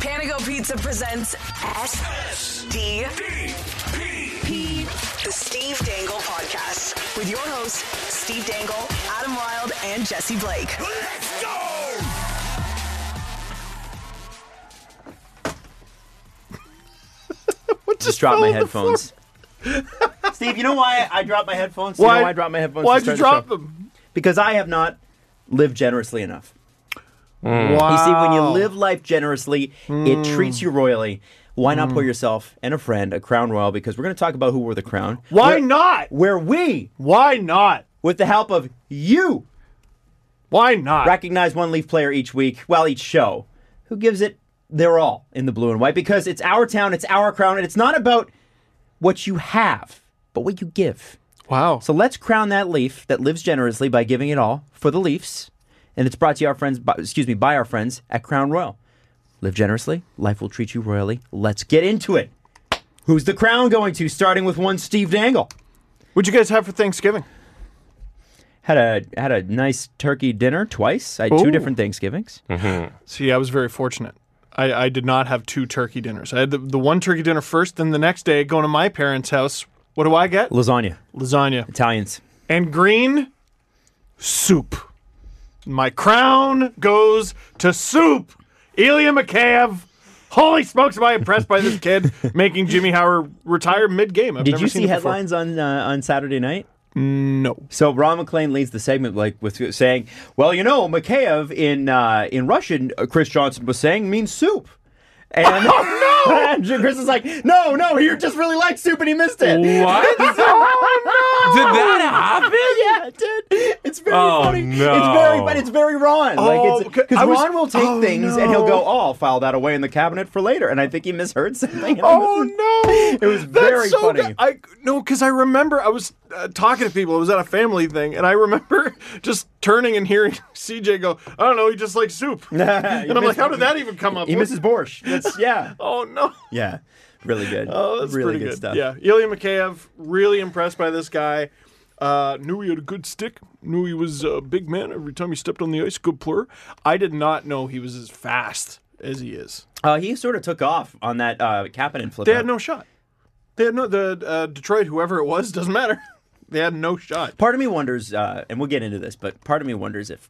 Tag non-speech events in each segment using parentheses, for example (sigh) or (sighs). Panago Pizza presents SDP, S-D-P. the Steve Dangle Podcast, with your hosts, Steve Dangle, Adam Wilde, and Jesse Blake. Let's go! just dropped my headphones. (laughs) Steve, you know why I dropped my headphones? You know why I dropped my headphones? to Why'd you start the drop show? them? Because I have not lived generously enough. Wow. You Mm. see, when Oh. you live life generously, Hmm. it treats you royally. Why not pour yourself and a friend a crown royal? Because we're going to talk about who wore the crown. Why Where- not? Where we, Why not? with the help of you, Why not? recognize one Leaf player each week, well, each show, who gives it their all in the blue and white because it's our town, it's our crown, and it's not about what you have, but what you give. wow. So let's crown that leaf that lives generously by giving it all for the Leafs, and it's brought to you our friends, by, excuse me, by our friends at Crown Royal. Live generously, life will treat you royally. Let's get into it. Who's the crown going to? Starting with one Steve Dangle. What'd you guys have for Thanksgiving? Had a had a nice turkey dinner twice. I had Ooh. two different Thanksgivings. See, I was very fortunate. I, I did not have two turkey dinners. I had the, the one turkey dinner first, then the next day going to my parents' house. What do I get? Lasagna, Lasagna Italians. and green soup. My crown goes to soup. Ilya Mikheyev. Holy smokes, am I impressed by this (laughs) kid making Jimmy Howard retire mid game? Did you see headlines on uh, on Saturday night? No. So Ron McLean leads the segment like with saying, "Well, you know, Mikheyev in uh, in Russian, uh, Chris Johnson was saying means soup." (laughs) And, oh (laughs) no! And Chris is like, "No, no, he just really liked soup and he missed it." (laughs) What? Oh, Did that happen? yeah, it did. It's very Oh, funny. It's no. very, but it's very Ron. Oh, like it's okay. I because was- Ron will take oh, things and he'll no. go, "Oh, I'll file that away in the cabinet for later." And I think he misheard something. And (laughs) Oh this is- no! It was very That's so funny. good. I no, because I remember I was uh, talking to people. It was at a family thing, and I remember (laughs) just turning and hearing (laughs) CJ go, "I don't know, he just (laughs) likes soup." and He I'm like, missed- "How did that even come up?" He misses Borsch. That's yeah, (laughs) Oh no! (laughs) yeah, really good. Oh, that's really pretty good. stuff. Yeah, Ilya Mikheyev, really impressed by this guy. Uh, knew he had a good stick. Knew he was a big man every time he stepped on the ice. Good player. I did not know he was as fast as he is. Uh, he sort of took off on that uh, Kapanen flip. They had no shot. They had no the uh, Detroit, whoever it was, (laughs) doesn't matter. They had no shot. Part of me wonders, uh, and we'll get into this, but part of me wonders if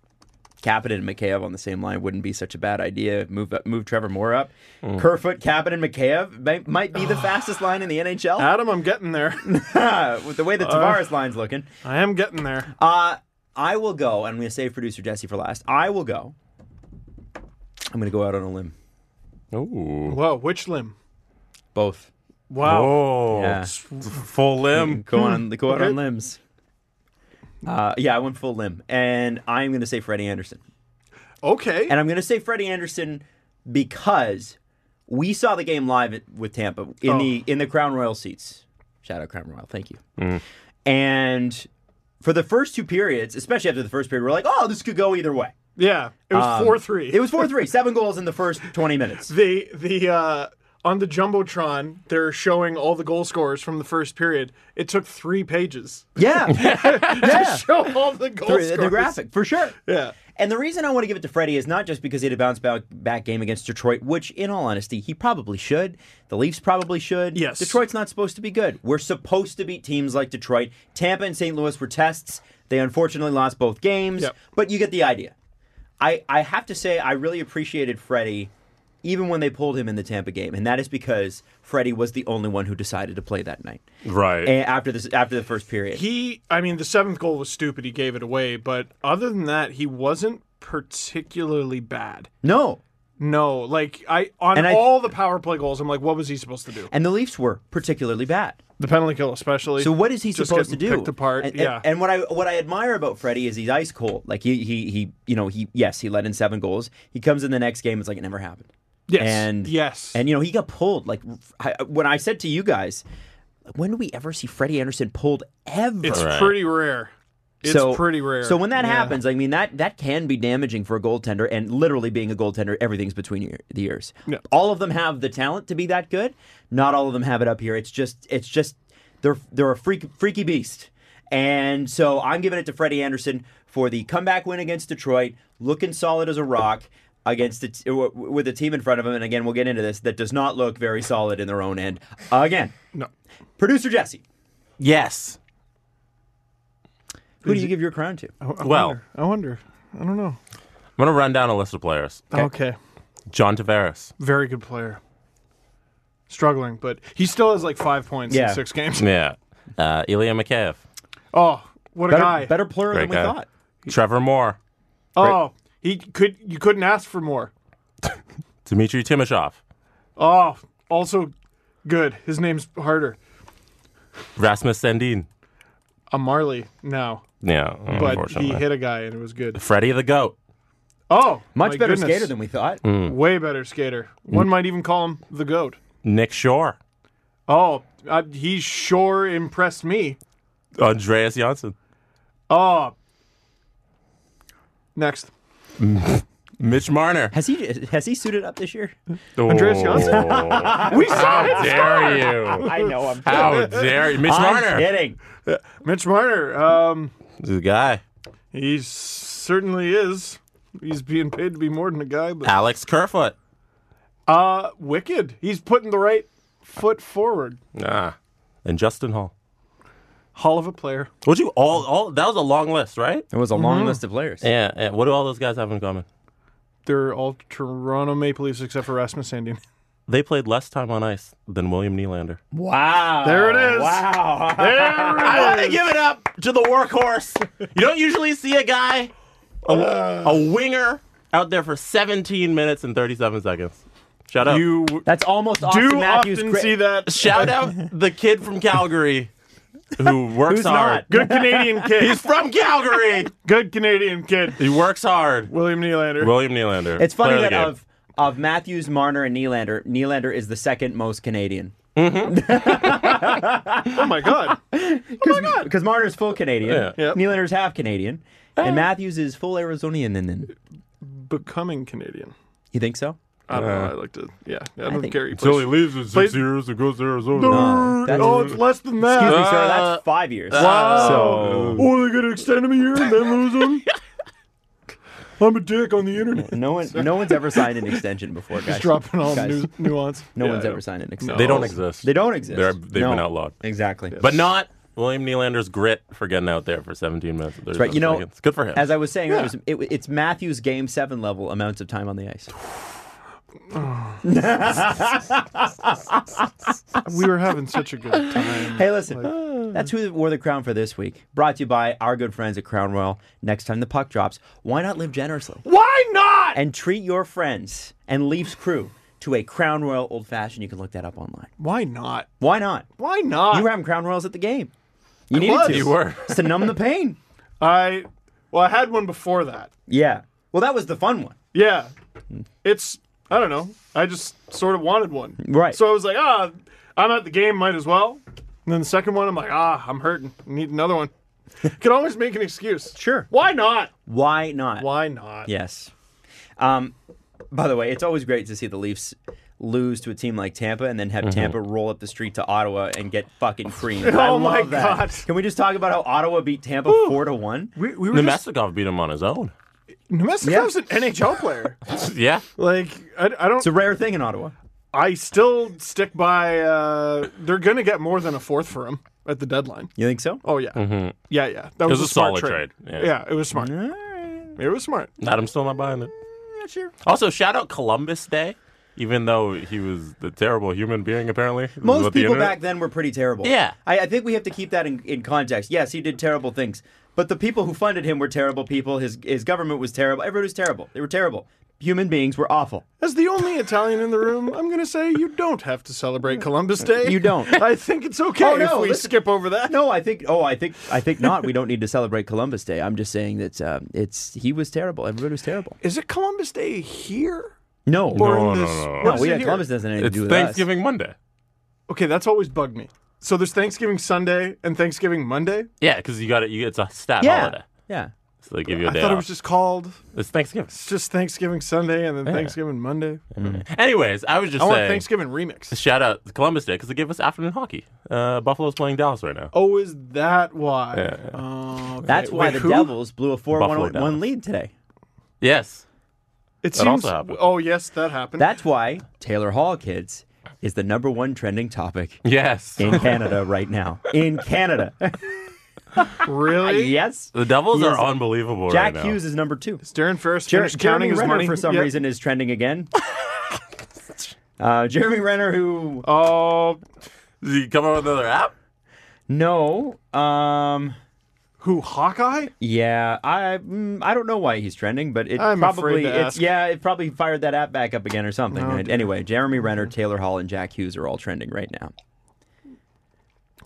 Kapanen and Mikheyev on the same line wouldn't be such a bad idea. Move up, move Trevor Moore up. Mm. Kerfoot, Kapanen, Mikheyev might, might (sighs) be the fastest line in the NHL Adam, I'm getting there. (laughs) uh, with the way uh. the Tavares line's looking. I am getting there. Um, Uh, I will go, and I'm going to save producer Jesse for last. I will go. I'm going to go out on a limb. Ooh. Whoa, which limb? Both. Wow. Oh, Yeah. it's full limb. Go on, go out Hmm. Okay. on limbs. Uh, yeah, I went full limb, and I'm going to say Freddie Anderson. Okay. And I'm going to say Freddie Anderson because we saw the game live at, with Tampa in the Oh. in the Crown Royal seats. Shout out Crown Royal, thank you. Mm. And for the first two periods, especially after the first period, we're like, oh, this could go either way. yeah, it was Um, four three. It was four (laughs) three, seven goals in the first twenty minutes. the the uh, on the jumbotron. They're showing all the goal scorers from the first period. It took three pages (laughs) Yeah, yeah. to show all the goal Three- scorers. the graphic for sure. Yeah. And the reason I want to give it to Freddie is not just because he had a bounce back, back game against Detroit, which, in all honesty, he probably should. The Leafs probably should. Yes. Detroit's not supposed to be good. We're supposed to beat teams like Detroit. Tampa and St. Louis were tests. They unfortunately lost both games, Yep. but you get the idea. I, I have to say, I really appreciated Freddie even when they pulled him in the Tampa game, and that is because Freddie was the only one who decided to play that night Right. A- after, this, after the first period. He, I mean, the seventh goal was stupid. He gave it away, but other than that, he wasn't particularly bad. no. No, like I on And I- all the power play goals, I'm like, what was he supposed to do? And the Leafs were particularly bad. The penalty kill, especially. So what is he Just supposed to getting do? Picked apart. And, and- yeah. and what I what I admire about Freddie is he's ice cold. Like he he he you know he yes he let in seven goals. He comes in the next game. It's like it never happened. yes. And yes. And you know he got pulled. Like I, when I said to you guys, when do we ever see Freddie Anderson pulled ever? it's Right. pretty rare. It's so, pretty rare. So when that Yeah. happens, I mean that that can be damaging for a goaltender. And literally being a goaltender, everything's between your, the ears. All of them have the talent to be that good. Not all of them have it up here. It's just it's just they're they're a freak, freaky beast. And so I'm giving it to Freddie Anderson for the comeback win against Detroit, looking solid as a rock. against a t- w- with a team in front of him, and again, we'll get into this that does not look very solid in their own end. Again, No. producer Jesse, Yes. who do you give your crown to? Oh, Well, I wonder. I don't know. I'm going to run down a list of players. Okay. John Tavares. Very good player. Struggling, but he still has like five points Yeah. in six games. Yeah. Uh, Ilya Mikheyev. Oh, what a guy. Better, better player Great than we guy. thought. Trevor Moore. Oh, he could you couldn't ask for more. Dmitry Timoshov. Oh, also good. His name's harder. Rasmus Sandin. A Marley now, Yeah, but unfortunately. he hit a guy and it was good. Freddie the Goat. Oh, Much my better goodness. skater than we thought. way better skater. One might even call him the goat. Nick Shore. Oh, uh, he sure impressed me. Andreas Janssen. Oh, next. Mitch Marner. Has he has he suited up this (laughs) year? Andreas Janssen. (laughs) we How dare you? I know I'm How dare you? Mitch I'm Marner. kidding. Mitch Marner. Um, He's a guy. he certainly is. He's being paid to be more than a guy, but Alex Kerfoot. uh, wicked. He's putting the right foot forward. Ah. And Justin Hall. Hall of a player. Would you all all that was a long list, right? It was a Mm-hmm. long list of players. Yeah, yeah. What do all those guys have in common? They're all Toronto Maple Leafs except for Rasmus Sandin. They played less time on ice than William Nylander. Wow. There it is. Wow. I want to give it up to the workhorse. You don't usually see a guy, a, a winger, out there for 17 minutes and 37 seconds. Shout out. You (laughs) That's almost Austin do Matthews. often cra- see that. Shout out the kid from Calgary who works Who's hard. not? Good (laughs) Canadian kid. He's from Calgary. Good Canadian kid. He works hard. William Nylander. William Nylander. It's funny player that the game. of of Matthews, Marner, and Nylander, Nylander is the second most Canadian. oh my Oh God. Because Marner's full Canadian, Yeah. Yep. Nylander's half Canadian, Ah. and Matthews is full Arizonian. And then Becoming Canadian. you think so? I don't know. I like to. Yeah, I don't think- care. He Until plays. he leaves with plays- six years and goes to Arizona. No, that's- oh, it's less than Excuse me, that. sir. That's five years. Wow. So Oh, they're gonna extend him a year and then lose him. (laughs) I'm a dick on the internet. no one, no one's ever signed an extension before, guys. (laughs) Dropping all Guys, nu- nuance. No Yeah, one's I ever don't- signed an extension. They don't exist. They don't exist. They're, they've No. been outlawed. Exactly. But not William Nylander's grit for getting out there for 17 minutes. That's right. You know, good for him. As I was saying, it was, it, it's Matthews' game seven level amounts of time on the ice. We were having such a good (laughs) time. Hey, listen, (sighs) that's who wore the crown for this week. Brought to you by our good friends at Crown Royal. Next time the puck drops, why not live generously Why not? and treat your friends and Leafs crew to a Crown Royal old fashioned? You can look that up online. Why not? Why not? Why not? You were having Crown Royals at the game. You needed was. to. You were. It's to numb the pain. I. Well, I had one before that. Yeah. Well, that was the fun one. Yeah. It's I don't know. I just sort of wanted one. Right. So I was like, ah, I'm at the game, might as well. And then the second one, I'm like, ah, I'm hurting. Need another one. Can always make an excuse. Sure. Why not? Why not? Why not? Yes. Um, by the way, it's always great to see the Leafs lose to a team like Tampa and then have Tampa roll up the street to Ottawa and get (laughs) fucking creamed. I Mm-hmm. Oh love my that. God. Can we just talk about how Ottawa beat Tampa four to one? We, we were just, Nemestikov beat him on his own. Nemesnikov's an NHL player. yeah. like I, I don't. It's a rare thing in Ottawa. I still stick by. Uh, they're gonna get more than a fourth for him at the deadline. You think so? Oh yeah, yeah, yeah. That was, Mm-hmm. was a smart solid Yeah. trade. Yeah. it was smart. It was smart. Not, I'm still not buying it. Not sure. Also, shout out Columbus Day, even though he was a terrible human being, apparently. This is Most what the people internet- back then were pretty terrible. Yeah. I, I think we have to keep that in, in context. Yes, he did terrible things, but the people who funded him were terrible people. His his government was terrible. Everybody was terrible. They were terrible. Human beings were awful. As the only Italian in the room, I'm going to say you don't have to celebrate Columbus Day. You don't. (laughs) I think it's okay Oh, no, if we listen- skip over that. No, I think. Oh, I think. I think not. We don't need to celebrate Columbus Day. I'm just saying that um, it's he was terrible. Everybody was terrible. Is it Columbus Day here? No, Or No, in no, this, no, no. what no. is We it had here? Columbus Day has nothing to It's do with Thanksgiving Monday. Okay, that's always bugged me. So there's Thanksgiving Sunday and Thanksgiving Monday. Yeah, because you got it. You, it's a stat Us. Yeah, holiday. yeah. So they give you a I day thought it off. was just called It's Thanksgiving. it's just Thanksgiving Sunday and then Thanksgiving Monday. Anyways, I was just I want saying, Thanksgiving remix. shout out to Columbus Day because they gave us afternoon hockey. Uh, Buffalo's playing Dallas right now. Oh, is that why? Yeah, yeah. Oh, okay. That's why Wait, the who? Devils blew a Buffalo 4-1 Devils. lead today. Yes. It That seems. also happened. Oh yes, that happened. That's why Taylor Hall kids is the number one trending topic Yes. (laughs) in Canada right now. In Canada, Ah, really. yes. The Devils He are is- unbelievable Jack right now. Hughes is number two. Darren Ferris Jer- finished Jeremy counting his Renner money for some Yeah. reason is trending (laughs) again. uh, Jeremy Renner, who Oh, Did he come up with another app? no, um, who Hawkeye? yeah, I mm, I don't know why he's trending, but it I'm afraid probably to it's ask. Oh, yeah, it probably fired that app back up again or something. And anyway, Jeremy Renner, Taylor Hall, and Jack Hughes are all trending right now.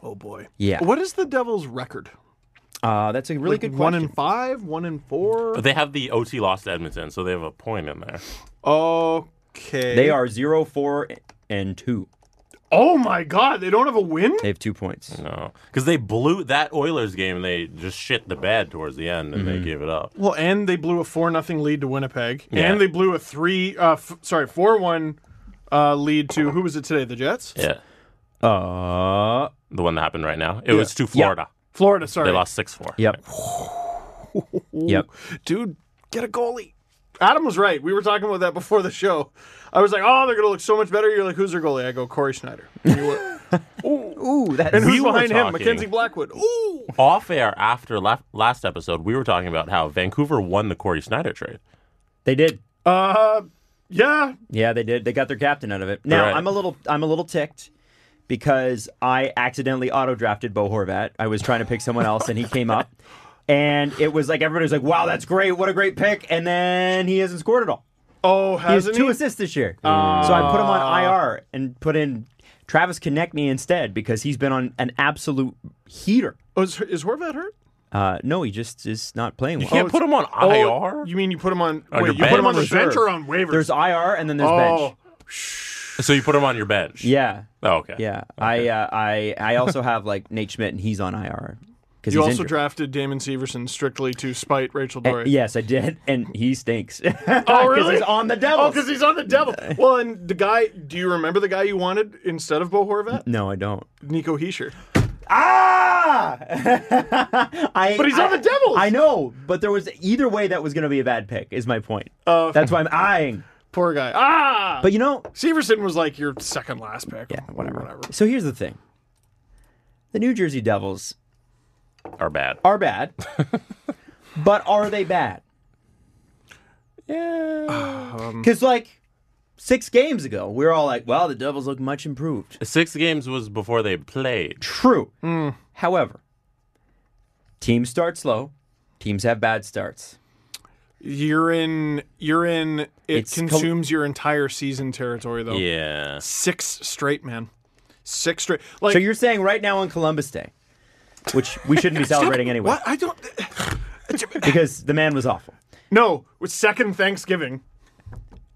Oh boy. Yeah. What is the Devil's record? Uh, that's a really Like good question. one in five, one in four. But they have the OT lost to Edmonton, so they have a point in there. Okay. They are zero, four, and two. Oh my God! They don't have a win. They have two points. No, because they blew that Oilers game. and They just shit the bed towards the end, and they Mm-hmm. gave it up. Well, and they blew a four nothing lead to Winnipeg, Yeah. and they blew a three. Uh, f- sorry, four one uh, lead to who was it today? The Jets. Yeah, Uh, the one that happened right now. It was to Yeah. Florida. Florida. Sorry. They lost six four. (laughs) yep. yep. Dude, get a goalie. Adam was right. We were talking about that before the show. I was like, oh, they're gonna look so much better. You're like, who's their goalie? I go, Corey (laughs) Schneider. And you were- Ooh, that's and who's were behind him? talking- Mackenzie Blackwood. Ooh. Off air after la- last episode, we were talking about how Vancouver won the Corey Snyder trade. they did. Uh, yeah. Yeah, they did. They got their captain out of it. Now Right. I'm a little I'm a little ticked because I accidentally auto drafted Bo Horvat. I was trying to pick someone else and he came up. And it was like everybody was like, Wow, that's great, what a great pick. And then he hasn't scored at all. Oh, He has hasn't two he? assists this year. so I put him on IR and put in Travis Konechny instead because he's been on an absolute heater. Oh, is, is Horvat hurt? Uh, no, he just is not playing well. Can't put him on Oh, IR. You mean you put him on? On wait, your you put him bench? on the bench Reserve. or on waivers? There's IR and then there's oh, bench. so you put him on your bench. Yeah. Oh, okay. Yeah, I uh, I I also have like Nate Schmidt, and he's on IR because you he's also injured. drafted Damon Severson strictly to spite Rachel Uh, Dory. yes, I did, and he stinks. (laughs) oh, really? he's on the Oh, devil. because he's on (laughs) the devil. Well, and the guy, do you remember the guy you wanted instead of Bo Horvat? no, I don't. Nico Heischer. Ah! (laughs) I, But he's on I- the Devils! I know, but there was either way that was going to be a bad pick. Is my point. Oh. That's why I'm eyeing. Poor guy. Ah! But you know, Severson was like your second last pick. Yeah, whatever. So here's the thing: the New Jersey Devils Are bad. are bad, (laughs) but are they bad? Yeah. Mm. Because like six games ago, we were all like, "Well, the Devils look much improved." Six games was before they played. True. Hmm. However, teams start slow. Teams have bad starts. Urine, urine, it It's col- consumes your entire season territory, though. Yeah. Six straight, man. Six straight. Like, So you're saying right now on Columbus Day, which we shouldn't (laughs) be celebrating anyway, what? I don't. because the man was awful. No, with second Thanksgiving.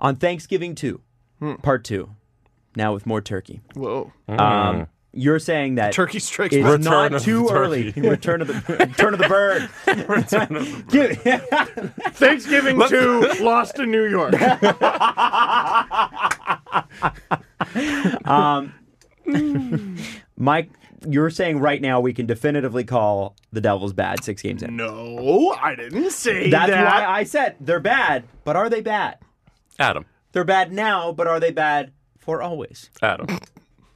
On Thanksgiving too, Hmm. part two, now with more turkey. Whoa. Um, you're saying that Turkey strikes It's back. Return not of too the early. turkey. Return of the Return of the (laughs) Bird. Give- Thanksgiving to (laughs) lost to New York. Mike, you're saying right now we can definitively call the Devils bad six games in. no, I didn't say That's that. why I said they're bad, but are they bad? Adam. They're bad now, but are they bad for always? (laughs) Adam.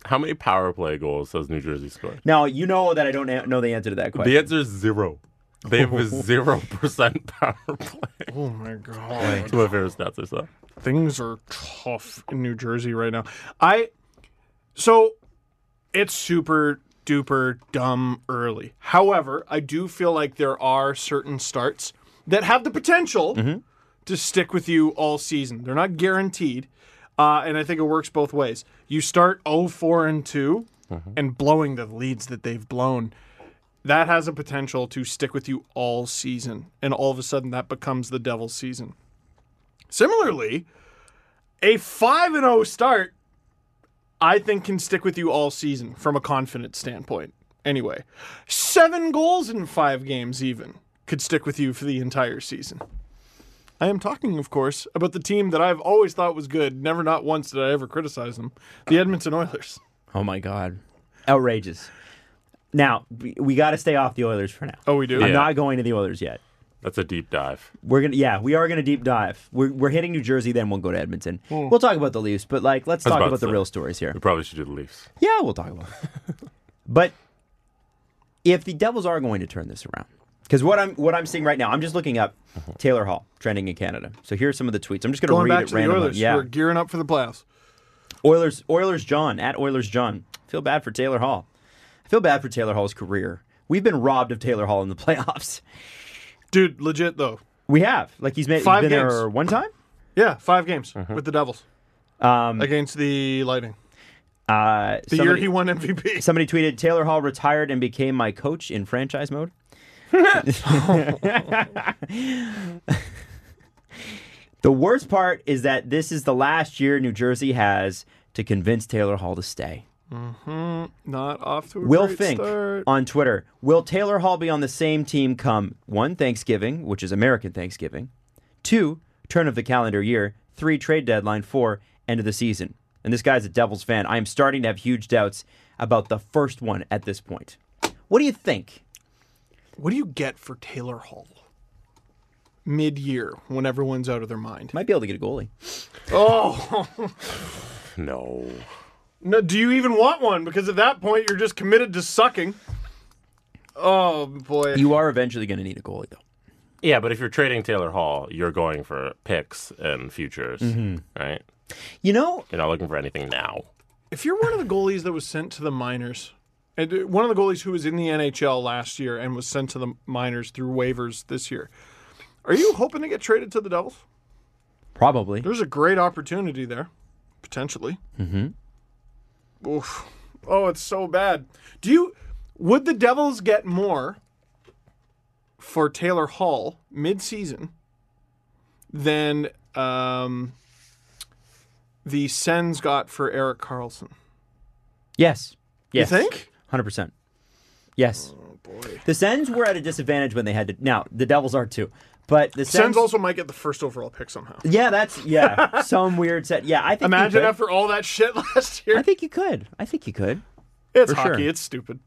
How many power play goals has New Jersey scored? Now you know that I don't a- know the answer to that question. The answer is zero. They (laughs) have a zero percent power play. oh my god. Two of my favorite stats or so. things are tough in New Jersey right now. I so it's super duper dumb early. However, I do feel like there are certain starts that have the potential to stick with you all season. They're not guaranteed. Uh, and I think it works both ways. You start 0 4 and 2 and blowing the leads that they've blown. That has a potential to stick with you all season. And all of a sudden, that becomes the devil's season. Similarly, a 5 and 0 start I think can stick with you all season from a confidence standpoint. Anyway, 7 goals in 5 games even could stick with you for the entire season. I am talking of course about the team that I've always thought was good, never not once did I ever criticize them, the Edmonton Oilers. oh my god, outrageous! Now we, we got to stay off the Oilers for now. Oh, we do. I'm Yeah. not going to the Oilers yet. That's a deep dive. We're gonna, yeah, we are gonna deep dive. We're, we're hitting New Jersey, then we'll go to Edmonton. Hmm. We'll talk about the Leafs, but like, let's talk about about, to the say. real stories (laughs) here. We probably should do the Leafs. Yeah, we'll talk about. it. but if the Devils are going to turn this around, because what I'm what I'm seeing right now, I'm just looking up Taylor Hall trending in Canada. So here's some of the tweets. I'm just going to Uh-huh. read Going back it to the randomly. Oilers, yeah, we're gearing up for the playoffs. Oilers, Oilers John at Oilers John. Feel bad for Taylor Hall. I feel bad for Taylor Hall's career. We've been robbed of Taylor Hall in the (laughs) playoffs. Dude, legit though. We have. Like he's, made, he's Five been there games. one time. Yeah, five games Mm-hmm. with the Devils um, against the Lightning. Uh, The year somebody- he won MVP. Somebody tweeted Taylor Hall retired and became my coach in franchise mode. (laughs) the worst part is that this is the last year New Jersey has to convince Taylor Hall to stay. (laughs) Not off to a Will great Fink start. on Twitter. Will Taylor Hall be on the same team come one Thanksgiving, which is American Thanksgiving, two turn of the calendar year, three trade deadline, four end of the season. And this guy's a Devils fan. I am starting to have huge doubts about the first one at this point. What do you think? What do you get for Taylor Hall? Mid year, when everyone's out of their mind. Might be able to get a goalie. Oh, (laughs) No. no, do you even want one? Because at that point, you're just committed to sucking. Oh, boy. You are eventually going to need a goalie, though. Yeah, but if you're trading Taylor Hall, you're going for picks and futures, right? You know, You're not looking for anything now. if you're one of the goalies that was sent to the minors, and uh, one of the goalies who was in the NHL last year and was sent to the minors through waivers this year, are you hoping to get traded to the Devils? probably. There's a great opportunity there, potentially. Mm-hmm. Oof. Oh, it's so bad. Do you would the Devils get more for Taylor Hall midseason than um, the Sens got for Eric Carlson? Yes. Yes. You think? Hundred percent. Yes. Oh boy. The Sens were at a disadvantage when they had to. Now the Devils are too, but the Sens Sens. also might get the first overall pick somehow. yeah, that's yeah. (laughs) some weird set. Yeah, I think. you Imagine could. after all that shit (laughs) last I year. think you could. I think you could. It's for hockey. sure. It's stupid.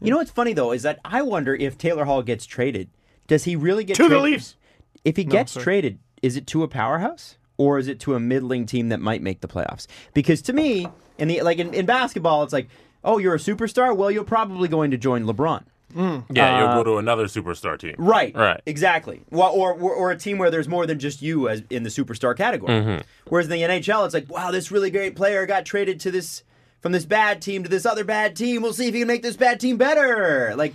You know what's funny though is that I wonder if Taylor Hall gets traded, does he really get To the traded? Leafs. If he gets sorry. traded, is it to a powerhouse or is it to a middling team that might make the playoffs? Because to me, in the like in, in basketball, it's like, oh, you're a superstar. Well, you're probably going to join LeBron. Yeah, you'll go to another superstar team. Right. Uh, Right. Exactly. Well, or, or or a team where there's more than just you as in the superstar category. Mm-hmm. Whereas in the NHL, it's like, wow, this really great player got traded to this from this bad team to this other bad team. We'll see if he can make this bad team better. Like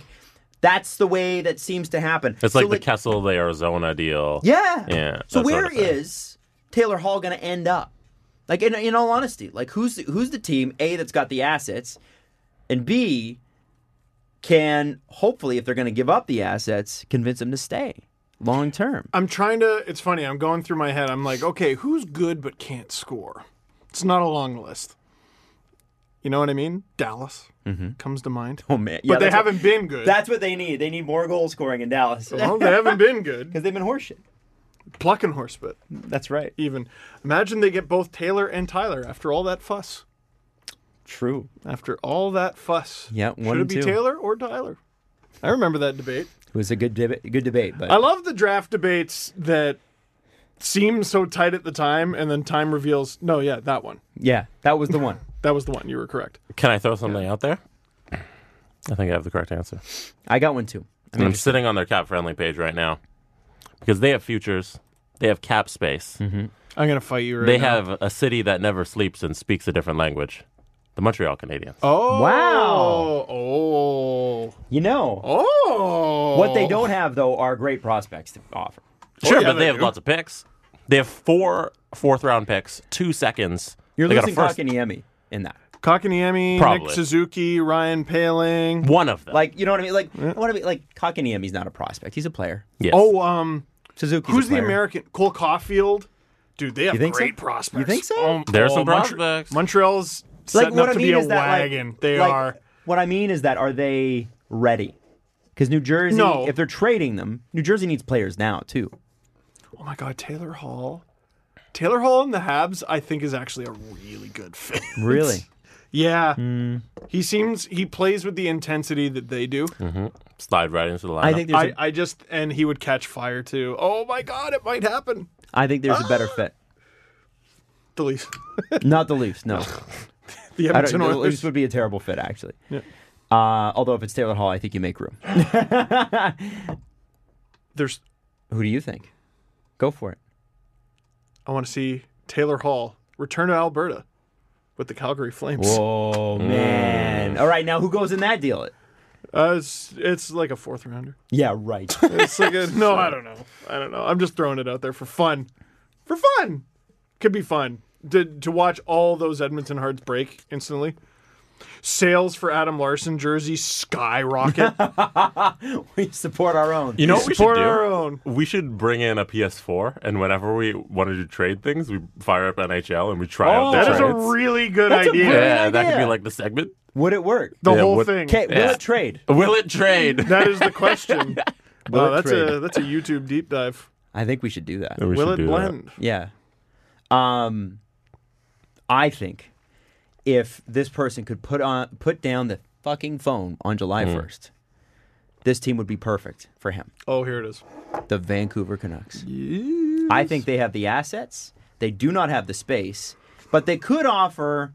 that's the way that seems to happen. It's So, like the Kessel, the Arizona deal. yeah. Yeah, So that sort where of thing. is Taylor Hall going to end up? Like in in all honesty, like who's who's the team A that's got the assets, and B can hopefully if they're going to give up the assets, convince him to stay long term. I'm trying to. It's funny. I'm going through my head. I'm like, okay, who's good but can't score? It's not a long list. You know what I mean? Dallas comes (laughs) to mind. (laughs) Oh man, but they that's haven't What, been good. that's what they need. They need more goal scoring in (laughs) Dallas because well, they haven't (laughs) been good. they've been horseshit. Plucking horsebit. That's right. Even imagine they get both Taylor and Tyler after all that fuss. True. After all that fuss. Yeah, one Should it and be two. Taylor or Tyler? I remember that debate. It was a good debate. Good debate, but I love the draft debates that seem so tight at the time, and then time reveals, no, yeah, that one. yeah, that was the one. That was the one. You were correct. Can I throw something out there? I think I have the correct answer. I got one too. I And mean, I'm sitting on their cap friendly page right now because they have futures, they have cap space, I'm gonna fight you right they now. have a city that never sleeps and speaks a different language the Montreal Canadiens. Oh Wow. Oh. you know Oh. what they don't have though are great prospects to offer. Sure, yeah, but they they have do. lots of picks. They have four fourth round picks, two seconds. You're they losing got a first, Kotkaniemi in that. Kakaniemi, Nick Probably. Suzuki, Ryan Paling. one of them. Like, you know what I mean? Like, what I mean? Like, Kotkaniemi's not a prospect. He's a player. yes. Oh, um, Suzuki's who's a the player. American? Cole Caulfield. Dude, they have You think so? great prospects. You think so? Oh, There are some Montr- prospects. Montreal's Like, setting what up I to mean be a is that, like- wagon. they like, are. What I mean is that are they ready? Because New Jersey, No. if they're trading them, New Jersey needs players now too. Oh my God, Taylor Hall. Taylor Hall and the Habs, I think, is actually a really good fit. (laughs) Really? yeah. He seems he plays with the intensity that they do. slide right into the lineup. I think there's I, a, I just and he would catch fire too. Oh my god, it might happen. I think there's a better fit. The Leafs, Not the Leafs, (laughs) no. the I don't, Edmonton the Oilers. Leafs would be a terrible fit, actually. Uh, although if it's Taylor Hall, I think you make room. There's. Who do you think? Go for it. I want to see Taylor Hall return to Alberta with the Calgary Flames. Oh man! All right, now who goes in that deal? Uh, it's, it's like a fourth rounder. Yeah, right. It's like a, no, I don't know. I don't know. I'm just throwing it out there for fun. For fun, could be fun to to watch all those Edmonton Hearts break instantly. Sales for Adam Larson jersey skyrocket. (laughs) we support our own. you know what we should Support do? uh, our own. We should bring in a PS4, and whenever we want to do trade things, we fire up NHL and we try Oh, out the That is a trades. really good That's a idea. brilliant yeah, that could be idea. like the segment. Would it work? the Yeah, whole what- thing. Okay, will Yeah. it trade? Will it trade? (laughs) That is the question. wow, it that's a trade? that's a YouTube deep dive. I think we should do that. We Will should it do that. blend? Yeah. Um, I think if this person could put on put down the fucking phone on July first, this team would be perfect for him. Oh, here it is. The Vancouver Canucks. I think they have the assets. They do not have the space, but they could offer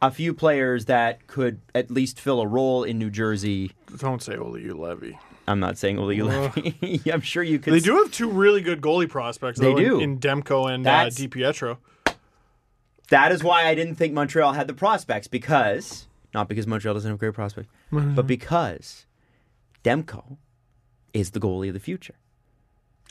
a few players that could at least fill a role in New Jersey. Don't say Ole Levy. I'm not saying Ole Levy. (laughs) I'm sure you could. They do have two really good goalie prospects. They though, in- do. in, Demko and uh, That's- Di Pietro. That is why I didn't think Montreal had the prospects because not because Montreal doesn't have great prospects, Mm-hmm. but because Demko is the goalie of the future.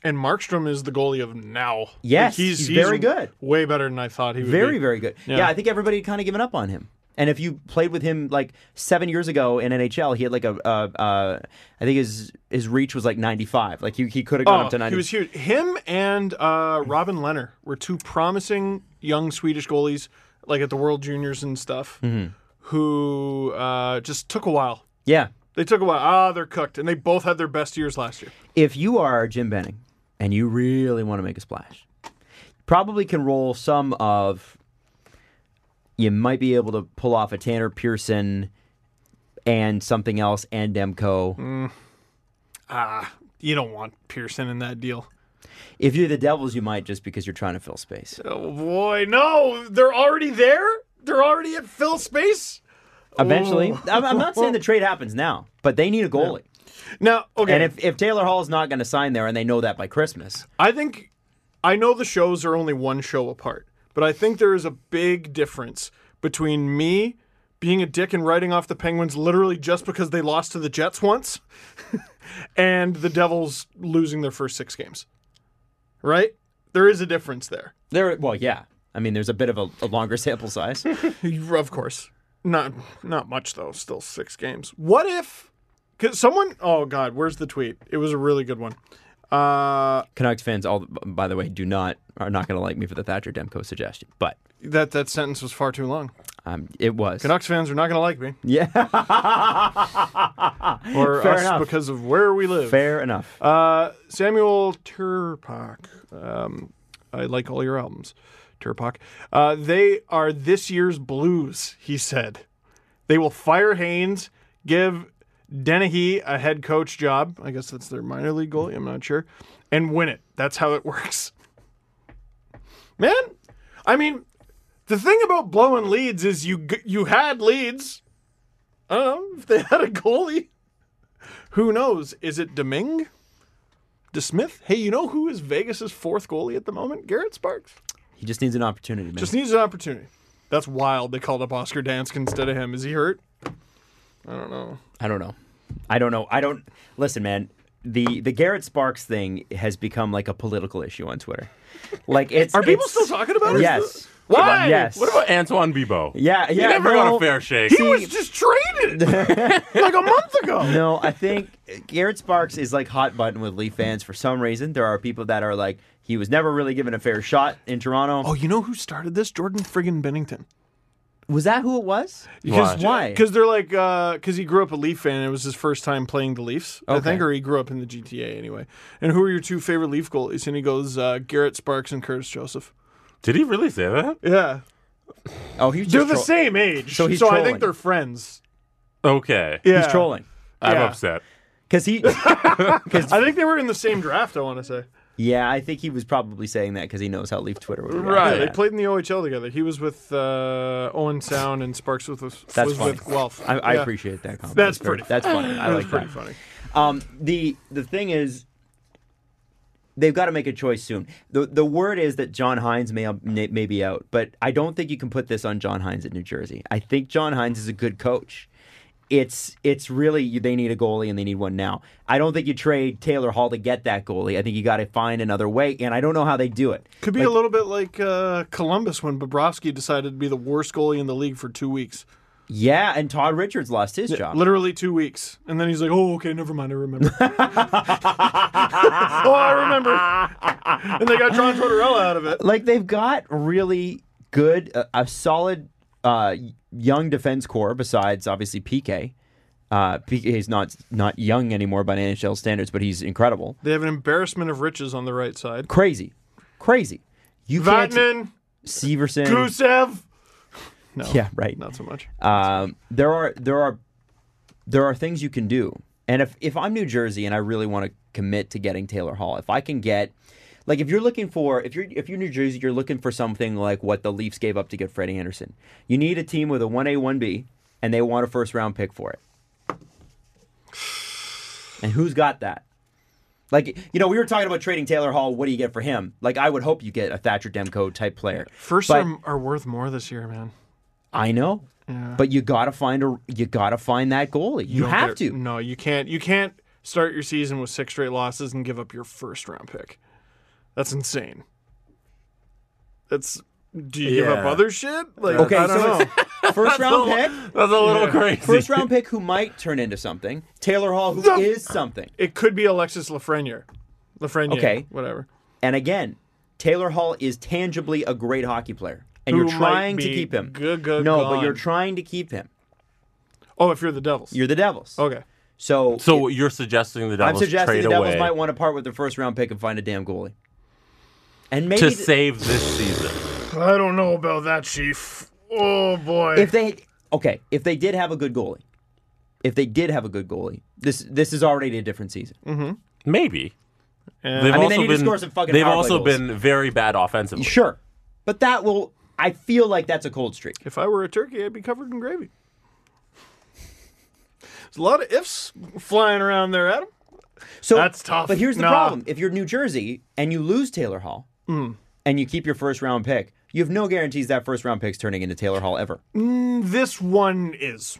And Markstrom is the goalie of now. Yes, he's very good. Way better than I thought he would. Very, be. very good. Yeah, Yeah. I think everybody had kind of given up on him. And if you played with him like seven years ago in NHL, he had like a, uh, uh, I think his his reach was like 95. Like he, he could have gone Oh, up to 90. he was huge. Him and uh, Robin Leonard were two promising young Swedish goalies, like at the World Juniors and stuff, Mm-hmm. who uh, just took a while. yeah. They took a while. Ah, they're cooked, and they both had their best years last year. if you are Jim Benning and you really want to make a splash, probably can roll some of. You might be able to pull off a Tanner Pearson and something else and Demko. You don't want Pearson in that deal. If you're the Devils, you might just because you're trying to fill space. Oh boy, no! They're already there. They're already at fill space. Eventually, I'm, I'm not saying the trade happens now, but they need a goalie. Now, okay. And if, if Taylor Hall is not going to sign there, and they know that by Christmas, I think I know the shows are only one show apart, but I think there is a big difference between me being a dick and writing off the Penguins literally just because they lost to the Jets once (laughs) and the Devils losing their first 6 games. Right? There is a difference there. there. Well, yeah. I mean, there's a bit of a, a longer sample size. Of course. Not not much though, still 6 games. What if cuz someone oh god, where's the tweet? It was a really good one. Uh Canucks fans, all by the way, do not are not going to like me for the Thatcher Demko suggestion, but that that sentence was far too long. um, it was. Canucks fans are not going to like me. yeah, (laughs) or Fair us enough. because of where we live. fair enough. Uh, Samuel Turpak. Um, I like all your albums, Turpak. Uh, they are this year's blues, he said. They will fire Haynes, give Dennehy a head coach job. I guess that's their minor league goalie. I'm not sure. And win it. That's how it (laughs) works. Man, I mean, the thing about blowing leads is you g- you had leads. I don't know if they had a goalie. Who knows? Is it Deming? DeSmith? Hey, you know who is Vegas's fourth goalie at the moment? Garrett Sparks. he just needs an opportunity, man. Just needs an opportunity. That's wild. They called up Oscar Dansk instead of him. Is he hurt? I don't know. I don't know. I don't know. I don't listen, man. The the Garrett Sparks thing has become like a political issue on Twitter. Like it's Are people it's- still talking about it? Yes. Why? Yes. What about Antoine Bebo? Yeah, He yeah. never no, got a fair shake. He was (laughs) just traded like a month ago. No, I think Garrett Sparks is like hot button with Leaf fans for some reason. There are people that are like he was never really given a fair shot in Toronto. Oh, you know who started this? Jordan friggin' Bennington. was that who it was? Why? Why? Because they're like, because he grew up a Leaf fan. And it was his first time playing the Leafs, I Okay. think, or he grew up in the GTA anyway. And who are your two favorite Leaf goalies? And he goes uh, Garrett Sparks and Curtis Joseph. Did he really say that? Yeah, Oh, he was they're just the troll- same age, so, So he's I think trolling. they're friends. Okay. Yeah, He's trolling. I'm yeah. upset. Because he, I think they were in the same draft. I want to say. yeah, I think he was probably saying that because he knows how Leaf Twitter would react. Right. They played in the OHL together. He was with uh, Owen Sound and Sparks with was, That's was funny. with Guelph. I, I Yeah. appreciate that comment. That's very- pretty That's funny. I That like was pretty that. funny. Um, the the thing is, they've got to make a choice soon. the The word is that John Hines may may may be out, but I don't think you can put this on John Hines at New Jersey. I think John Hines is a good coach. It's it's really they need a goalie and they need one now. I don't think you trade Taylor Hall to get that goalie. I think you got to find another way, and I don't know how they do it. Could be a little bit like uh, Columbus when Bobrovsky decided to be the worst goalie in the league for two weeks. Yeah, and Todd Richards lost his job. Literally two weeks. And then he's like, oh, okay, never mind. (laughs) I remember. oh, I remember. And they got John Tortorella out of it. like they've got really good, a, a solid uh, young defense core. Besides, obviously PK. Uh, PK is not not young anymore by NHL standards, but he's incredible, They have an embarrassment of riches on the right side. crazy, crazy. You can't Vatanen, Severson. Gusev. No. Yeah, right. Not so much. Um, there are there are there are things you can do. And if if I'm New Jersey and I really want to commit to getting Taylor Hall, if I can get like if you're looking for if you're if you're New Jersey, you're looking for something like what the Leafs gave up to get Freddie Anderson. You need a team with a 1A 1B and they want a first round pick for it. And who's got that? Like you know, we were talking about trading Taylor Hall. What do you get for him? Like I would hope you get a Thatcher Demko type player. First But- are, are worth more this year, man. I know. But you gotta find a you gotta find that goalie. You, don't have get- to. No, you can't. You can't start your season with six straight losses and give up your first round pick. That's insane. That's. Do you give up Yeah. other shit? Like, Okay, I don't so know. (laughs) First round pick, (laughs) That's a little crazy. first round pick who might turn into something. Taylor Hall who is No. something. It could be Alexis Lafreniere. Lafreniere. Okay. Whatever. And again, Taylor Hall is tangibly a great hockey player, and Who you're might trying to be keep him. good, good no, but gone. you're trying to keep him. Oh, if you're the Devils. You're the Devils. okay. So, So you're suggesting the I'm Devils suggesting trade the Devils away might want to part with the first round pick and find a damn goalie. And maybe to th- save this season. I don't know about that, Chief. Oh boy. if they okay, if they did have a good goalie, if they did have a good goalie, this this is already a different season. Mm-hmm. Maybe. They've I mean, they also need to been score some fucking they've power play also goals. been very bad offensively. Sure, but that will. I feel like that's a cold streak. If I were a turkey, I'd be covered in gravy. There's a lot of ifs flying around there, Adam. So That's tough. But here's the Nah. problem: if you're New Jersey and you lose Taylor Hall, Mm. and you keep your first round pick, you have no guarantees that first round pick's turning into Taylor Hall ever. This one is.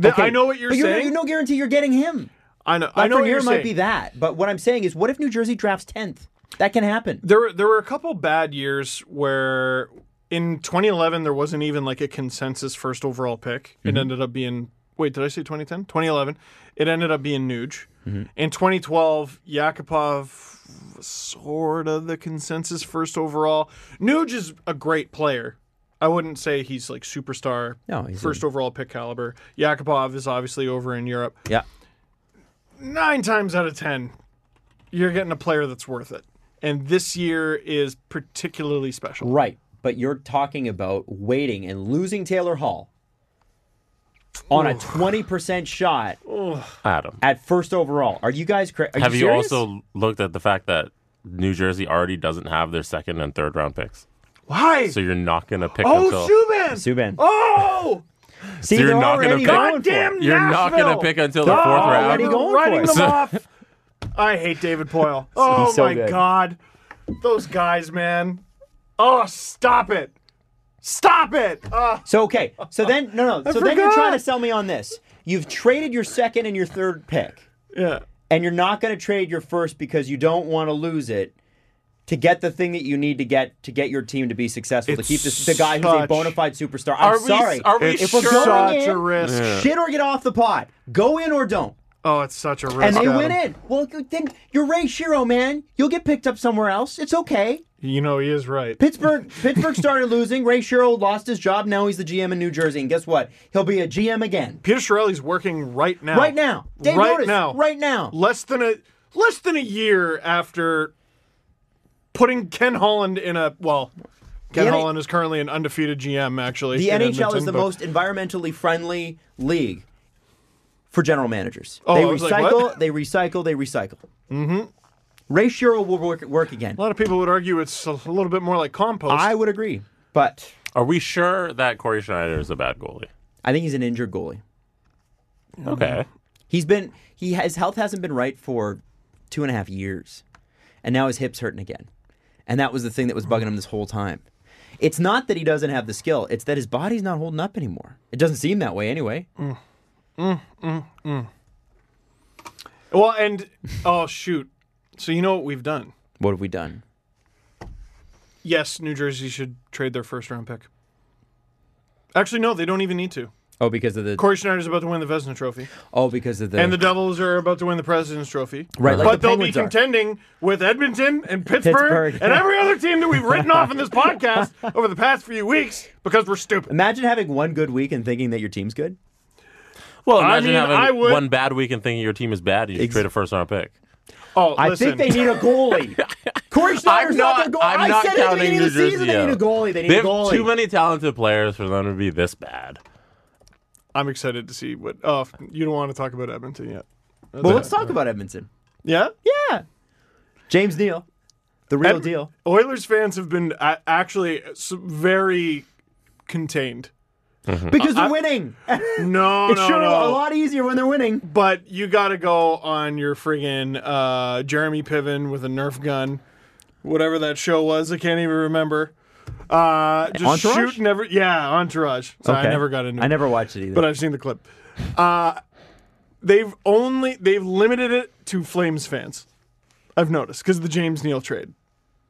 Th- I know what you're but saying. You no guarantee you're getting him. I know. I know what Lafreniere you're might saying. be that, but what I'm saying is, what if New Jersey drafts tenth? That can happen. There, were- there were a couple bad years where in 2011 there wasn't even like a consensus first overall pick. Mm-hmm. It ended up being. Wait, did I say 2010? 2011. It ended up being Nuge. Mm-hmm. In 2012, Yakupov was sort of the consensus first overall. Nuge is a great player. I wouldn't say he's like superstar, No, he's a- first overall pick caliber. Yakupov is obviously over in Europe. Yeah. nine times out of ten, you're getting a player that's worth it. And this year is particularly special. Right. But you're talking about waiting and losing Taylor Hall on a 20% shot Adam. at first overall. Are you guys crazy? Have you serious? also looked at the fact that New Jersey already doesn't have their second and third round picks? Why? So you're not gonna pick until oh, Subban! Subban. Oh, See, you're they're not gonna already pick- going for it. goddamn! you're not gonna Nashville! pick until the fourth Oh, round. already we're going writing for it. (laughs) them off. I hate David Poyle. Oh so my good. god, those guys, man. Oh, stop it! Stop it! Uh, So okay, so then no (laughs) no, so then you're forgot. trying to sell me on this. You've traded your second and your third pick, yeah. and you're not going to trade your first because you don't want to lose it to get the thing that you need to get to get your team to be successful to It's keep this the guy who's a such- bona fide superstar. I'm Are we- sorry, are we if we're sure? going Such in, a risk. Yeah. shit or get off the pot. Go in or don't, Oh, it's such a risk. and they win in. Adam. Well, then you're Ray Shiro, man. You'll get picked up somewhere else. It's okay. You know he is right. (laughs) Pittsburgh Pittsburgh started losing. Ray Shiro lost his job. Now he's the GM in New Jersey, and guess what? He'll be a GM again. Peter Shirelli's working right now. Right now. Dave right notice. now. Right now. Less than a less than a year after putting Ken Holland in a well, Ken The N- Holland is currently an undefeated GM. Actually, The in NHL is Edmonton, the but most environmentally friendly league. for general managers. Oh, they I was like, recycle, what? they recycle, they recycle. Mm-hmm. Ray Shiro will work, work again. A lot of people would argue it's a little bit more like compost. I would agree, but Are we sure that Corey Schneider is a bad goalie? I think he's an injured goalie. Mm. Okay. He's been he his health hasn't been right for two and a half years, and now his hips hurting again, and that was the thing that was bugging him this whole time. It's not that he doesn't have the skill; it's that his body's not holding up anymore. It doesn't seem that way anyway. well, and oh shoot. So you know what we've done? What have we done? Yes, New Jersey should trade their first round pick. Actually, no, they don't even need to. Oh, because of the Corey Schneider's about to win the Vesna Trophy, oh, because of the and the Devils are about to win the President's Trophy. Right, like but the they'll be Penguins are. contending with Edmonton and Pittsburgh, Pittsburgh, and yeah. every other team that we've written off in (laughs) this podcast over the past few weeks because we're stupid. imagine having one good week and thinking that your team's good. Well, I imagine mean, having I would- one bad week and thinking your team is bad. You should Ex- trade a first round pick. Oh, I listen. think they need a (laughs) goalie. Corey Schneider's not, not- their goalie. I'm I not said it at the counting beginning New of the season Jersey they need a out. goalie. They need They a goalie. have too many talented players for them to be this bad. I'm excited to see what. Oh, you don't want to talk about Edmonton yet. Well, let's talk about Edmonton. Yeah, Yeah, James Neal, the real Ed- deal. Oilers fans have been a- actually s- very contained. Because they're (laughs) winning. No, It's Mm. no, sure no. a lot easier when they're winning. But you got to go on your friggin' uh, Jeremy Piven with a Nerf gun, whatever that show was. I can't even remember. Uh, just Entourage? shoot never. Yeah, Entourage. Sorry, I never got into. I it. never watched it either. but I've seen the clip. Uh, they've only they've limited it to Flames fans. I've noticed because the James Neal trade.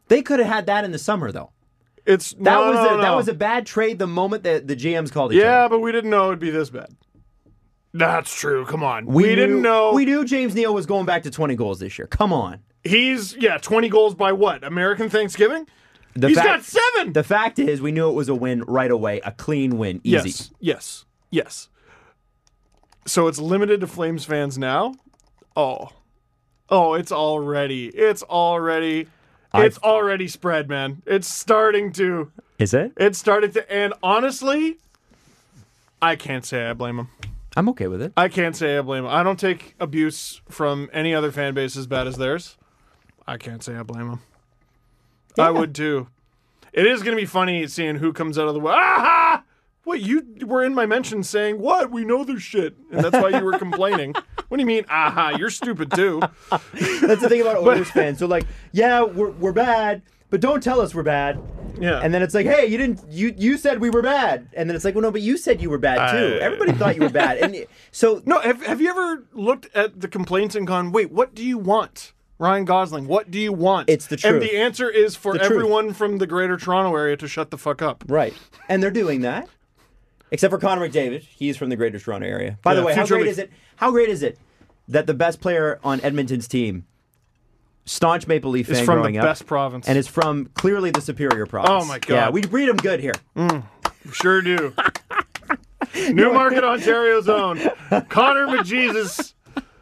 they could have had that in the summer though. It's That no, was no, a, that no. was a bad trade the moment that the GMs called each yeah, other. but we didn't know it'd be this bad. That's true. Come on, we, knew- didn't know. We knew James Neal was going back to 20 goals this year. Come on. He's yeah, twenty goals by what American Thanksgiving. The He's fact- got seven. The fact is, we knew it was a win right away, a clean win, easy. yes, yes, yes. So it's limited to Flames fans now. Oh, oh, it's already, it's already, it's already spread, man. It's starting to, Is it? it's starting to, and honestly, I can't say I blame him. I'm okay with it. (laughs) I can't say I blame him. I don't take abuse from any other fan base as bad as theirs. I can't say I blame him. I would too. It is going to be funny seeing who comes out of the way. Ah! What you were in my mention saying what we know this shit, and that's why you were complaining. what do you mean? Aha! You're stupid too. That's the thing about Oilers fans. So like, yeah, we're, we're bad, but don't tell us we're bad. Yeah. And then it's like, hey, you didn't, you you said we were bad, and then it's like, well, no, but you said you were bad too. I- Everybody thought you were bad, (laughs) and so no, have have you ever looked at the complaints and gone, wait, what do you want? Ryan Gosling, what do you want? It's the truth. And the answer is for The truth. everyone from the greater Toronto area to shut the fuck up. Right. And they're doing that. Except for Connor McDavid. He's from the Greater Toronto Area. By the Yeah, way, how future great league. is it? How great is it that the best player on Edmonton's team, staunch Maple Leaf fan from the growing up, best province. and is from clearly the superior province? Oh my God. Mm. Yeah, we breed them good here. (laughs) Sure do. Newmarket, Ontario's own Connor McJesus.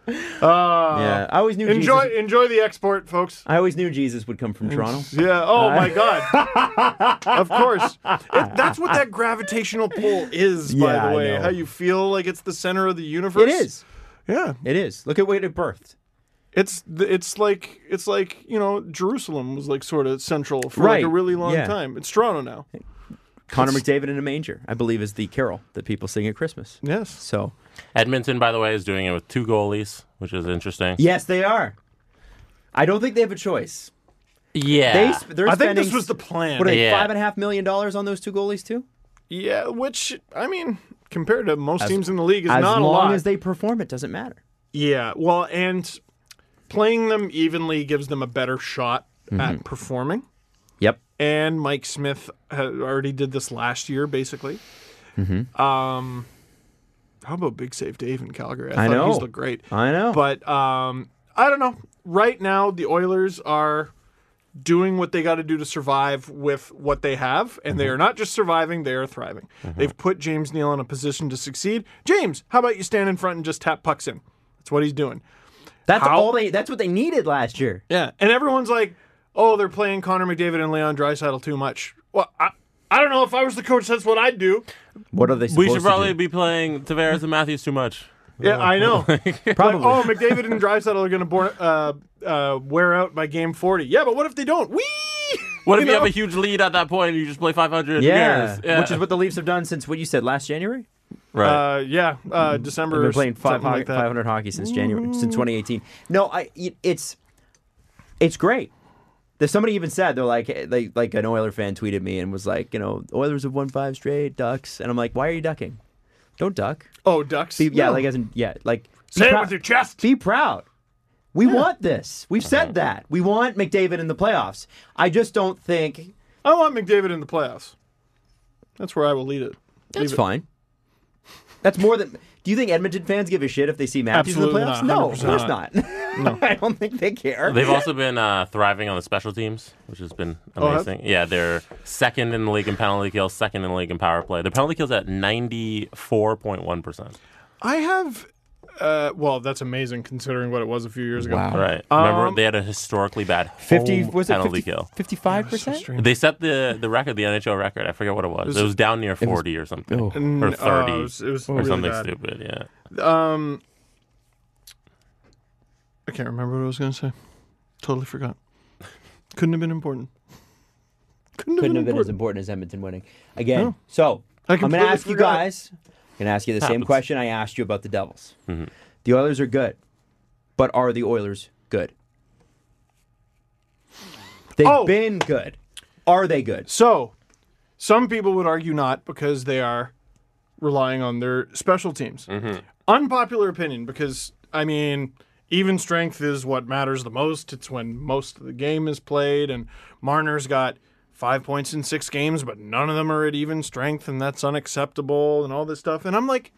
yeah, I always knew. Enjoy, Jesus, enjoy the export, folks. I always knew Jesus would come from Toronto. Yeah. (laughs) Oh my God. of course. It- that's what that gravitational pull is, Yeah, by I the way. know. How you feel like it's the center of the universe. It is. Yeah. It is. Look at where it birthed. It's th- it's like it's like you know Jerusalem was like sort of central for like Right. a really long Yeah. time. It's Toronto now. Connor McDavid in a manger, I believe, is the carol that people sing at Christmas. Yes. So Edmonton, by the way, is doing it with two goalies, which is interesting. yes, they are. I don't think they have a choice. They Yeah. sp- they're I think spending this was the plan. What are they Yeah. five and a half million dollars on those two goalies too? yeah, which I mean, compared to most teams in the league, is As not a long lot. as they perform, it doesn't matter. Yeah, well, and playing them evenly gives them a better shot Mm-hmm. at performing. Yep. And Mike Smith had already did this last year, basically. Mm-hmm. Um, how about Big Save Dave in Calgary? I, I thought know. he's looked great, I Oh. know. but um, I don't know. Right now, the Oilers are doing what they got to do to survive with what they have, and Mm-hmm. they are not just surviving; they are thriving. They've put James Neal in a position to succeed. James, how about you stand in front and just tap pucks in? That's what he's doing. that's how- all they. That's what they needed last year. Yeah, and everyone's like, "Oh, they're playing Connor McDavid and Leon Draisaitl too much." Well, I, I don't know if I was the coach, that's what I'd do. What are they? we Supposed should probably To do? be playing Tavares and Matthews too much. Yeah, I (laughs) know. Probably. Like, oh, McDavid and Drysaddle are going to bore, uh, uh, wear out by game 40. Yeah, but what if they don't? Whee! (laughs) What if you, know? have a huge lead at that point and you just play 500 yeah. years? Yeah. which is what the Leafs have done since what you said last January. right. Uh, yeah, uh, December. Mm-hmm. They've been or playing something 500, like that. 500 hockey since January since 2018. No, I it- it's it's great. There's somebody even said they're like they like an Oiler fan tweeted me and was like, you know, Oilers have won five straight, Ducks, and I'm like, why are you ducking? Don't duck. Oh, Ducks. Be- yeah, No. like as in yeah, like be Say it proud- with your chest. Uh-huh. Be proud. We want this. We've said that. We want McDavid in the playoffs. I just don't think I want McDavid in the playoffs. That's where I will lead it. That's Leave it. fine. That's more than. Do you think Edmonton fans give a shit if they see Matthews Absolutely in the playoffs? not. No, of 100% course not. (laughs) I don't think they care. They've also been uh, thriving on the special teams, which has been have- amazing. yeah, they're second in the league in penalty kills, second in the league in power play. Their penalty kills at 94.1%. I have. Uh, well, that's amazing considering what it was a few years ago. Wow. Right. Remember, they had a historically bad Fifty home was it penalty 50, kill. Fifty-five percent. They set the, the record, the NHL record. I forget what it was. It was, down near 40 or something. Oh, Or Mm, 30. oh, it was- it was or really something bad. Um, stupid, yeah. I can't remember what I was going to say. Totally forgot. Couldn't have been important. Couldn't, Couldn't have have been as important important. as Edmonton winning again. So I I'm going to completely ask you forgot. guys. I'm going to ask you the same Happens. question I asked you about the Devils. The Oilers are good, but are the Oilers good? They've Oh. been good. Are they good? So, some people would argue not because they are relying on their special teams. Unpopular opinion because, I mean, even strength is what matters the most. It's when most of the game is played, and Marner's got five points in six games, but none of them are at even strength, and that's unacceptable, and all this stuff. And I'm like,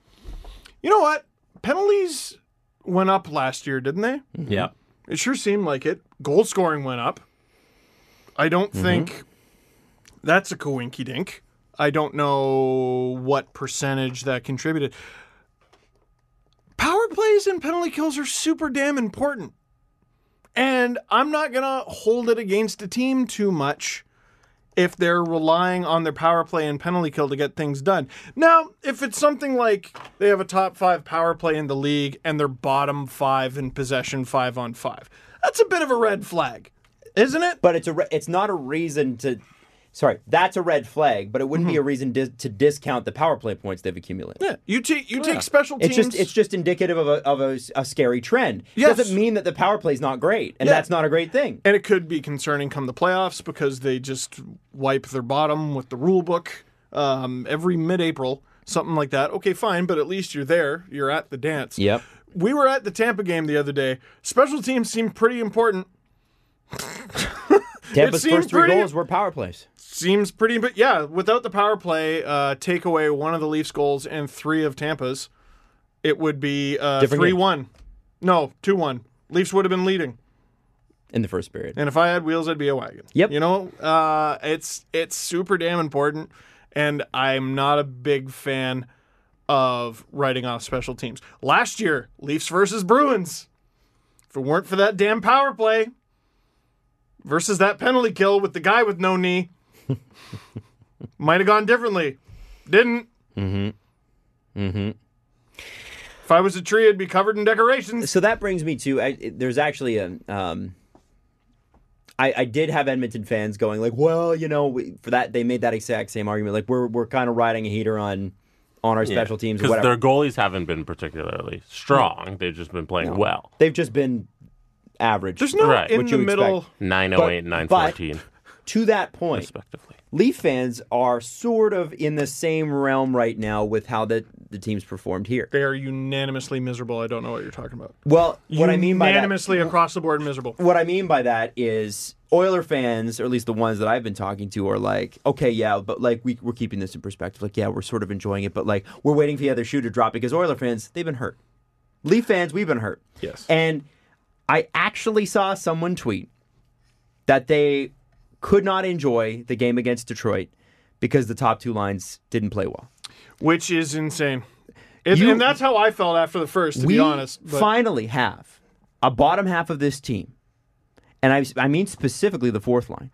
you know what? Penalties went up last year, didn't they? Yeah. It sure seemed like it. Goal scoring went up. I don't think that's a coinky dink. I don't know what percentage that contributed. Power plays and penalty kills are super damn important. And I'm not going to hold it against a team too much if they're relying on their power play and penalty kill to get things done. Now, if it's something like they have a top five power play in the league and they're bottom five in possession five on five, that's a bit of a red flag, isn't it? but it's a re- it's not a reason to sorry that's a red flag but it wouldn't be a reason dis- to discount the power play points they've accumulated Mm-hmm. Yeah, you take you take special teams. it's just it's just indicative of a, of a, s- a scary trend Yes. doesn't mean that the power play's not great and Yeah. that's not a great thing and it could be concerning come the playoffs because they just wipe their bottom with the rule book um, every mid-April, something like that. Okay, fine, but at least you're there. You're at the dance. Yep. We were at the Tampa game the other day. Special teams seemed pretty important. (laughs) Tampa's seemed first three pretty- goals were power plays Seems pretty, but yeah, without the power play, uh, take away one of the Leafs goals and three of Tampa's, it would be uh, Different game. three-one. No, two-one. Leafs would have been leading. in the first period And if I had wheels, I'd be a wagon. Yep. You know, uh, it's it's super damn important, and I'm not a big fan of writing off special teams. Last year, Leafs versus Bruins. If it weren't for that damn power play versus that penalty kill with the guy with no knee, (laughs) might have gone differently. Didn't. Mm-hmm. Mm-hmm. If I was a tree, I'd be covered in decorations. so that brings me to I, there's actually a um, I, I did have Edmonton fans going like, well, you know, we, for that they made that exact same argument, like we're we're kind of riding a heater on on our special teams or Because whatever. their goalies haven't been particularly strong. They've just been playing well. They've just been average. There's no Right. in What the you expect. middle. 908, But- 914, to that point, respectively. Leaf fans are sort of in the same realm right now with how the, the team's performed here. They are unanimously miserable. I don't know what you're talking about. Well, what I mean by that, unanimously across the board miserable. what I mean by that is Oiler fans, or at least the ones that I've been talking to, are like, okay, yeah, but like we, we're keeping this in perspective. Like, yeah, we're sort of enjoying it, but like we're waiting for the other shoe to drop because Oiler fans, they've been hurt. Leaf fans, we've been hurt. Yes. And I actually saw someone tweet that they could not enjoy the game against Detroit because the top two lines didn't play well. Which is insane. It- You- and that's how I felt after the first, to we be honest. But finally have a bottom half of this team, and I, I mean specifically the fourth line,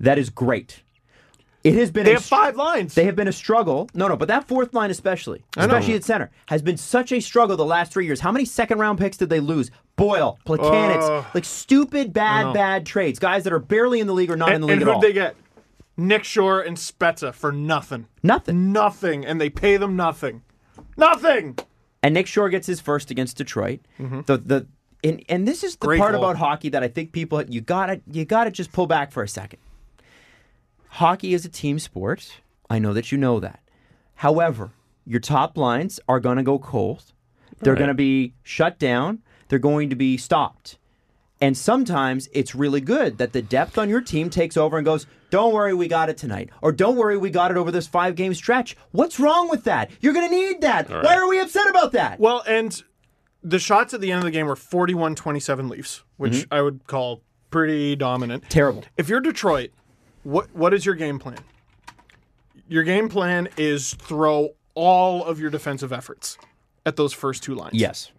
that is great. It has been They a have five lines. They have been a struggle. No, no, but that fourth line especially, especially at center, has been such a struggle the last three years. How many second round picks did they lose? Boyle, Placanitz, Ugh. like stupid, bad, bad trades. Guys that are barely in the league or not in and the league and at all. who'd they get? Nick Shore and Spezza for nothing. Nothing. Nothing. And they pay them nothing. Nothing. And Nick Shore gets his first against Detroit. The the and and this is the Mm-hmm. Great part goal. about hockey that I think people you gotta you gotta just pull back for a second. Hockey is a team sport. I know that you know that. However, your top lines are gonna go cold. They're Right. gonna be shut down. They're going to be stopped. And sometimes it's really good that the depth on your team takes over and goes, Don't worry, we got it tonight. Or don't worry, we got it over this five game stretch. What's wrong with that? You're going to need that. Why are we upset about that? Well, and the shots at the end of the game were 41 27 Leafs, which Mm-hmm. I would call pretty dominant. Terrible. If you're Detroit, what what is your game plan? Your game plan is throw all of your defensive efforts at those first two lines. Yes.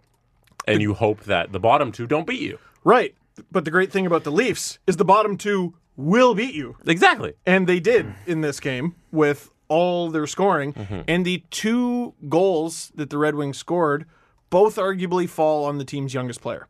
And you hope that the bottom two don't beat you. Right. But the great thing about the Leafs is the bottom two will beat you. Exactly. And they did in this game with all their scoring. And the two goals that the Red Wings scored both arguably fall on the team's youngest player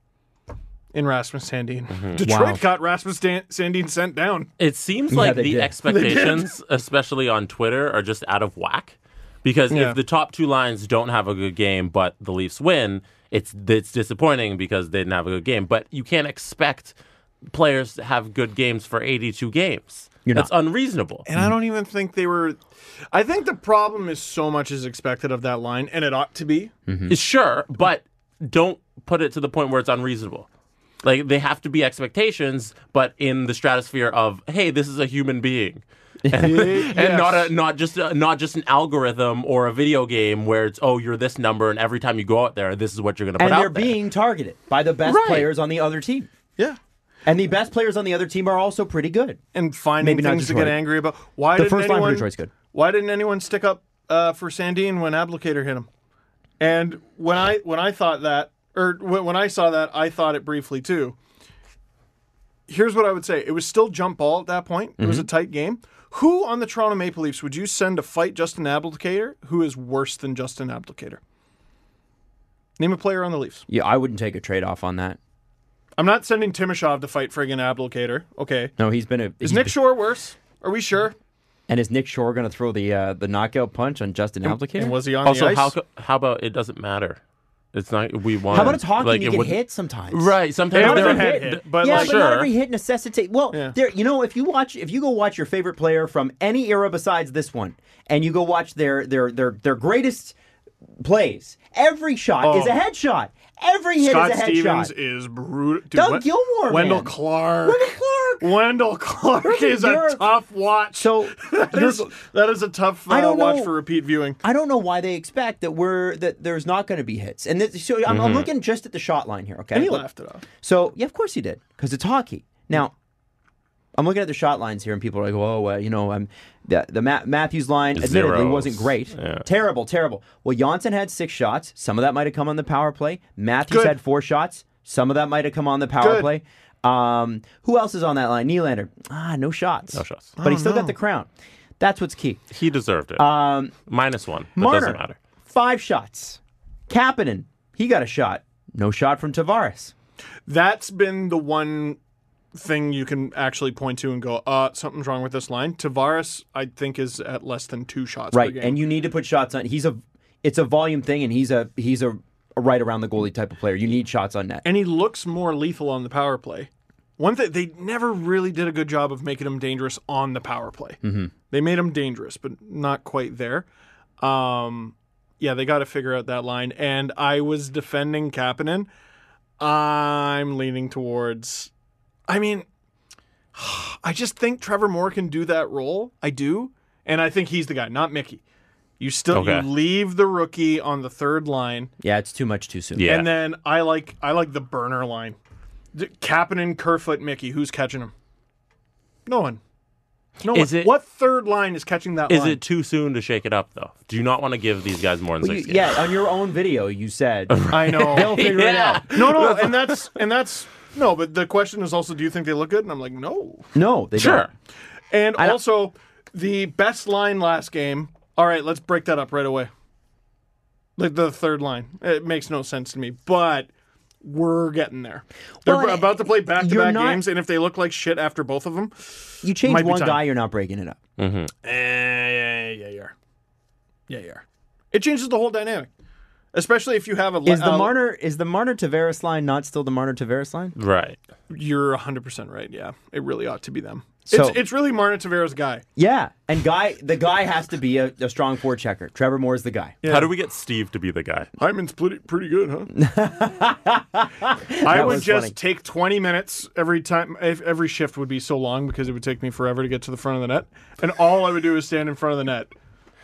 in Rasmus Sandin. Detroit Wow. got Rasmus Dan- Sandin sent down. It seems like they the did. (laughs) expectations, especially on Twitter, are just out of whack. Because Yeah. if the top two lines don't have a good game, but the Leafs win, it's it's disappointing because they didn't have a good game. But you can't expect players to have good games for 82 games. That's unreasonable. And I don't even think they were. I think the problem is so much is expected of that line, and it ought to be. Sure, but don't put it to the point where it's unreasonable. Like they have to be expectations, but in the stratosphere of hey, this is a (laughs) human being, and, and not a not just a, not just an algorithm or a video game where it's oh you're this number and every time you go out there this is what you're gonna put And out they're there. being targeted by the best Right. players on the other team. Yeah. And the best players on the other team are also pretty good. And finding Maybe not things to Detroit. get angry about. Why The didn't first line for anyone, Detroit's good. Why didn't anyone stick up uh, for Sandine when Applicator hit him? And when I when I thought that, or when when I saw that, I thought it briefly too. Here's what I would say: It was still jump ball at that point. It Mm-hmm. was a tight game. Who on the Toronto Maple Leafs would you send to fight Justin Applicator, who is worse than Justin Applicator? Name a player on the Leafs. Yeah, I wouldn't take a trade off on that. I'm not sending Timoshov to fight friggin' Applicator. Okay. No, he's been a. (laughs) Is Nick Shore worse? Are we sure? and is Nick Shore going to throw the uh, the knockout punch on Justin Applicator? And was he on the also ice? how co- how about it doesn't matter? It's not we want. How about it's hockey Like, and it you get wouldn't- hit sometimes? Right, sometimes Not they're every hit, but yeah, like, but not Sure. every hit necessitates. Well, Yeah. there. You know, if you watch, if you go watch your favorite player from any era besides this one, and you go watch their their their their greatest plays, every shot is a Oh. headshot. Every hit Scott is a Stevens headshot. is brutal. Doug Gilmour, Wendell man. Clark. Look at Clark. Wendell Clark is a Dirk. tough watch. (laughs) So that is, that is a tough uh, I don't watch know. for repeat viewing. I don't know why they expect that we're that there's not going to be hits. And this, so I'm, I'm Mm-hmm. looking just at the shot line here. Okay, And he Look, laughed it off. So yeah, of course he did, because it's hockey. Now, I'm looking at the shot lines here, and people are like, "Oh, uh, you know, um, the the Ma- Matthews line admittedly Zeros. wasn't great, Yeah. terrible, terrible." Well, Janssen had six shots. Some of that might have come on the power play. Matthews Good. had four shots. Some of that might have come on the power Good. play. Um, who else is on that line? Nylander. Ah, no shots. No shots. But Oh, he still got the crown. That's what's key. He deserved it. Um, Minus one. That Marner, doesn't matter. five shots. Kapanen, he got a shot. No shot from Tavares. That's been the one thing you can actually point to and go, uh, something's wrong with this line. Tavares, I think, is at less than two shots right per game. and you need to put shots on he's a it's a volume thing and he's a he's a right around the goalie type of player you need shots on net and he looks more lethal on the power play. One thing they never really did a good job of making him dangerous on the power play. They made him dangerous, but not quite there. Um, yeah, they got to figure out that line. And I was defending Kapanen. I'm leaning towards. I mean, (sighs) I just think Trevor Moore can do that role. I do, and I think he's the guy, not Mickey. You still Okay. you leave the rookie on the third line. yeah it's too much too soon Yeah. And then I like I like the burner line. D- Kapanen, Kerfoot, Mickey. Who's catching him? No one. No Is one. it- what third line is catching that Is line? it too soon to shake it up though? Do you not want to give these guys more than You- six games? yeah on your own video you (laughs) said I they'll know. figure it Yeah. out (laughs) no, no, and that's and that's no. But the question is also, do you think they look good? And I'm like, no. no they Sure. don't And also, The best line last game. All right, let's break that up right away. Like the third line, it makes no sense to me, but we're getting there. They're Well, and about to play back-to-back you're not- games, and if they look like shit after both of them, You change Might be one time. guy, you're not breaking it up. eh, yeah, yeah, you are. Yeah, you are. It changes the whole dynamic, especially if you have a. Is the uh, Marner is the Marner Tavares line not still the Marner Tavares line? Right. You're 100 percent right. Yeah, it really ought to be them. So- it's it's really Martin Tavares' guy. Yeah, and guy the guy has to be a, a strong four checker. Trevor Moore's the guy. How do we get Steve to be the guy? Hyman's pretty pretty good, huh? I (laughs) That would was just funny. take 20 minutes every time. If every shift would be so long because it would take me forever to get to the front of the net, and all I would do is stand in front of the net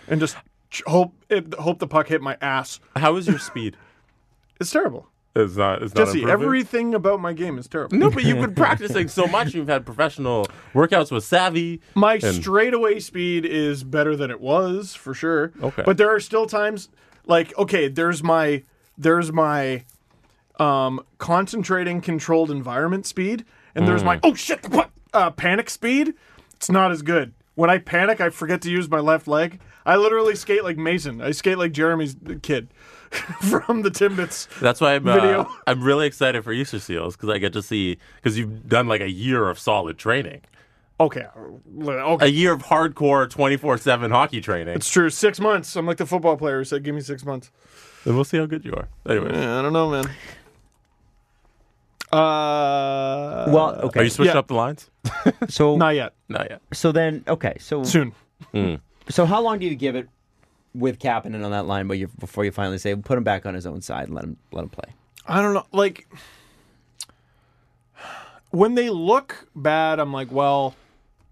and just ch- hope it, hope the puck hit my ass. How (laughs) is your speed? It's terrible, It's not. It's Jesse. not improving? Everything about my game is terrible. No, but you've been practicing so much. You've had professional workouts with Savvy. My and- straightaway speed is better than it was for sure. Okay. But there are still times like okay, there's my there's my um concentrating controlled environment speed and there's Mm. my oh shit what uh, panic speed. It's not as good. When I panic, I forget to use my left leg. I literally skate like Mason. I skate like Jeremy's kid (laughs) from the Timbits. That's why I'm. Uh, Video. I'm really excited for Easter Seals because I get to see because you've done like a year of solid training, Okay. uh, a Okay. year of hardcore twenty four seven hockey training, It's true. 6 months. I'm like the football player who said give me 6 months. and we'll see how good you are. Anyway, Yeah, I don't know, man. Uh, Well, okay. are you switching Yeah. up the lines? so not yet. Not yet. so then okay, so Soon. so how long do you give it with Kapanen on that line but you, before you finally say put him back on his own side and let him let him play? I don't know. Like when they look bad, I'm like, well,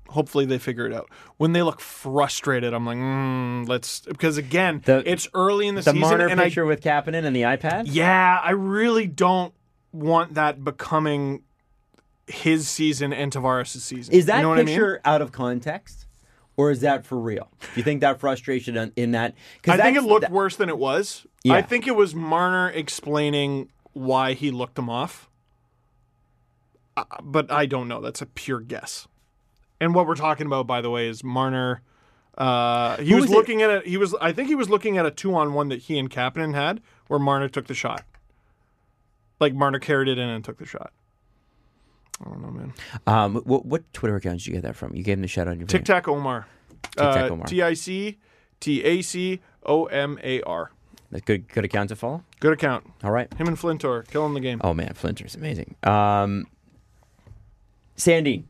hopefully they figure it out. When they look frustrated, I'm like, mm, let's because again, The- it's early in the, The season, Marner and picture I with Kapanen and the iPad? yeah, I really don't want that becoming his season and Tavares' season. Is that you know what I mean? picture out of context? Or is that for real? Do you think that frustration in, in that? I Because think it looked worse than it was. I Yeah. think it was Marner explaining why he looked them off. Uh, but I don't know. That's a pure guess. And what we're talking about, by the way, is Marner. Uh, he Who was, was it? looking at a he was I think he was looking at a two on one that he and Kapanen had where Marner took the shot. Like Marner carried it in and took the shot. I don't know, man. Um, what, what Twitter account did you get that from? You gave him the shout on your Tic video. Tac Omar. Uh, Tac Omar. T I C T A C O M A R. That's good, good account to follow. Good account. All right. Him and Flint are killing the game. Oh man, Flinter's amazing. Um, Sandine.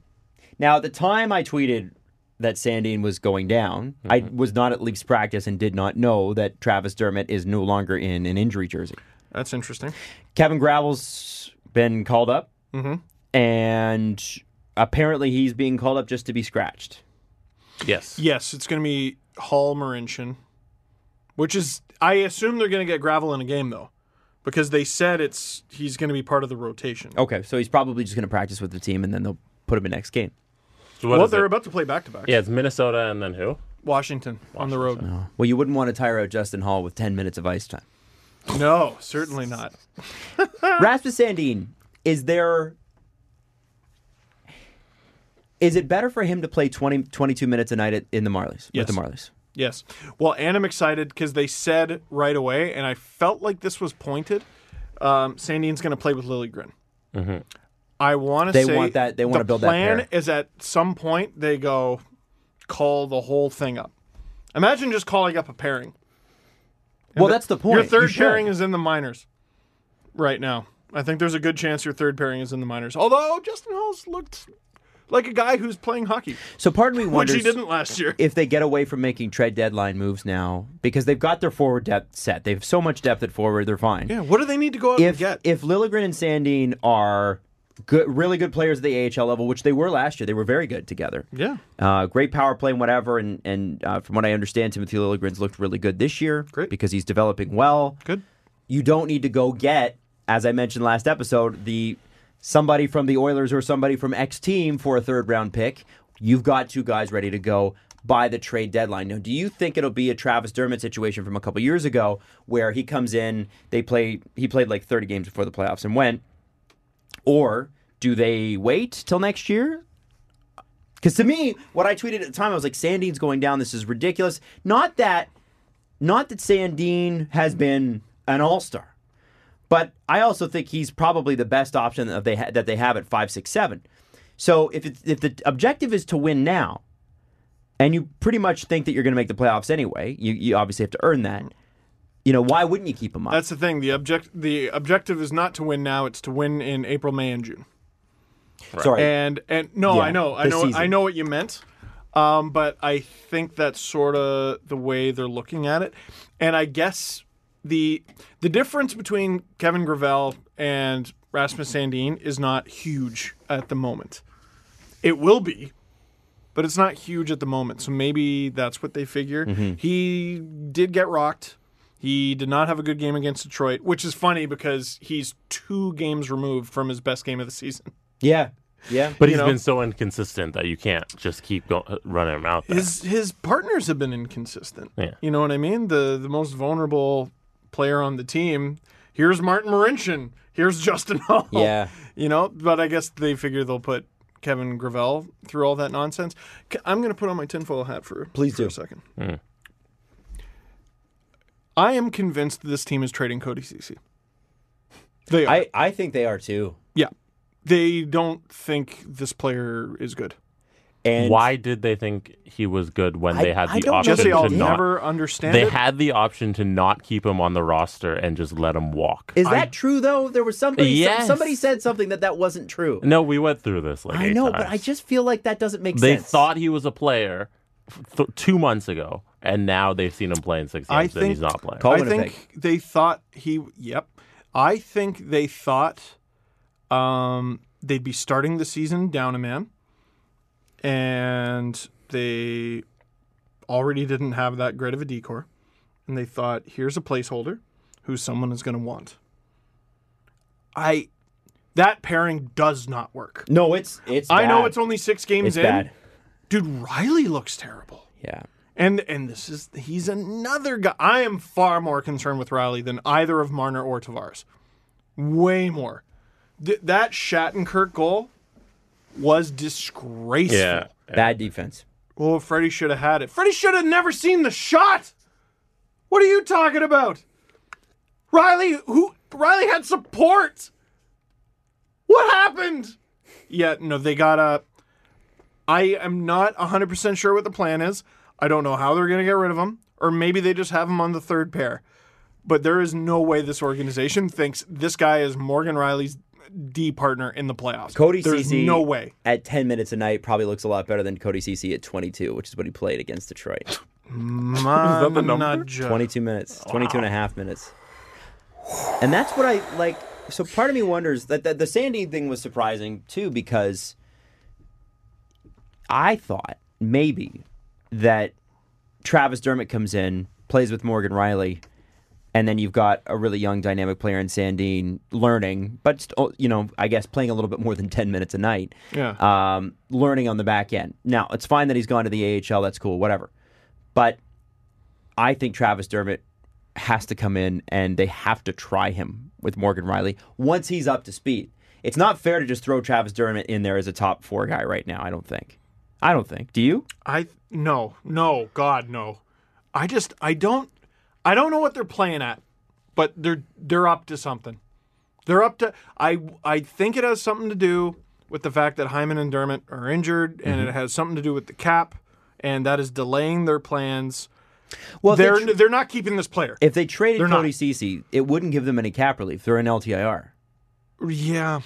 Now, at the time I tweeted that Sandine was going down, I was not at Leafs practice and did not know that Travis Dermott is no longer in an injury jersey. That's interesting. Kevin Gravel's been called up, and apparently he's being called up just to be scratched. Yes. Yes, it's going to be Hall Marincin, which is I assume they're going to get gravel in a game though, because they said it's he's going to be part of the rotation. Oh, Okay, so he's probably just going to practice with the team, and then they'll put him in next game. So well, what is they're it? about to play back to back. yeah, it's Minnesota and then who? Washington, on the road. No. Well, you wouldn't want to tire out Justin Hall with ten minutes of ice time. certainly not. Rasmus Sandin, is there. Is it better for him to play 20, 22 minutes a night at, in the Marlies Yes. with the Marlies? Yes. Well, and I'm excited because they said right away, and I felt like this was pointed. Um, Sandine's going to play with Lilligren. I want Mm-hmm. to They say want that- they the wanna build that plan pair. is at some point they go call the whole thing up. Imagine just calling up a pairing. Well, that's the point. Your You third should. pairing is in the minors right now. I think there's a good chance your third pairing is in the minors. Although Justin Hall's looked like a guy who's playing hockey, So part of me (laughs) which wonders he didn't last year. if they get away from making trade deadline moves now because they've got their forward depth set. They have so much depth at forward, they're fine. Yeah, what do they need to go out and If get? if Lilligren and Sandin are good, really good players at the AHL level, which they were last year, they were very good together. yeah, Uh, great power play and whatever, and and uh, from what I understand, Timothy Lilligren's looked really good this year Great. because he's developing well. good. you don't need to go get, as I mentioned last episode, the somebody from the Oilers or somebody from X team for a third round pick. You've got two guys ready to go by the trade deadline. Now, do you think it'll be a Travis Dermott situation from a couple years ago where he comes in, they play he played like 30 games before the playoffs and went? Or do they wait till next year? Because to me, what I tweeted at the time, I was like, Sandine's going down. This is ridiculous. Not that, not that Sandine has been an all star, but I also think he's probably the best option that they ha- that they have at five, six, seven. So if it's, if the objective is to win now, and you pretty much think that you're going to make the playoffs anyway, you you obviously have to earn that. You know why wouldn't you keep him up? That's the thing. The object the objective is not to win now, it's to win in April, May, and June. Sorry, And and no, Yeah, I know, I this know, I season. know what you meant. Um, but I think that's sort of the way they're looking at it, and I guess the the difference between Kevin Gravel and Rasmus Sandin is not huge at the moment. It will be, but it's not huge at the moment. So maybe that's what they figure. Mm-hmm. He did get rocked. He did not have a good game against Detroit, which is funny because he's two games removed from his best game of the season. yeah, yeah. But You he's know? been so inconsistent that you can't just keep go- uh, running him out there. his his partners have been inconsistent. Yeah. You know what I mean? The the most vulnerable player on the team. Here's Martin Marincin. Here's Justin (laughs) Hall. Yeah. You know, but I guess they figure they'll put Kevin Gravel through all that nonsense. K- I'm going to put on my tinfoil hat for Please for do. a second. I am convinced this team is trading Cody Cece. They are. I I think they are too. yeah. They don't think this player is good. And Why did they think he was good when I- they had I the don't know option that Jesse, to I'll not? never understand they it. had the option to not keep him on the roster and just let him walk. Is that true though? There was somebody. some- Yes. somebody said something that that wasn't true. no, we went through this like I eight know, times. but I just feel like that doesn't make they sense. thought he was a player f- th- two months ago, and now they've seen him play in six games I and think- he's not playing. Call- I Winnipeg. think they thought he. Yep. I think they thought um, they'd be starting the season down a man, and they already didn't have that great of a decor, and they thought, here's a placeholder who someone is going to want. I that pairing does not work. No, it's it's. I know bad. it's only six games It's in. bad. Dude, Riley looks terrible. Yeah. And and this is he's another guy. I am far more concerned with Riley than either of Marner or Tavares. Way more. Th- that Shattenkirk goal was disgraceful. yeah. Bad defense. Well, Freddie should have Oh, had it. Freddie should have never seen the shot. What are you talking about? Riley, who Riley had support. What happened? Yeah, no, they got a. I am not 100% sure what the plan is. I don't know how they're going to get rid of him, or maybe they just have him on the third pair. But there is no way this organization thinks this guy is Morgan Riley's D partner in the playoffs. Cody There's Cece no way. at 10 minutes a night probably looks a lot better than Cody Cece at 22, which is what he played against Detroit. that the number? 22 minutes, 22 and a half minutes. And that's what I like. So part of me wonders that, that the Sandy thing was surprising too because I thought maybe that Travis Dermott comes in, plays with Morgan Riley, and then you've got a really young dynamic player in Sandine learning, but st- you know, I guess playing a little bit more than 10 minutes a night Yeah. um, learning on the back end. Now, it's fine that he's gone to the AHL. That's cool, whatever. But I think Travis Dermott has to come in and they have to try him with Morgan Riley once he's up to speed. It's not fair to just throw Travis Dermott in there as a top four guy right now, I don't think. I don't think. Do you? I no, no, God no. I just I don't I don't know what they're playing at, but they're they're up to something. They're up to I I think it has something to do with the fact that Hyman and Dermott are injured and Mm-hmm. it has something to do with the cap and that is delaying their plans. Well, They're they're not keeping this player. if they traded They're not. Cody Cece, it wouldn't give them any cap relief. They're in LTIR. yeah.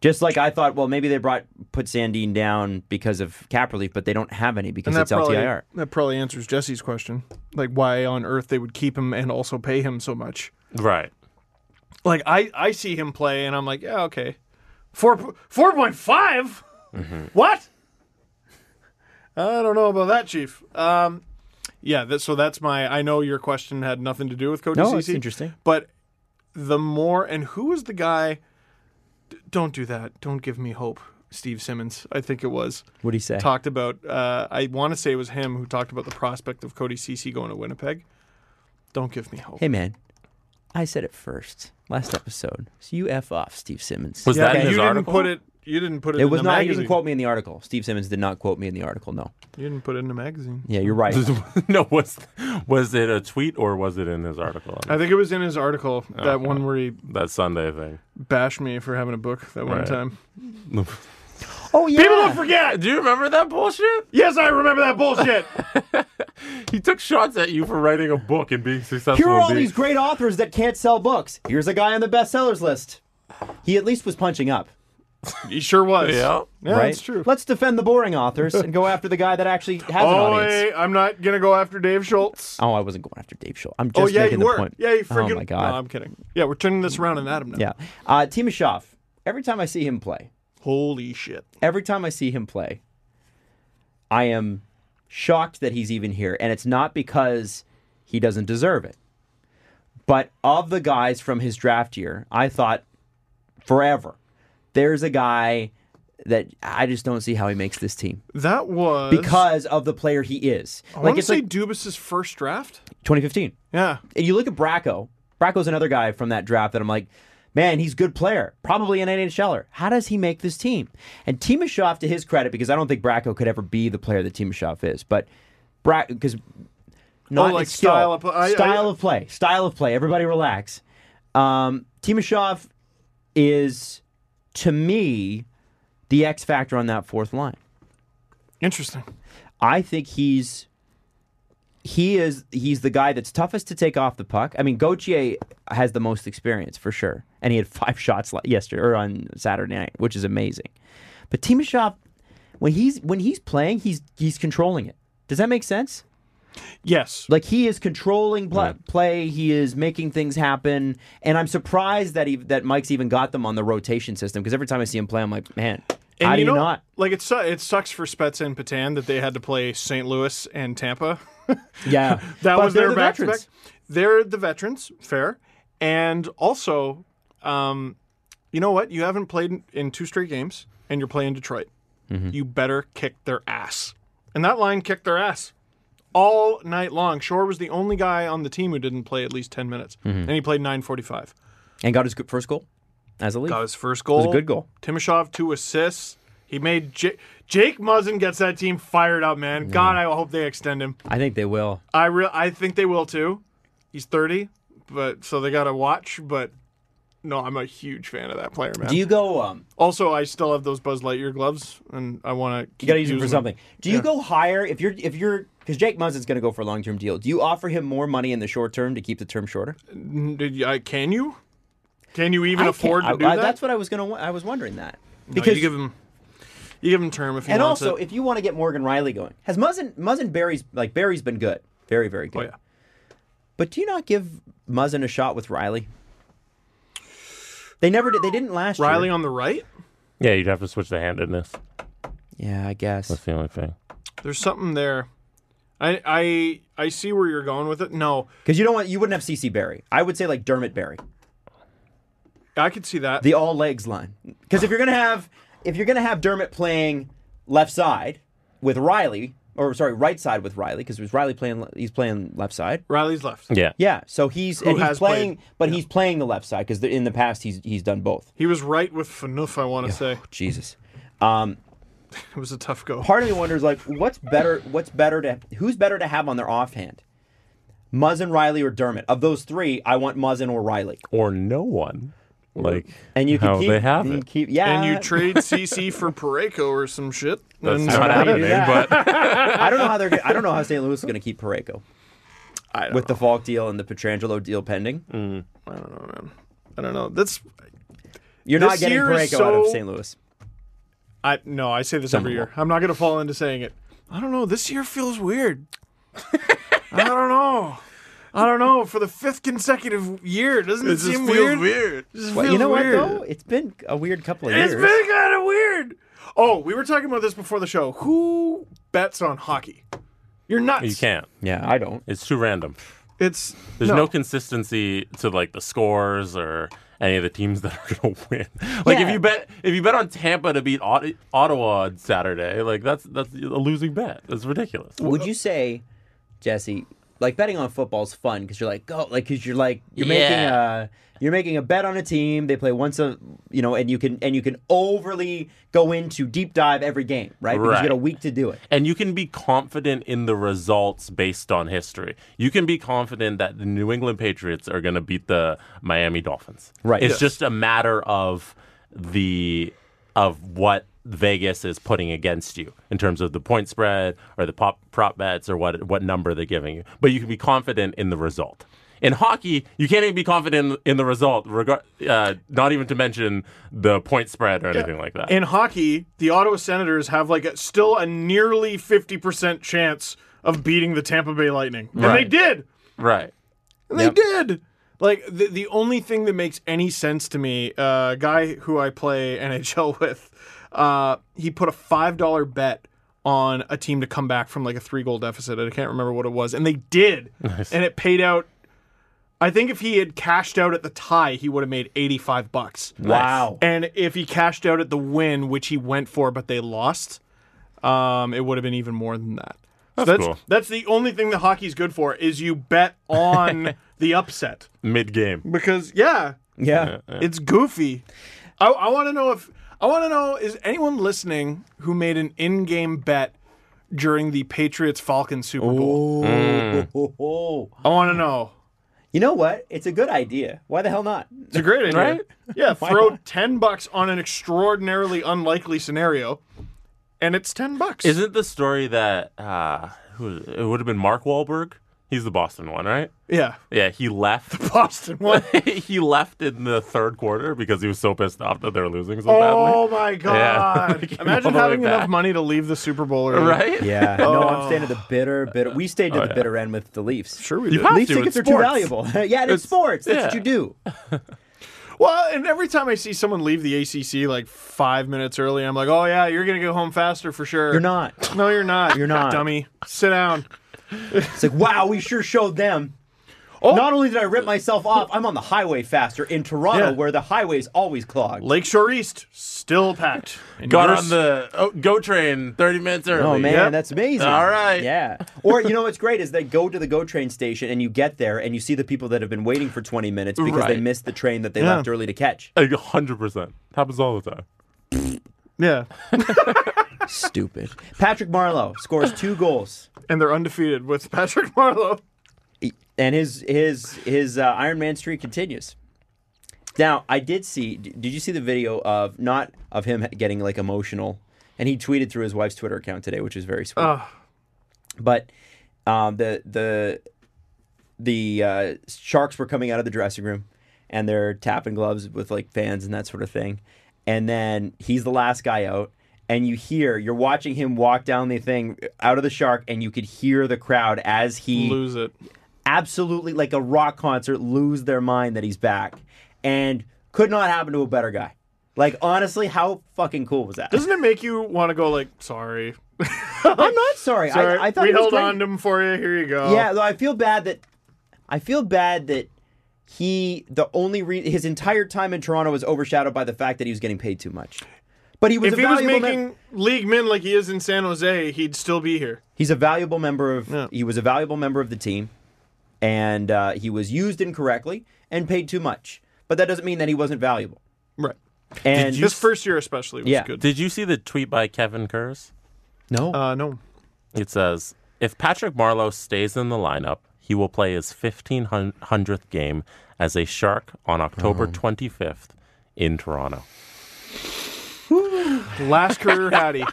Just like I thought, well, maybe they brought put Sandine down because of cap relief, but they don't have any because And that it's probably, LTIR. that probably answers Jesse's question. Like why on earth they would keep him and also pay him so much. Right. (laughs) like I, I see him play and I'm like, yeah, okay. Four four point five? Mm-hmm. What? I don't know about that, Chief. Um yeah, that, so that's my I know your question had nothing to do with Cody No, Cece, it's interesting. But the more and who was the guy D- don't do that. Don't give me hope. Steve Simmons, I think it was, What do you say? talked about uh, I want to say it was him who talked about the prospect of Cody Cece going to Winnipeg. Don't give me hope. Hey, man, I said it first. last episode. So you f off, Steve Simmons. Was that Okay. in his you didn't article? put it. You didn't put it. It in was the not. You Magazine. didn't quote me in the article. Steve Simmons did not quote me in the article. No. You didn't put it in the magazine. Yeah, you're right. no, was was it a tweet or was it in his article? Uh, I think it was in his article Oh, that one where he that Sunday thing. (laughs) bashed me for having a book that one Right. time. oh yeah. People don't forget. Do you remember that bullshit? Yes, I remember that bullshit. (laughs) He took shots at you for writing a book and being successful. Here are and all being- these great authors that can't sell books. Here's a guy on the bestsellers list. He at least was punching up. he sure was. Yeah. yeah, right? that's true. Let's defend the boring authors and go after the guy that actually has an oh, audience. hey, I'm not gonna go after Dave Schultz. Oh, I wasn't going after Dave Schultz. I'm just oh yeah, making the you were. point. Yeah, you freaking. Oh my god. No, I'm kidding. Yeah, we're turning this around on Adam now. yeah. Uh, Timoshov. Every time I see him play, Holy shit. every time I see him play, I am shocked that he's even here, and it's not because he doesn't deserve it. But of the guys from his draft year, I thought forever there's a guy that I just don't see how he makes this team That was because of the player he is. I like want to it's say like Dubas's first draft. 2015. Yeah. And you look at Bracco. Bracco's another guy from that draft that I'm like, man, he's a good player, probably an NHLer. er. How does he make this team? And Timoshov, to his credit, because I don't think Bracco could ever be the player that Timoshov is, but Bracco, because not Oh, like in skill, style of pl- I- I- style of play, style of play. Everybody relax. Um, Timoshov is, to me, the X factor on that fourth line. Interesting. I think he's he is he's the guy that's toughest to take off the puck. I mean, Gauthier has the most experience for sure, and he had five (laughs) shots like yesterday or on Saturday night, which is amazing. But Timoshov, when he's when he's playing, he's he's controlling it. Does that make sense? Yes. Like he is controlling pl- play, he is making things happen, and I'm surprised that he, that Mike's even got them on the rotation system because every time I see him play, I'm like, man, And how do you you know, not? Like it, su- it sucks for Spets and Patan that they had to play St. Louis and Tampa. Yeah, (laughs) that But was they're their the back to veterans. back. They're the veterans, fair. And also, um, you know what? You haven't played in- in two straight games, and you're playing Detroit. Mm-hmm. You better kick their ass. And that line kicked their ass all night long. Shore was the only guy on the team who didn't play at least ten minutes, Mm-hmm. and he played nine forty-five. and got his good first goal as a league. Got his first goal. was a good goal. Timoshov two assists. He made J- Jake Muzzin gets that team fired up, man. Mm-hmm. God, I hope they extend him. I think they will. I re- I think they will too. He's 30, but so they got to watch. But no, I'm a huge fan of that player, man. Do you go? Um, also, I still have those Buzz Lightyear gloves, and I want to. you gotta use him for something. Do you go higher if you're if you're because Jake Muzzin's gonna go for a long term deal? Do you offer him more money in the short term to keep the term shorter? Did you, I, can you? Can you even I afford to can't- do I- I- that? That's what I was gonna. wa- I was wondering that No, because you give him, you give him term if he and wants also it. if you want to get Morgan Riley going, has Muzzin Muzzin Barry's like Barry's been good, very very good. Oh, yeah. But do you not give Muzzin a shot with Riley? They never did. They didn't last Riley year. on the right. Yeah, you'd have to switch the handedness. Yeah, I guess. That's the only thing. There's something there. I I I see where you're going with it. No, Because you don't want you wouldn't have CC Barry. I would say like Dermot Barry. I could see that. the all legs line. Because if you're gonna have if you're gonna have Dermot playing left side with Riley, or sorry, right side with Riley, because was Riley playing he's playing left side. Riley's left. Yeah. Yeah, so he's and he's has playing, played- but he's playing the left side because in the past he's he's done both. He was right with Fanuf. I want to say Jesus, um, it was a tough go. part of me wonders like what's better, what's better to who's better to have on their offhand, Muzzin, Riley, or Dermot? Of those three, I want Muzzin or Riley. Or no one. Like And you can how keep, they have you it. can keep yeah, and you (laughs) trade CC for Pareko or some shit. That's and not how you do happening, that. but I don't know how they're. gonna- I don't know how St. Louis is going to keep Pareko I don't Mm. with the Falk deal and the Petrangelo deal pending. I don't know, man. I don't know. That's You're This not getting year is Pareko out of so- St. Louis. I no. I say this every year. I'm not gonna fall into saying it. I don't know. This year feels weird. I don't know. I don't know. For the fifth consecutive year, doesn't it, seem weird? It just Well, feels you know weird. what though? It's been a weird couple of It's years. been kind of weird. Oh, we were talking about this before the show. Who bets on hockey? You're nuts. you can't. Yeah, I don't. It's too random. It's There's no. consistency to like the scores or any of the teams that are (laughs) going to win. Like if Yeah. you bet if you bet on Tampa to beat Ot- Ottawa on Saturday, like that's that's a losing bet. That's ridiculous. Would you say, Jesse, like betting on football is fun because you're like go like because you're like you're making Yeah. a you're making a bet on a team they play once a you know and you can and you can overly go into deep dive every game right because you Right. get a week to do it And you can be confident in the results based on history. You can be confident that the New England Patriots are going to beat the Miami Dolphins. Right. It's Yes. just a matter of the of what Vegas is putting against you in terms of the point spread or the pop, prop bets or what what number they're giving you. But you can be confident in the result. In hockey, you can't even be confident in the result, regard, uh, not even to mention the point spread or anything like that. In hockey, the Ottawa Senators have like a, still a nearly 50% chance of beating the Tampa Bay Lightning. And they Right. did. right. And they did. Like the the only thing that makes any sense to me, uh, guy who I play (laughs) NHL with, uh, he put a five dollar bet on a team to come back from like a three goal deficit. and I can't remember what it was, and they did, and it paid out. I think if he had cashed out at the tie, he would have made eighty five bucks. wow And if he cashed out at the win, which he went for but they lost, um, it would have been even more than that. So That's cool. that's the only thing that hockey's good for is you bet (laughs) on the upset Mid game. because yeah, yeah it's goofy. I, I want to know if I want to know is anyone listening who made an in-game bet during the Patriots Falcons Super Bowl? Oh, oh, oh, oh. I want to know. (laughs) you know what it's a good idea why the hell not It's a (laughs) great idea, Right? Yeah, throw ten bucks on an extraordinarily unlikely scenario, and it's ten bucks. Isn't the story that uh, who, it would have been Mark Wahlberg? He's the Boston one, right? Yeah. Yeah, he left. (laughs) Boston one. he left in the third quarter because he was so pissed off that they were losing so Oh my god! They came Imagine all the way having enough back. money to leave the Super Bowl early. badly, (laughs) right? yeah (laughs) no I'm staying at Oh. the bitter bitter we stayed to the bitter end with the Leafs Sure we You did. have Leafs to, tickets it's are too sports. valuable (laughs) yeah and it's, sports that's what yeah. you do Well, and every time I see someone leave the ACC like five minutes early, I'm like, oh yeah, you're gonna go home faster for sure. you're not No, you're not. You're not. Dummy. Sit down. It's like, wow, we sure showed them. Oh. Not only did I rip myself off, I'm on the highway faster in Toronto, Yeah. where the highway's always clogged. Lakeshore East still packed. And Got yours- on the oh, go train 30 minutes early. Oh man, Yep. that's amazing! All right. yeah. Or you know what's great is they go to the GO train station and you get there and you see the people that have been waiting for 20 minutes because they Right. missed the train that they Yeah. left early to (laughs) catch. A 100%. Happens all the time. yeah, Stupid. Patrick Marlowe scores two goals, and they're undefeated with Patrick Marlowe. and his his his uh, Iron Man streak continues. Now, I did see. d- Did you see the video of not of him getting like emotional? And he tweeted through his wife's Twitter account today, which is very sweet. Ugh. But um, the the the uh, sharks were coming out of the dressing room, and they're tapping gloves with like fans and that sort of thing. And then he's the last guy out, and you hear you're watching him walk down the thing uh, out of the shark, and you could hear the crowd as he Lose it. absolutely like a rock concert lose their mind that he's back and could not happen to a better guy like honestly how fucking cool was that Doesn't it make you want to go like, sorry, (laughs) i'm not sorry, sorry, I, I thought we it was held great. on to him for you. Here you go. yeah though i feel bad that i feel bad that he the only re- his entire time in toronto was overshadowed by the fact that he was getting paid too much but he was If a he was valuable mem- making league men like he is in San Jose, he'd still be here. he's a valuable member of Yeah. he was a valuable member of the team and uh, he was used incorrectly and paid too much but that doesn't mean that he wasn't valuable Right. and This first year especially was Yeah. good. Did you see the tweet by Kevin Kurz? no Uh, no. It says If Patrick Marlowe stays in the lineup, he will play his 1500th game as a Shark on October 25th in Toronto. (laughs) Last career Hattie.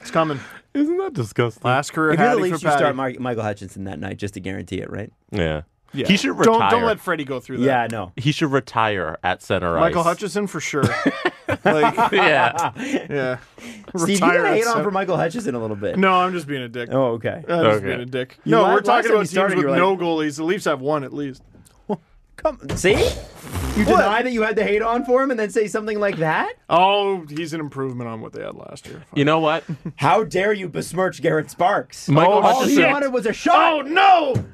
It's coming. Isn't that disgusting? Last career If you're Hattie the Leafs, for you Patty. start Mar- Michael Hutchinson that night just to guarantee it, right? Yeah. Yeah. He should retire. Don't, don't let Freddie go through that. Yeah, no. he should retire at center Michael ice. Hutchison for (laughs) sure. like, (laughs) yeah. yeah. Steve, Retire you're gonna hate at on seven- for Michael Hutchinson a little bit. No, I'm just being a dick. Oh, okay. I'm just Okay. being a dick. You no, la- we're last talking time you about teams started, with you were no like- goalies. The Leafs have one at least. Come, see, you deny that you had the hate on for him, and then say something like that. Oh, he's an improvement on what they had last year. You know (laughs) what? How dare you besmirch Garrett Sparks? Michael All he Hutchinson- wanted was a shot. oh no!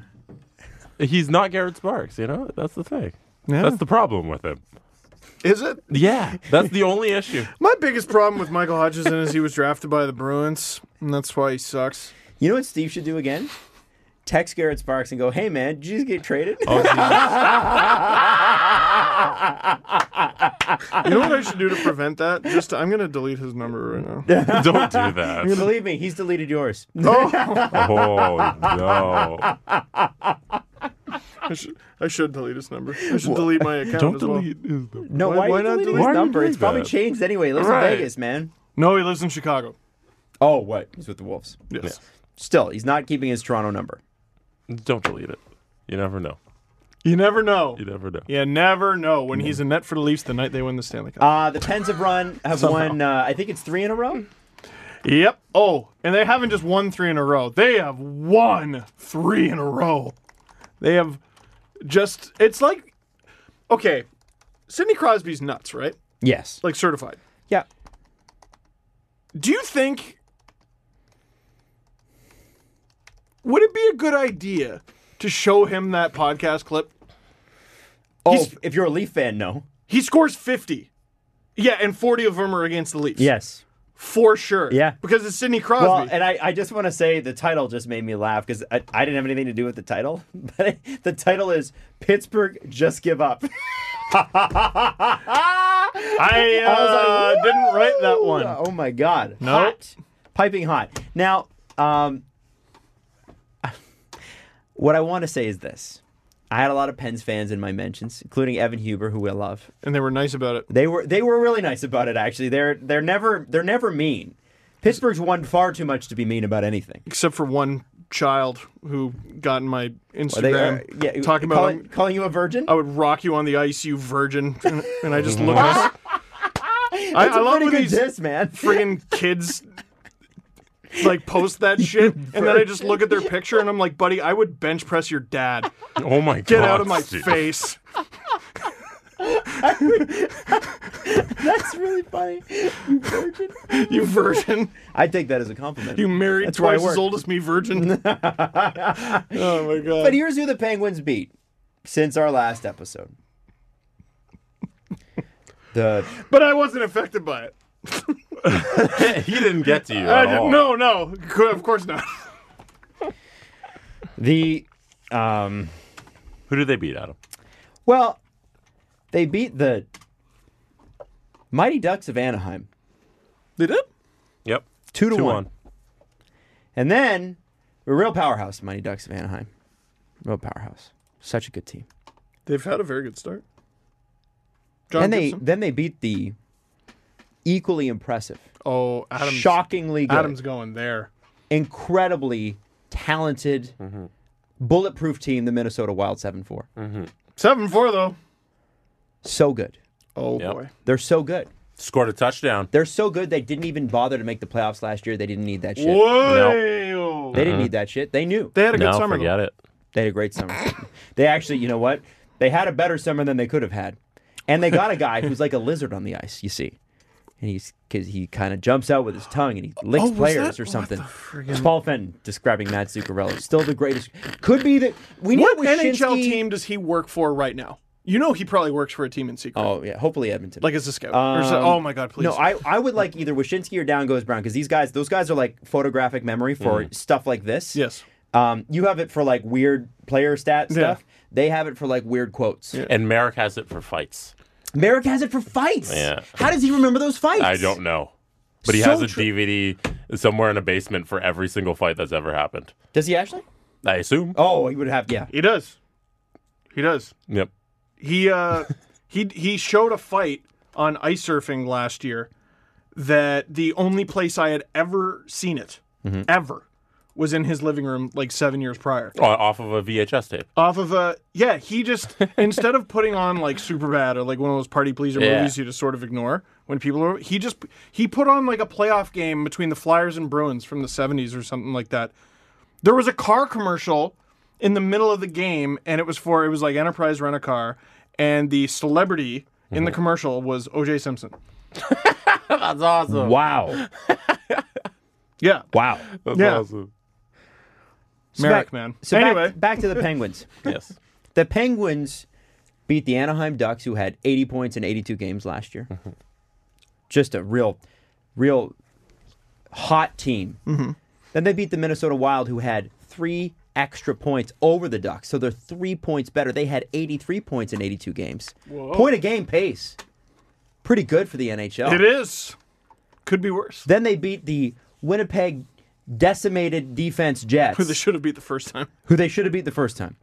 He's not Garrett Sparks, you know? That's the thing. Yeah. That's the problem with him. Is it? Yeah. That's the only (laughs) issue. My biggest problem with Michael Hutchison is he was drafted by the Bruins, and that's why he sucks. You know what Steve should do again? text Garrett Sparks and go, "Hey man, did you just get traded?" You know what I should do to prevent that? Just I'm gonna delete his number right now. Don't do that. (laughs) Believe me, he's deleted yours. Oh no! I should, I should delete his number. I should delete my account Don't as well. delete his number. No, Why- why, why not not delete delete- why his are you number? It's doing probably that? changed anyway. He lives Right. in Vegas, man. No, he lives in Chicago. Oh, what? He's with the Wolves. Yes. Still, he's not keeping his Toronto number. Don't delete it. You never know. You never know. You never know. You never know when he's in net for the Leafs the night they win the Stanley Cup. Uh, the Pens have run have won. Uh, I think it's three in a row. yep. Oh, and they haven't just won three in a row. They have won three in a row. They have just. It's like, okay, Sidney Crosby's nuts, right? Yes. Like certified. Yeah. Do you think would it be a good idea to show him that podcast clip? Oh, He's- if you're a Leaf fan, no. He scores 50. Yeah, and 40 of them are against the Leafs. Yes. For sure. Yeah. Because it's Sidney Crosby. Well, and I, I just want to say the title just made me laugh because I, I didn't have anything to do with the title, (laughs) but the title is Pittsburgh Just Give (laughs) Up. I, uh, I was like, didn't write that one. Oh my god. No. Hot. Piping hot. Now, um (laughs) what I want to say is this. I had a lot of Pens fans in my mentions, including Evan Huber, who I love. And they were nice about it. They were they were really nice about it actually. They're they're never they're never mean. Pittsburgh's won far too much to be mean about anything. Except for one child who got in my Instagram They are yeah, talking uh, about Oh, calling, him- calling you a virgin? I would rock you on the ice, you virgin. And, and I (laughs) just look at this. I, That's I a love pretty when good these diss, man. (laughs) friggin' kids like post that shit, and then I just look at their picture and I'm like, buddy, I would bench press your dad. Oh my god! Get out of my Steve. face. That's really funny. You virgin. You virgin. I take that as a compliment. You married That's where I twice as work. old as (laughs) me, virgin. oh my god. But here's who the Penguins beat since our last episode. The But I wasn't affected by it. (laughs) He didn't get to you I at didn't- all. no, no. Co- Of course not. the um Who did they beat, Adam? well they beat the Mighty Ducks of Anaheim They did? Yep. two to Two one. one. and then a real powerhouse Mighty Ducks of Anaheim, real powerhouse, such a good team. They've had a very good start. John then they Gibson? then they beat the equally impressive, Oh, Adam's, shockingly good, Adam's going there. incredibly talented, Mm-hmm. bulletproof team, the Minnesota Wild seven four. Mm. Seven four though. So good. Oh Yep. boy. They're so good. Scored a touchdown. They're so good they didn't even bother to make the playoffs last year. They didn't need that shit. Whoa. They didn't need that shit. They knew. They had a good no, summer. forget though. it. They had a great summer. they actually, you know what? They had a better summer than they could have had. And they got a guy who's like a lizard on the ice, you see. And he's because he kind of jumps out with his tongue and he licks Oh, was players that- or what something. the friggin- Paul Fenton describing Matt Zuccarello. Still the greatest. Could be that we What knew NHL Wyshynski- team does he work for right now? You know he probably works for a team in secret, Oh yeah, hopefully Edmonton. like as a scout. Or so- Um, oh my god, please. No, I, I would like either Wyshynski or Down Goes Brown because these guys, those guys are like photographic memory for stuff like this. Mm. yes. Um, you have it for like weird player stat Yeah. stuff. They have it for like weird quotes. And Merrick has it for fights. Merrick has it for fights. Yeah. How does he remember those fights? I don't know. But he So has a true. DVD somewhere in a basement for every single fight that's ever happened. Does he actually? I assume. Oh, he would have. Yeah. He does. He does. Yep. He (laughs) uh he he showed a fight on ice surfing last year that the only place I had ever seen it ever was in his living room like 7 years prior. O- Off of a VHS tape. off of a yeah (laughs) he just instead of putting on like superbad or like one of those party pleaser Yeah. movies you just sort of ignore when people are he just he put on like a playoff game between the flyers and bruins from the 70s or something like that there was a car commercial in the middle of the game and it was for it was like enterprise rent a car and the celebrity in Mm-hmm. the commercial was oj simpson That's awesome. Wow. yeah Wow. That's Yeah. awesome. merrick back- man So anyway back, back to the Penguins. Yes. the Penguins beat the Anaheim Ducks, who had 80 points in 82 games last year. Just a real, Mm-hmm. real hot team. Then they beat the Minnesota Wild, who had three extra points over the Ducks. So they're three points better. They had 83 points in 82 games. Point a game pace. Pretty good for the NHL. It is. Could be worse. Then they beat the Winnipeg decimated defense Jets, Who they should have beat the first time. who they should have beat the first time.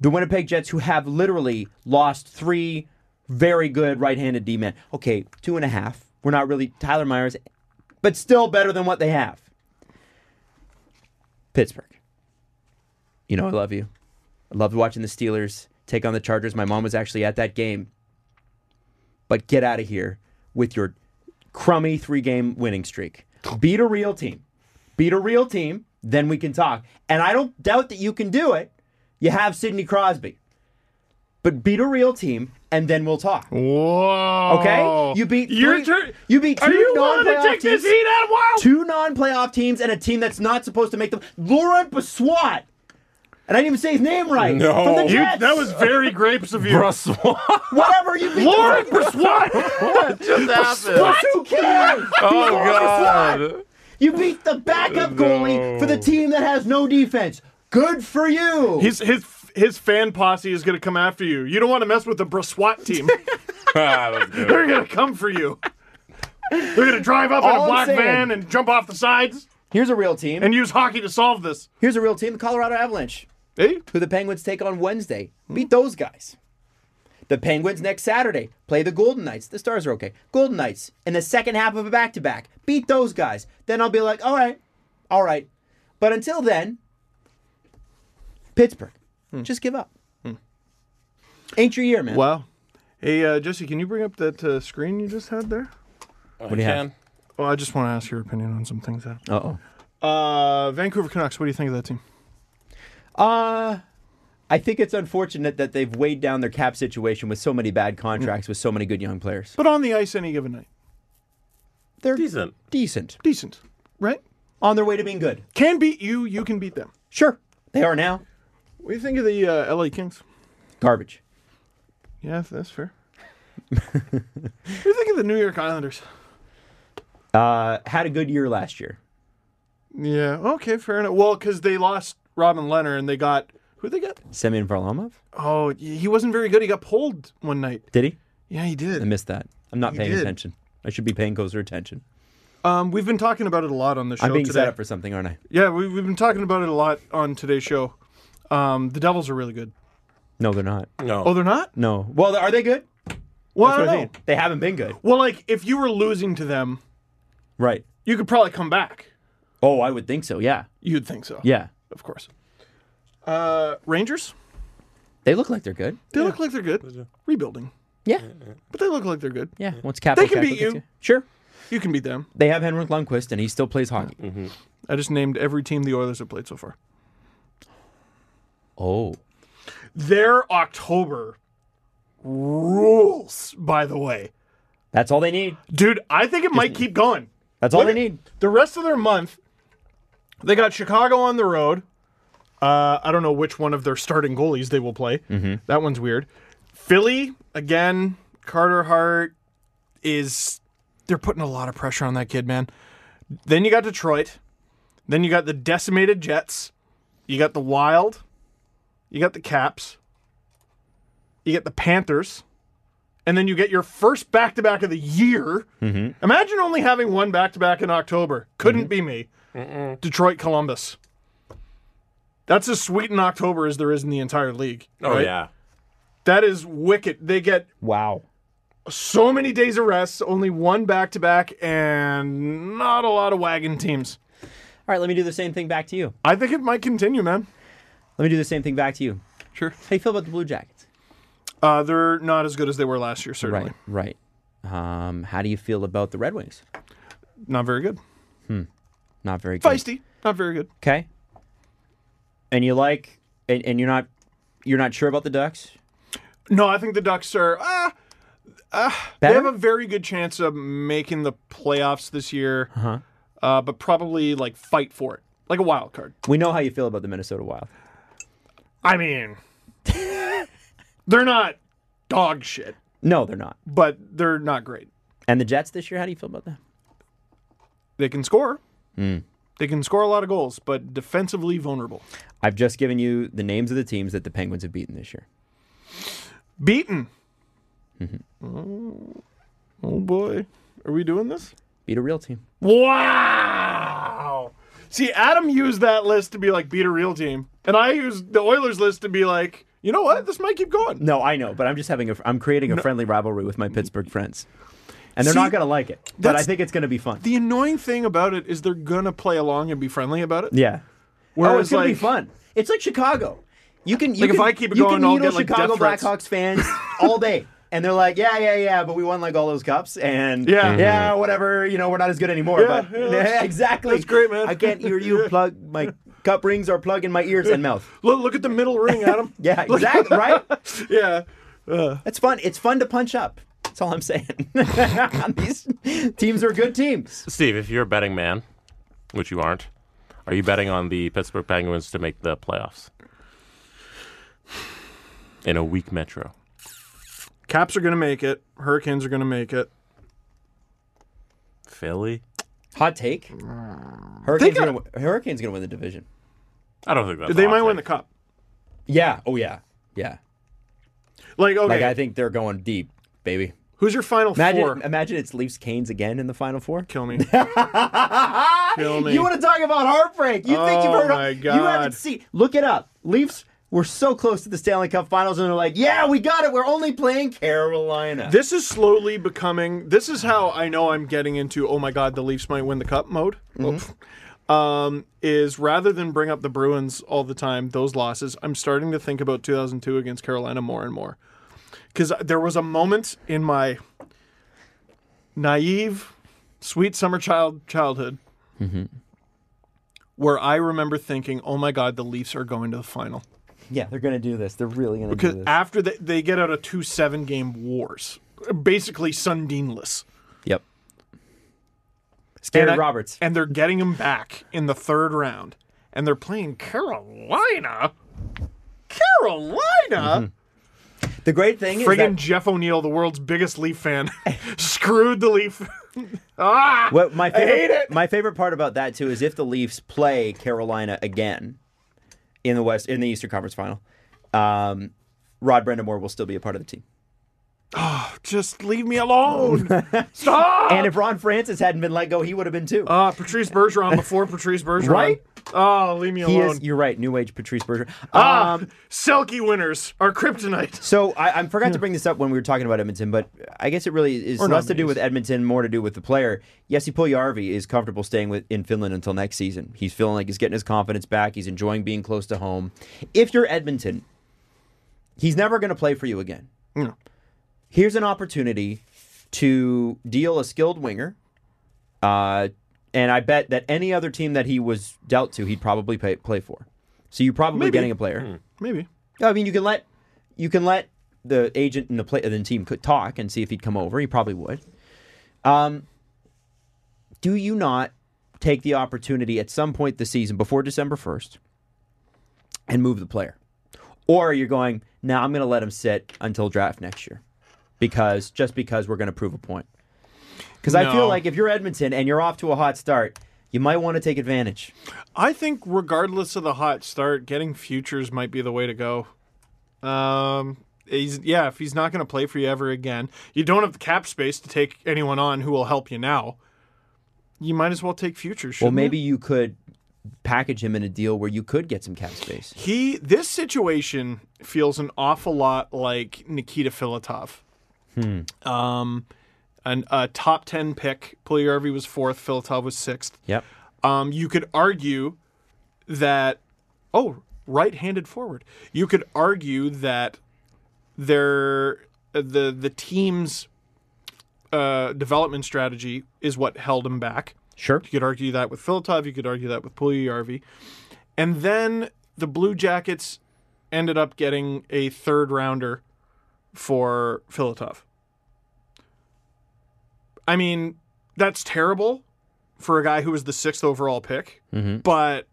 The Winnipeg Jets, who have literally lost three very good right-handed D-men. Okay, two and a half. We're not really Tyler Myers, but still better than what they have. Pittsburgh. You know I love you. I loved watching the Steelers take on the Chargers. My mom was actually at that game. But get out of here with your crummy three game winning streak. Beat a real team. Beat a real team, then we can talk. And I don't doubt that you can do it. You have Sidney Crosby. But beat a real team, and then we'll talk. Whoa. Okay? You beat Your three- turn- you beat Are two you willing to non-playoff take this teams. heat out wild? Two non playoff teams and a team that's not supposed to make them. Laurent Baswat. And I didn't even say his name right. No. From the You- Jets. That was very grapes of you. (laughs) Whatever you beat Lauren the Braswat. Just happened. What? Who cares? Oh Lauren Braswat. (laughs) God. You beat the backup goalie for the team that has no defense. Good for you. his his his fan posse is gonna come after you. You don't want to mess with the (laughs) Braswat team. Ah, that's They're good. gonna come for you. They're gonna drive up in All a I'm black saying- van and jump off the sides Here's a real team. and use hockey to solve this. Here's a real team, the Colorado Avalanche, Hey, who the Penguins take on Wednesday. Beat those guys. The Penguins next Saturday play the Golden Knights. The Stars are okay. Golden Knights in the second half of a back to back. Beat those guys. Then I'll be like, all right, all right. But until then, Pittsburgh, just give up. Ain't your year, man. wow. Hey, uh, Jesse, can you bring up that uh, screen you just had there? What do you have? Well, I just want to ask your opinion on some things. Adam. Uh oh. Uh, Vancouver Canucks. What do you think of that team? Uh, I think it's unfortunate that they've weighed down their cap situation with so many bad contracts with so many good young players. But on the ice any given night, They're Decent. decent. decent, right? On their way to being good. Can beat you. You can beat them. Sure. They are now. What do you think of the uh, LA Kings? Garbage. Yeah, (laughs) that's fair. what do you think of the New York Islanders? Uh, had a good year last year. Yeah, okay, fair enough. Well, because they lost Robin Leonard and they got who they got? Semyon Varlamov? Oh, he wasn't very good. He got pulled one night. Did he? Yeah, he I did. missed that. I'm not He paying did. attention. I should be paying closer attention. Um, we've been talking about it a lot on the show I'm being today. set up for something, aren't I? yeah, we, we've been talking about it a lot on today's show. Um, the Devils are really good. No, they're not. No. Oh, they're not. No. Well, are they good? Well, I That's don't what I'm know. saying. They haven't been good. Well, like if you were losing to them, Right. you could probably come back. Oh, I would think so. Yeah. You'd think so. Yeah. of course. Uh, Rangers. They look like they're good. They look like they're good. Rebuilding, Yeah. but they look like they're good. Yeah. Once capital They can capital beat you. gets Sure. You can beat them. They have Henrik Lundqvist, and he still plays hockey. Mm-hmm. I just named every team the Oilers have played so far. Oh. Their October rules, by the way. That's all they need. Dude, I think it might keep going. That's all Look they at- need. The rest of their month, they got Chicago on the road. Uh, I don't know which one of their starting goalies they will play. That one's weird. Philly, again, Carter Hart is. They're putting a lot of pressure on that kid, man. Then you got Detroit. Then you got the decimated Jets. You got the Wild. You got the Caps. You get the Panthers. And then you get your first back to back of the year. Mm-hmm. Imagine only having one back to back in October. Couldn't be me. Detroit Columbus. That's as sweet in October as there is in the entire league. Oh right? yeah. That is wicked. They get Wow. so many days of rest, only one back to back, and not a lot of wagon teams. All right, let me do the same thing back to you. I think it might continue, man. Let me do the same thing back to you. Sure. How you feel about the Blue Jackets? Uh, they're not as good as they were last year, certainly. Right, right. Um, how do you feel about the Red Wings? Not very good. Not very good. Feisty. Not very good. Okay. And you like, and, and you're not, you're not sure about the Ducks. No, I think the Ducks are. ah, They Better? have a very good chance of making the playoffs this year, uh-huh. but probably like fight for it, like a wild card. we know how you feel about the Minnesota Wild. (laughs) I mean, they're not dog shit, No, they're not. but they're not great. And the Jets this year, how do you feel about them? Mm. They can score. They can score a lot of goals, but defensively vulnerable. I've just given you the names of the teams that the Penguins have beaten this year. Beaten. Oh, oh boy, are we doing this? Beat a real team. Wow. See, Adam used that list to be like beat a real team, and I used the Oilers list to be like, you know what, this might keep going. No, I know, but I'm just having a. I'm creating a friendly rivalry with my Pittsburgh friends, and they're See, not going to like it. But I that's- think it's going to be fun. The annoying thing about it is they're gonna play along and be friendly about it. yeah. oh, it's Whereas gonna be like- fun. It's like Chicago. You can you Like, if can- I keep it you going, can I'll needle get, like, Chicago death threats. Blackhawks fans all day, (laughs) and they're like, yeah, yeah, yeah, but we won like all those cups, and Yeah. yeah, whatever. You know, we're not as good anymore. Yeah, but yeah, (laughs) that's- exactly. that's great, man. I can't hear (laughs) you plug my cup rings are plugging my ears and mouth. Look, look at the middle ring, Adam. (laughs) Yeah, (laughs) exactly. right. yeah. That's fun. It's fun to punch up. That's all I'm saying. (laughs) These teams are good teams. Steve, if you're a betting man, which you aren't, are you betting on the Pittsburgh Penguins to make the playoffs in a weak Metro? Caps are gonna make it. Hurricanes are gonna make it. Philly? Hot take. Hurricanes, got- gonna, win- Hurricanes gonna win the division. I don't think that's. They a hot might win the take. cup. Yeah. Oh yeah. Yeah. Like okay, Like I think they're going deep, baby. who's your final Imagine, (laughs) four? imagine it's Leafs Canes again in the Final Four. (laughs) Kill me. Kill me. You want to talk about heartbreak? You think you've Oh, heard? my You haven't God. seen. Look it up. Leafs were so close to the Stanley Cup Finals, and they're like, "Yeah, we got it. We're only playing Carolina." This is slowly becoming. This is how I know I'm getting into. Oh my God, the Leafs might win the cup mode. Mm-hmm. Oof. Um, is rather than bring up the Bruins all the time, those losses. I'm starting to think about 2002 against Carolina more and more, because there was a moment in my naive, sweet summer child childhood. Mm-hmm. Where I remember thinking, "Oh my God, the Leafs are going to the final." yeah, they're gonna do this. They're really gonna Because do this. after they, they get out of two seven game wars, basically Sundinless, yep. Scary And I- Roberts. and they're getting him back in the third round, and they're playing Carolina. Mm-hmm. Carolina, The great thing is friggin' that Jeff O'Neill, the world's biggest Leaf fan, (laughs) screwed the Leaf. (laughs) ah, What my hate favorite it. my favorite part about that too is if the Leafs play Carolina again in the West in the Eastern Conference Final, um, Rod Brendamore will still be a part of the team. just leave (laughs) me alone. Stop. And if Ron Francis hadn't been let go, he would have been too. Ah, Patrice Bergeron before Patrice Bergeron. Right? Oh, leave me he alone. is. You're right. New Age Patrice Bergeron. ah, Um, Selkie winners are kryptonite. so I, I forgot to bring this up when we were talking about Edmonton, but I guess it really is less to do with Edmonton, more to do with the player. Jesse Puljujarvi is comfortable staying with in Finland until next season. He's feeling like he's getting his confidence back. He's enjoying being close to home. If you're Edmonton, he's never going to play for you again. Here's an opportunity to deal a skilled winger. Uh, and I bet that any other team that he was dealt to, he'd probably pay, play for. So you're probably getting a player. Maybe. I mean, you can let you can let the agent and the play and the team could talk and see if he'd come over. He probably would. Um, do you not take the opportunity at some point this season before December first and move the player, or you're going now? I'm going to let him sit until draft next year because just because we're going to prove a point. Because I feel No. like if you're Edmonton and you're off to a hot start, you might want to take advantage. I think, regardless of the hot start, getting futures might be the way to go. Um, he's, yeah, if he's not going to play for you ever again, you don't have the cap space to take anyone on who will help you now. You might as well take futures. Well, shouldn't you? maybe you could package him in a deal where you could get some cap space. he. This situation feels an awful lot like Nikita Filatov. Um, an, a top ten pick. Puliarvi was fourth. Filatov was sixth. Yep. um, you could argue that oh right-handed forward you could argue that their the the team's uh, development strategy is what held him back Sure. you could argue that with Filatov you could argue that with Puljujarvi and then the blue jackets ended up getting a third rounder for Filatov I mean that's terrible for a guy who was the sixth overall pick. But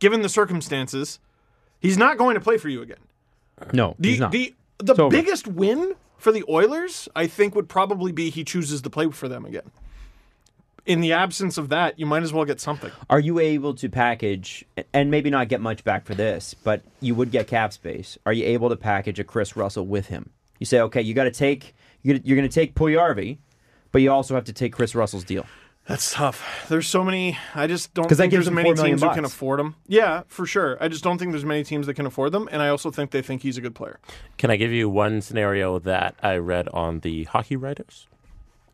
given the circumstances, he's not going to play for you again. No, The he's not. the the over. biggest win for the Oilers, I think, would probably be he chooses to play for them again. in the absence of that, you might as well get something. Are you able to package and maybe not get much back for this, but you would get cap space? Are you able to package a Chris Russell with him? You say, okay, you got to take you're going to take Puyarvi, but you also have to take Chris Russell's deal. That's tough. There's so many. I just don't 'Cause that think gives there's him many $4 million teams who can bucks. afford him. Yeah, for sure. I just don't think there's many teams that can afford them, and I also think they think he's a good player. Can I give you one scenario that I read on the hockey writers?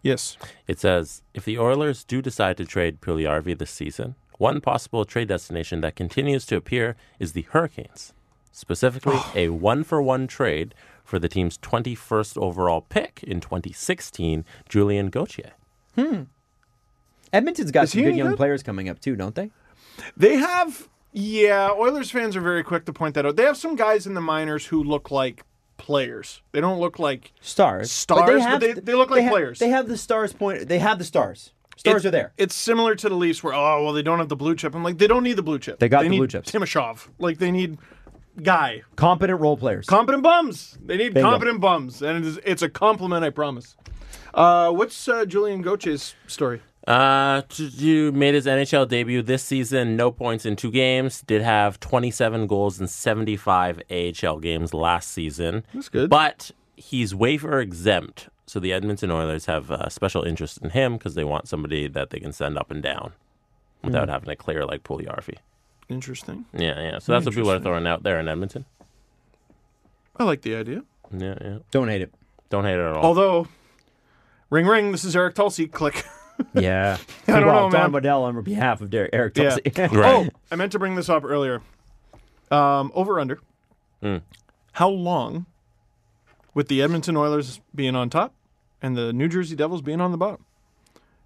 Yes. It says if the Oilers do decide to trade Puliarvi this season, one possible trade destination that continues to appear is the Hurricanes, specifically a one for one trade for the team's 21st overall pick in 2016, Julian Gauthier. Edmonton's got Is some he good any young good? players coming up too, don't they? They have, yeah, Oilers fans are very quick to point that out. They have some guys in the minors who look like players. They don't look like Stars. Stars, but they- they look like have- players. They have the stars point. They have the stars. Stars It- are there. It's similar to the Leafs where, oh, well, they don't have the blue chip. I'm like, they don't need the blue chip. They got they the need blue chips. Timoshov. Like, they need guy. Competent role players. Competent bums. They need Bingo. competent bums. And it's, it's a compliment, I promise. Uh, what's uh, Julian Goche's story? Uh, t- you made his NHL debut this season, no points in two games, did have 27 goals in 75 AHL games last season. That's good. But he's waiver exempt, so the Edmonton Oilers have a special interest in him because they want somebody that they can send up and down without having to clear like Pugliarvi. Interesting. Yeah, yeah. So that's what people are throwing out there in Edmonton. I like the idea. Yeah, yeah. Don't hate it. Don't hate it at all. Although, ring, ring, this is Eric Tulsi. Click. Yeah. (laughs) I don't Well, know, Don man. Waddell on behalf of Der- Eric Yeah. Tulsi. (laughs) Right. Oh, I meant to bring this up earlier. Um, over under. Hmm. How long, with the Edmonton Oilers being on top and the New Jersey Devils being on the bottom,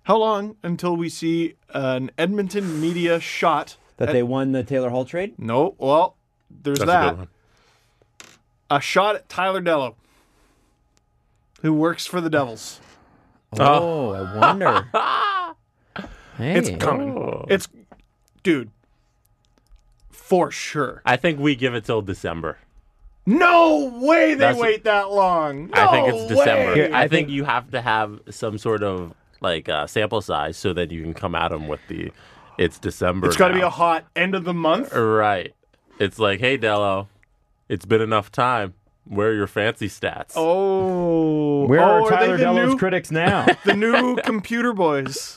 how long until we see an Edmonton media shot? that they won the Taylor Hall trade. No, well, there's That's a that. good one. a shot at Tyler Dello, who works for the Devils. Oh, I wonder. (laughs) hey. It's coming. Oh. It's, dude, for sure. I think we give it till December. No way they That's- wait that long. I think No it's December. way. I, think, you have to have some sort of like uh, sample size so that you can come at them with the it's December. It's got to be now." a hot end of the month. Er, right. It's like, hey Dello, it's been enough time. Where are your fancy stats? Oh, Where oh, are they Tyler the Dello's new, critics now? the new computer boys?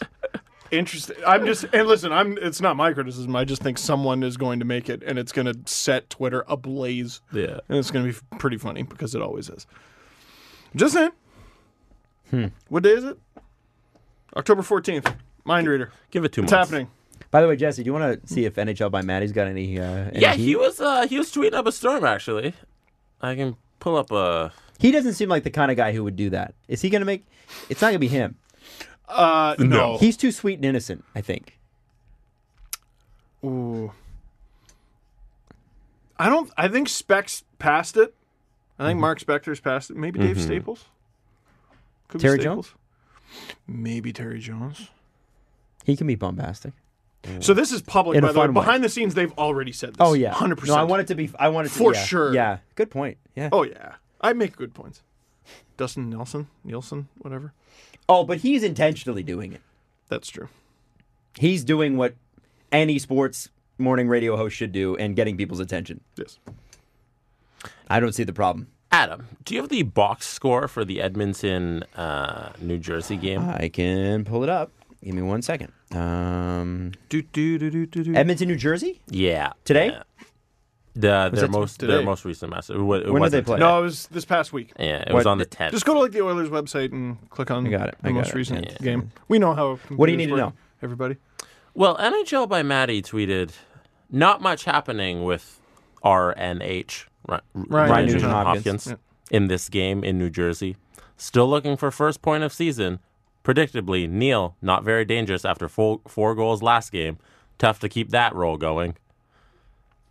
Interesting. I'm just and listen. I'm. It's not my criticism. I just think someone is going to make it, and it's going to set Twitter ablaze. Yeah. and it's going to be pretty funny because it always is. Just saying. Hmm. What day is it? October fourteenth. Mind reader. Give it two It's months. happening. By the way, Jesse, do you want to see if NHL by Maddie's got any? Uh, any Yeah, heat? he was uh, he was tweeting up a storm actually. I can pull up uh, a He doesn't seem like the kind of guy who would do that. Is he going to make? It's not going to be him. Uh, no. He's too sweet and innocent. I think. Ooh. I don't. I think Specs passed it. I Mm-hmm. think Mark Spector's passed it. Maybe Dave Staples. Could Terry Maybe Terry Jones. He can be bombastic. So this is public, In a by the way. fun way. Behind the scenes, they've already said this. Oh yeah, hundred percent. No, I want it to be. I want it to, For yeah, sure. Yeah, good point. Yeah. Oh. Oh yeah, I make good points. Dustin Nelson, Nielsen, whatever. Oh, but he's intentionally doing it. That's true. He's doing what any sports morning radio host should do and getting people's attention. Yes. I don't see the problem. Adam. Do you have the box score for the Edmonton uh, New Jersey game? I can pull it up. Give me one second. Um, Do do do do do do. Edmonton, New Jersey yeah. today. Yeah. The, their it most their today? most recent match. It wa- it When did they wasn't play? No, it was this past week. Yeah, it What- was on the 10th. Just go to like the Oilers website and click on got it. the I got most it. recent Yeah. game. We know how. What do you need to computers work, know? Everybody. well, NHL by Maddie tweeted, not much happening with RNH, Ryan, Ryan Nugent Nugent Hopkins. Hopkins, in this game in New Jersey. Still looking for first point of season. Predictably, Neil, not very dangerous after four, four goals last game. Tough to keep that role going.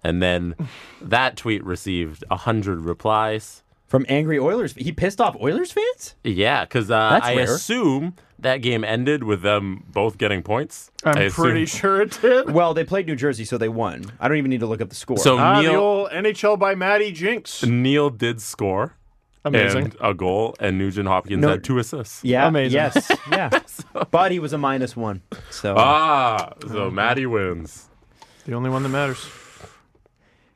And then that tweet received 100 replies. from angry Oilers. He pissed off Oilers fans. Yeah, because uh, That's I rare. assume that game ended with them both getting points. I'm I assume- pretty sure it did. Well, they played New Jersey, so they won. I don't even need to look up the score. So Ah, the Neil old NHL by Maddie Jinx. Neil did score, Amazing. and a goal, and Nugent Hopkins No. had two assists. Yeah. Amazing. (laughs) Yes. Yeah. but he was a minus one. So Ah, Um, so Maddie wins. The only one that matters.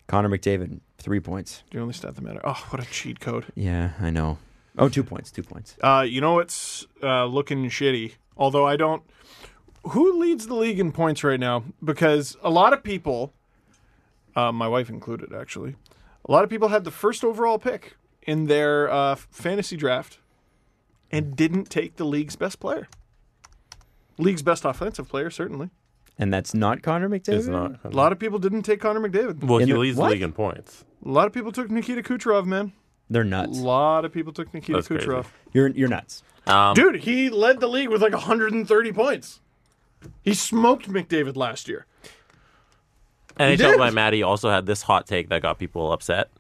Connor McDavid, three points. The only stat that matters. Oh, what a cheat code. Yeah, I know. Oh, two points. Two points. Uh, you know what's uh, looking shitty? Although I don't. Who leads the league in points right now? Because a lot of people, uh, my wife included, actually, a lot of people had the first overall pick in their uh, fantasy draft and didn't take the league's best player. League's best offensive player, certainly. And that's not Connor McDavid. It's not. A lot of people didn't take Connor McDavid. Well, In he the- leads what? the league in points. A lot of people took Nikita Kucherov, man. They're A nuts. lot of people took Nikita That's crazy. Kucherov. You're you're nuts. Um, Dude, he led the league with like 130 points. He smoked McDavid last year. NHL did. by Maddie also had this hot take that got people upset.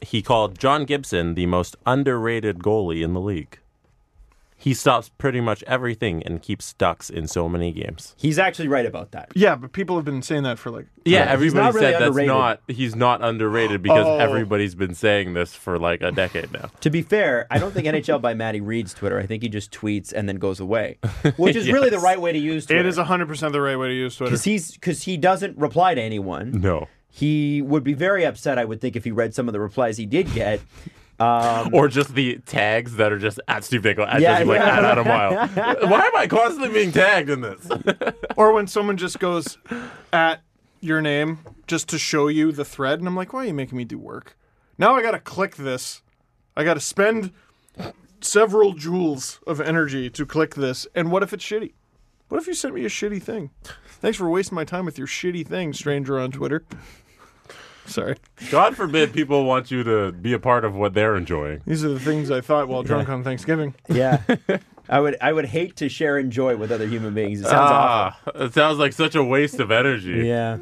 He called John Gibson the most underrated goalie in the league. He stops pretty much everything and keeps ducks in so many games. He's actually right about that. Yeah, but people have been saying that for like. Yeah, not everybody really said underrated. that's not he's not underrated because Oh. everybody's been saying this for like a decade now. To be fair, I don't think NHL by Maddie reads Twitter. I think he just tweets and then goes away, which (laughs) is really the right way to use Twitter. It is 100% the right way to use Twitter. because he's because he doesn't reply to anyone. No. He would be very upset, I would think, if he read some of the replies he did get. (laughs) Or just the tags that are just at Steve Dangle, at Yeah, Jesse Blake, yeah. at Adam Weil. (laughs) Why am I constantly being tagged in this? Or when someone just goes at your name just to show you the thread, and I'm like, why are you making me do work? Now I gotta click this. I gotta spend several joules of energy to click this. And what if it's shitty? What if you sent me a shitty thing? Thanks for wasting my time with your shitty thing, stranger on Twitter. Sorry. God forbid people want you to be a part of what they're enjoying. These are the things I thought while drunk on Thanksgiving. (laughs) Yeah, (laughs) I would I would hate to share and joy with other human beings. It sounds awful. Ah, it sounds like such a waste of energy. Uh, Yeah,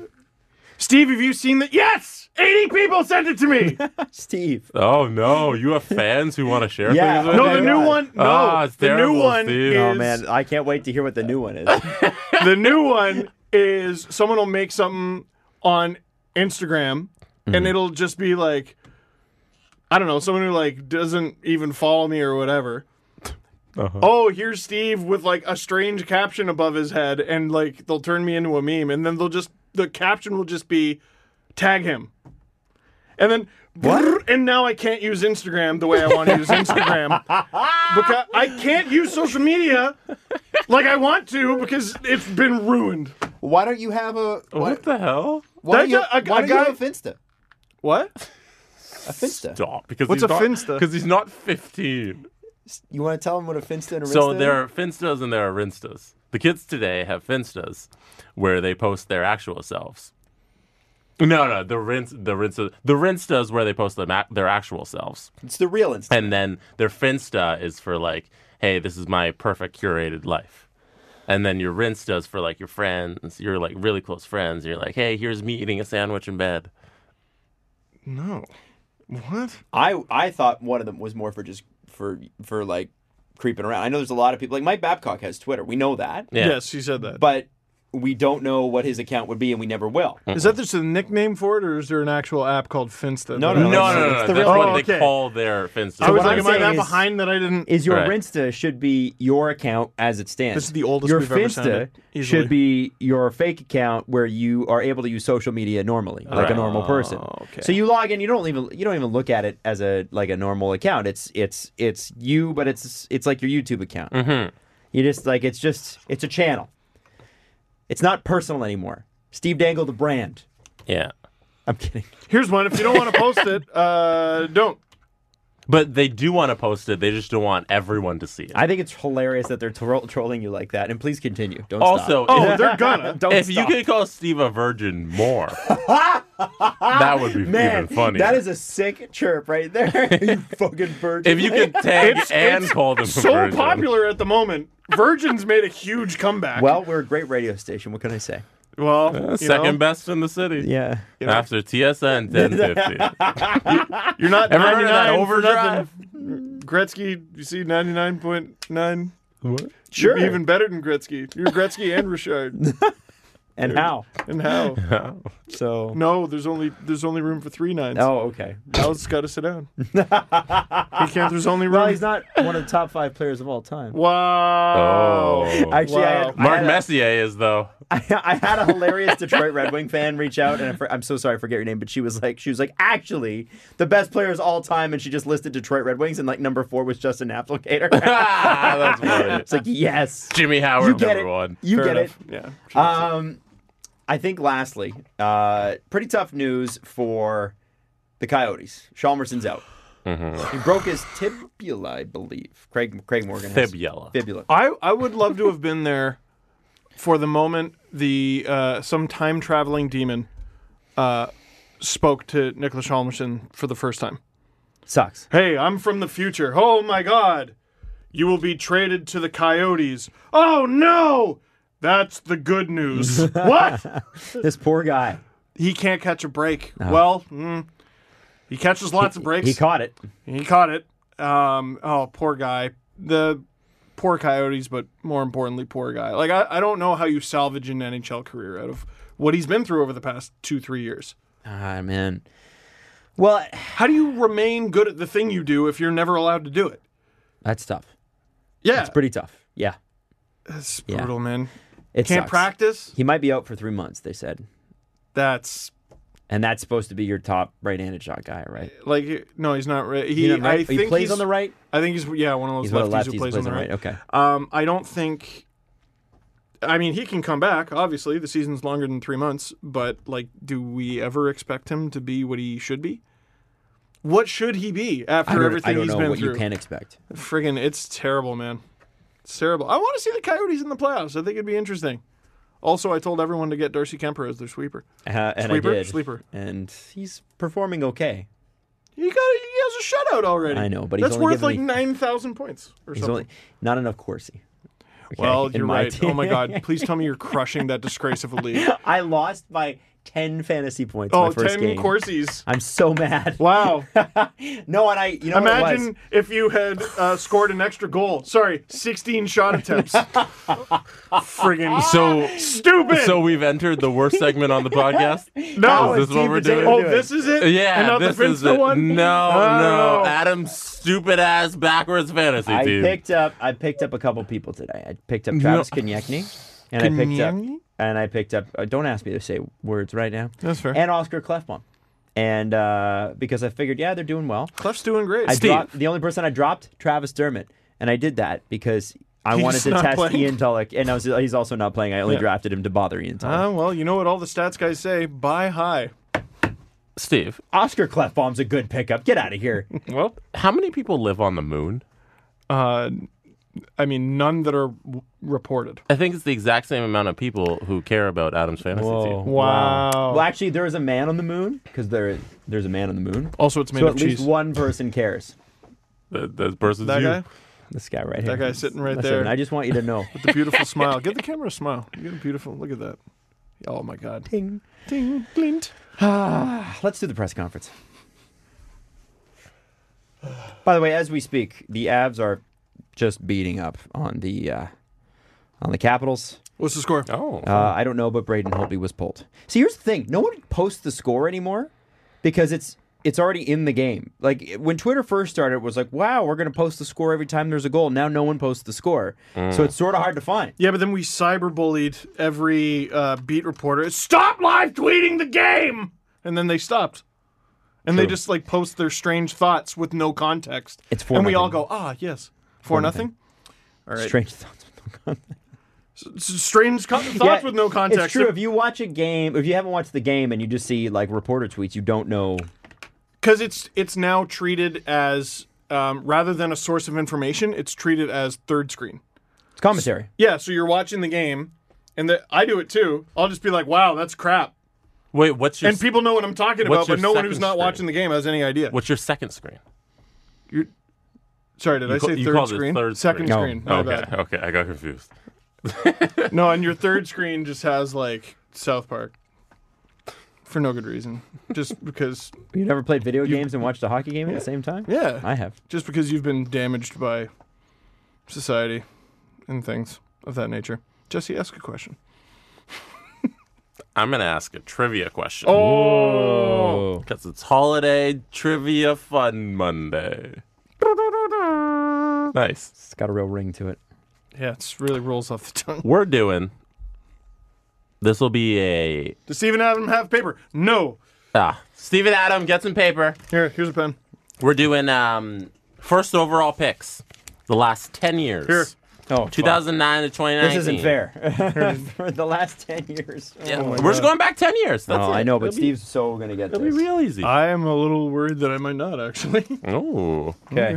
Steve, have you seen that? Yes! 80 people sent it to (laughs) me! Steve. Oh no, you have fans who want to share Yeah. things with No, you? the my new God. one. No, Oh Ah, it's the terrible, new one Steve. is Oh, Oh man, I can't wait to hear what the new one is. the new one is someone will make something on Instagram, and it'll just be like, I don't know, someone who like doesn't even follow me or whatever. Oh, here's Steve with like a strange caption above his head, and like they'll turn me into a meme, and then they'll just the caption will just be tag him, and then. And now I can't use Instagram the way I want to use Instagram because I can't use social media like I want to because it's been ruined. (laughs) Why don't you have a why, What the hell? why That's a- a- a guy- Finsta? What? A Finsta. Stop. Because What's he's a not, Finsta? Because he's not 15. You want to tell him what a Finsta and a So Rista there are Finstas and there are Rinstas. The kids today have Finstas where they post their actual selves. No, no, the rinse, the Rinsta, the Rinstas where they post the ma- their actual selves. It's the real Insta. and then their Finsta is for like, hey, this is my perfect curated life. And then your Rinsta is for like your friends, your like really close friends. You're like, hey, here's me eating a sandwich in bed. No. What? I I thought one of them was more for just for for like creeping around. I know there's a lot of people like Mike Babcock has Twitter. We know that, Yeah. Yes, he said that. Is but we don't know what his account would be, and we never will. that just a nickname for it, or is there an actual app called Finsta? No, no, No, no, no, no. It's That's the real what thing. they Oh, Okay. call their Finsta. I was what like, I'm am I saying that is- behind that I didn't? Is your Right. Rinsta should be your account as it stands. This is the oldest Your we've ever Finsta sounded, easily. should be your fake account where you are able to use social media normally, like a Right. normal person. Oh, okay. So you log in, you don't even you don't even look at it as a like a normal account. It's it's it's you, but it's it's like your YouTube account. Mm-hmm. You just like it's just it's a channel. It's not personal anymore. Steve Dangle, the brand. Yeah. I'm kidding. Here's one. If you don't want to post it, uh, (laughs) don't. But they do want to post it. They just don't want everyone to see it. I think it's hilarious that they're tro- trolling you like that. And please continue. Don't also, stop. Oh, they're gonna. don't if stop. you could call Steve a virgin more, (laughs) that would be Man, even funnier. that is a sick chirp right there. (laughs) (laughs) you fucking virgin. if you could tag and call them a So virgin. popular at the moment. Virgin's made a huge (laughs) comeback. well, we're a great radio station. What can I say? well, you uh, Second know, best in the city. Yeah. After TSN (laughs) 1050. You're not Ever heard of that 99 for overdrive? nothing. Gretzky, you see, 99.9. Sure. (laughs) You're even better than Gretzky. You're Gretzky and Richard. and how? And how? So No, there's only there's only room for three nines. oh, okay. Al's got to sit down. he can't. There's only room. (laughs) Well, he's not one of the top five players of all time. Wow. Oh. Actually, I Wow. had, I Mark had a- Messier is though. (laughs) (laughs) I had a hilarious Detroit Red Wing fan reach out, and I for- I'm so sorry, I forget your name, but she was like, she was like, actually, the best players all time, and she just listed Detroit Red Wings, and like number four was Justin Applicator. (laughs) ah, that's funny. it's like yes, Jimmy Howard, you get number it, one. you Fair get enough. it. Yeah. Um, I think lastly, uh, pretty tough news for the Coyotes. Chalmerson's out. Mm-hmm. He broke his tibia, I believe. Craig Craig Morgan. has- Fibula. Fibula. I I would love to have been there for the moment the uh, some time traveling demon uh, spoke to Nicholas Holmerson for the first time. Sucks. Hey, I'm from the future. Oh my god. You will be traded to the Coyotes. Oh no! That's the good news. (laughs) what? This poor guy. He can't catch a break. Well, mm, he catches lots of breaks. He caught it. He caught it. Um, oh, poor guy. The poor Coyotes, but more importantly, poor guy. Like, I, I don't know how you salvage an NHL career out of what he's been through over the past two, three years. Ah man. Well, How do you remain good at the thing you do if you're never allowed to do it? that's tough. Yeah. It's pretty tough. Yeah. That's yeah. brutal, man. It Can't sucks. practice? He might be out for three months. They said, That's and that's supposed to be your top right-handed shot guy, right? like, no, he's not right. He, He's on the right- I he think plays he's, on the right. I think he's, yeah, one of those He's lefties, one of the lefties who plays, on the right. Okay. Um, I don't think. I mean, he can come back. Obviously, the season's longer than three months, but like, do we ever expect him to be what he should be? What should he be I after don't, everything I don't he's know been what through? you can expect. Uh, Friggin', it's terrible, man. It's terrible. I want to see the Coyotes in the playoffs. I think it'd be interesting. Also, I told everyone to get Darcy Kemper as their sweeper. Uh, and Sleeper? I did. Sleeper. And he's performing okay. He got he has a shutout already. I know, but he's that's only worth given like me- nine thousand points or He's something. only not enough Corsi. Okay, (laughs) well, in you're my right. team. Oh my God! Please tell me you're crushing that disgrace of a league. (laughs) I lost by ten fantasy points. Oh, my first 10 game. Corsi's. I'm so mad. Wow. (laughs) no, and I. You know what it was? Imagine if you had uh, scored an extra goal. Sorry, 16 (laughs) shot attempts. Friggin' So stupid. so we've entered the worst segment on (laughs) the podcast. no. Is this what deep we're into doing? it. oh, doing? this is it? Yeah, And not this the is Finsta it. one? No, Oh. no, Adam's stupid ass backwards fantasy I team. picked up. I picked up a couple people today. I picked up Travis Konechny, and I picked Konechny? up. And I picked up. Uh, don't ask me to say words right now. That's fair. And Oscar Clefbaum, and uh, because I figured, yeah, they're doing well. Clef's doing great. I dropped the only person I dropped, Travis Dermott, and I did that because I He's wanted to not test playing. Ian Tulloch, and I was, he's also not playing. I only Yeah. drafted him to bother Ian Tulloch. Uh, well, you know what all the stats guys say. Buy high. Steve, Oscar Clefbaum's a good pickup. Get out of (laughs) here. Well, how many people live on the moon? uh, I mean, none that are w- reported. I think it's the exact same amount of people who care about Adam's fantasy team. Wow. Well, actually, there is a man on the moon because there there's a man on the moon. Also, it's made So of at Oh, cheese. least one person cares. That, that person's that you. guy? This guy right here. That guy sitting right Listen, there. I just want you to know. (laughs) The beautiful smile. Give the camera a smile. You got a beautiful. Look at that. Oh my God. Ding. (laughs) Ding, glint. Let's do the press conference. By the way, as we speak, the Avs are just beating up on the uh, on the Capitals. What's the score? Oh, Uh, I don't know, but Braden Holtby was pulled. See, here's the thing: no one posts the score anymore because it's it's already in the game. Like it- when Twitter first started, it was like, "Wow, we're going to post the score every time there's a goal." Now no one posts the score, so it's sort of hard to find. Yeah, but then we cyberbullied every uh, beat reporter. Stop live tweeting the game, and then they stopped, and they just like post their strange thoughts with no context. It's four and we all nothing. go, ah, yes, four, nothing. All right, Strange thoughts. S- strange co- thoughts Yeah, with no context. It's true. If you watch a game, if you haven't watched the game, and you just see like reporter tweets, you don't know. because it's it's now treated as um, rather than a source of information, it's treated as third screen. It's commentary. Yeah, so you're watching the game, and the, I do it too. I'll just be like, wow, that's crap, wait, what's your and people know what I'm talking about, What's but your no one who's second not screen? watching the game has any idea. what's your second screen? Sorry, did I ca- say you third called it screen? third Second screen. screen. My okay, bad. okay, I got confused. No, and your third screen just has like South Park. For no good reason. Just (laughs) because You never played video games and watched a hockey game at the same time. Yeah. I have. just because you've been damaged by society and things of that nature. Jesse, ask a question. I'm going to ask a trivia question. Oh. Because it's holiday trivia fun Monday. Nice. It's got a real ring to it. Yeah, it's really rolls off the tongue. We're doing. This will be a. Does Stephen Adam have paper? No. Ah, Steven Adam, get some paper. Here, here's a pen. We're doing um, first overall picks the last 10 years. Here. Oh, 2009 to 2019. This isn't (laughs) fair. For the last 10 (laughs) years. Yeah, we're just going back 10 years. That's Oh, it. I know, but It'll be- Steve's so going to get It'll be this. real easy. I am a little worried that I might not actually. oh. Okay.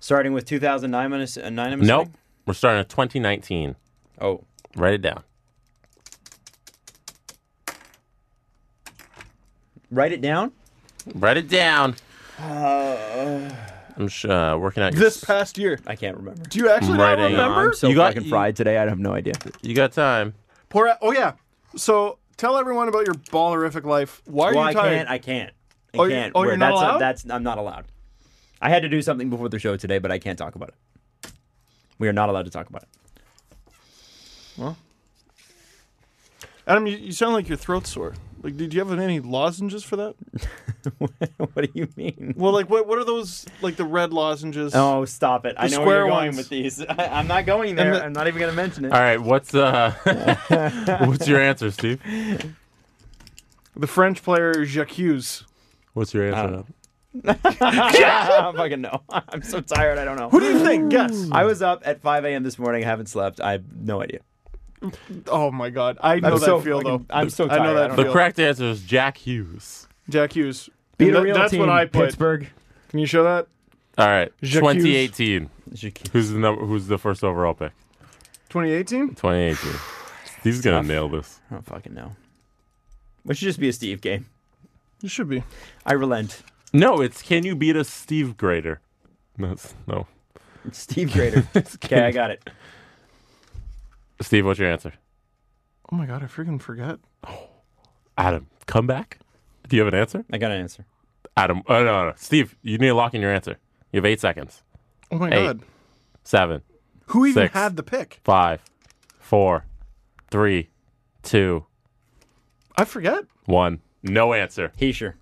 Starting with 2009 minus uh, nine. I'm Nope. assuming? We're starting at 2019. Oh, Write it down. write it down. Write it down. I'm sh- uh, working out (laughs) your this s- past year. I can't remember. Do you actually not Writing. remember? I'm so You got- fucking fried today. I have no idea. You got time. Poor. Oh yeah. So tell everyone about your ballerific life. Why are well, you I tired? can't. I can't. I Oh, you- can't. oh, We're- you're not that's allowed? that's I'm not allowed. I had to do something before the show today, but I can't talk about it. We are not allowed to talk about it. (laughs) Adam, you, you sound like your throat's sore. Like, did you have any lozenges for that? what do you mean? Well, like, what what are those? Like the red lozenges? Oh, stop it! I know where square you're ones. going with these. (laughs) I, I'm not going there. I'm not even going to mention it. All right, what's uh, (laughs) what's your answer, Steve? The French player Jacques. What's your answer? I don't fucking know. (laughs) (laughs) I'm so tired. I don't know. What do you think? Guess. I was up at 5 a.m. this morning. I haven't slept. I have no idea. Oh my God, I know I'm that so feel fucking- though. I'm so I know tired. that I don't the feel. correct answer is Jack Hughes. Jack Hughes. Beat And a that- real that's team. what I put. Pittsburgh. Can you show that? All right, Jacques 2018. Who's the number, Who's the first overall pick? 2018. 2018. Steve's gonna nail this. I don't fucking know. It should just be a Steve game. It should be. I relent. (laughs) No, it's can you beat a Steve Grader? That's no. (laughs) It's Steve Grader. okay, I got it. (laughs) Steve, what's your answer? Oh my God, I freaking forgot. Adam, come back. Do you have an answer? I got an answer. Adam, oh, no, no, Steve, you need to lock in your answer. You have eight seconds. Oh my Eight. God, Seven, who even Six. had the pick? five, four, three, two, I forget. one. No answer. Heisher.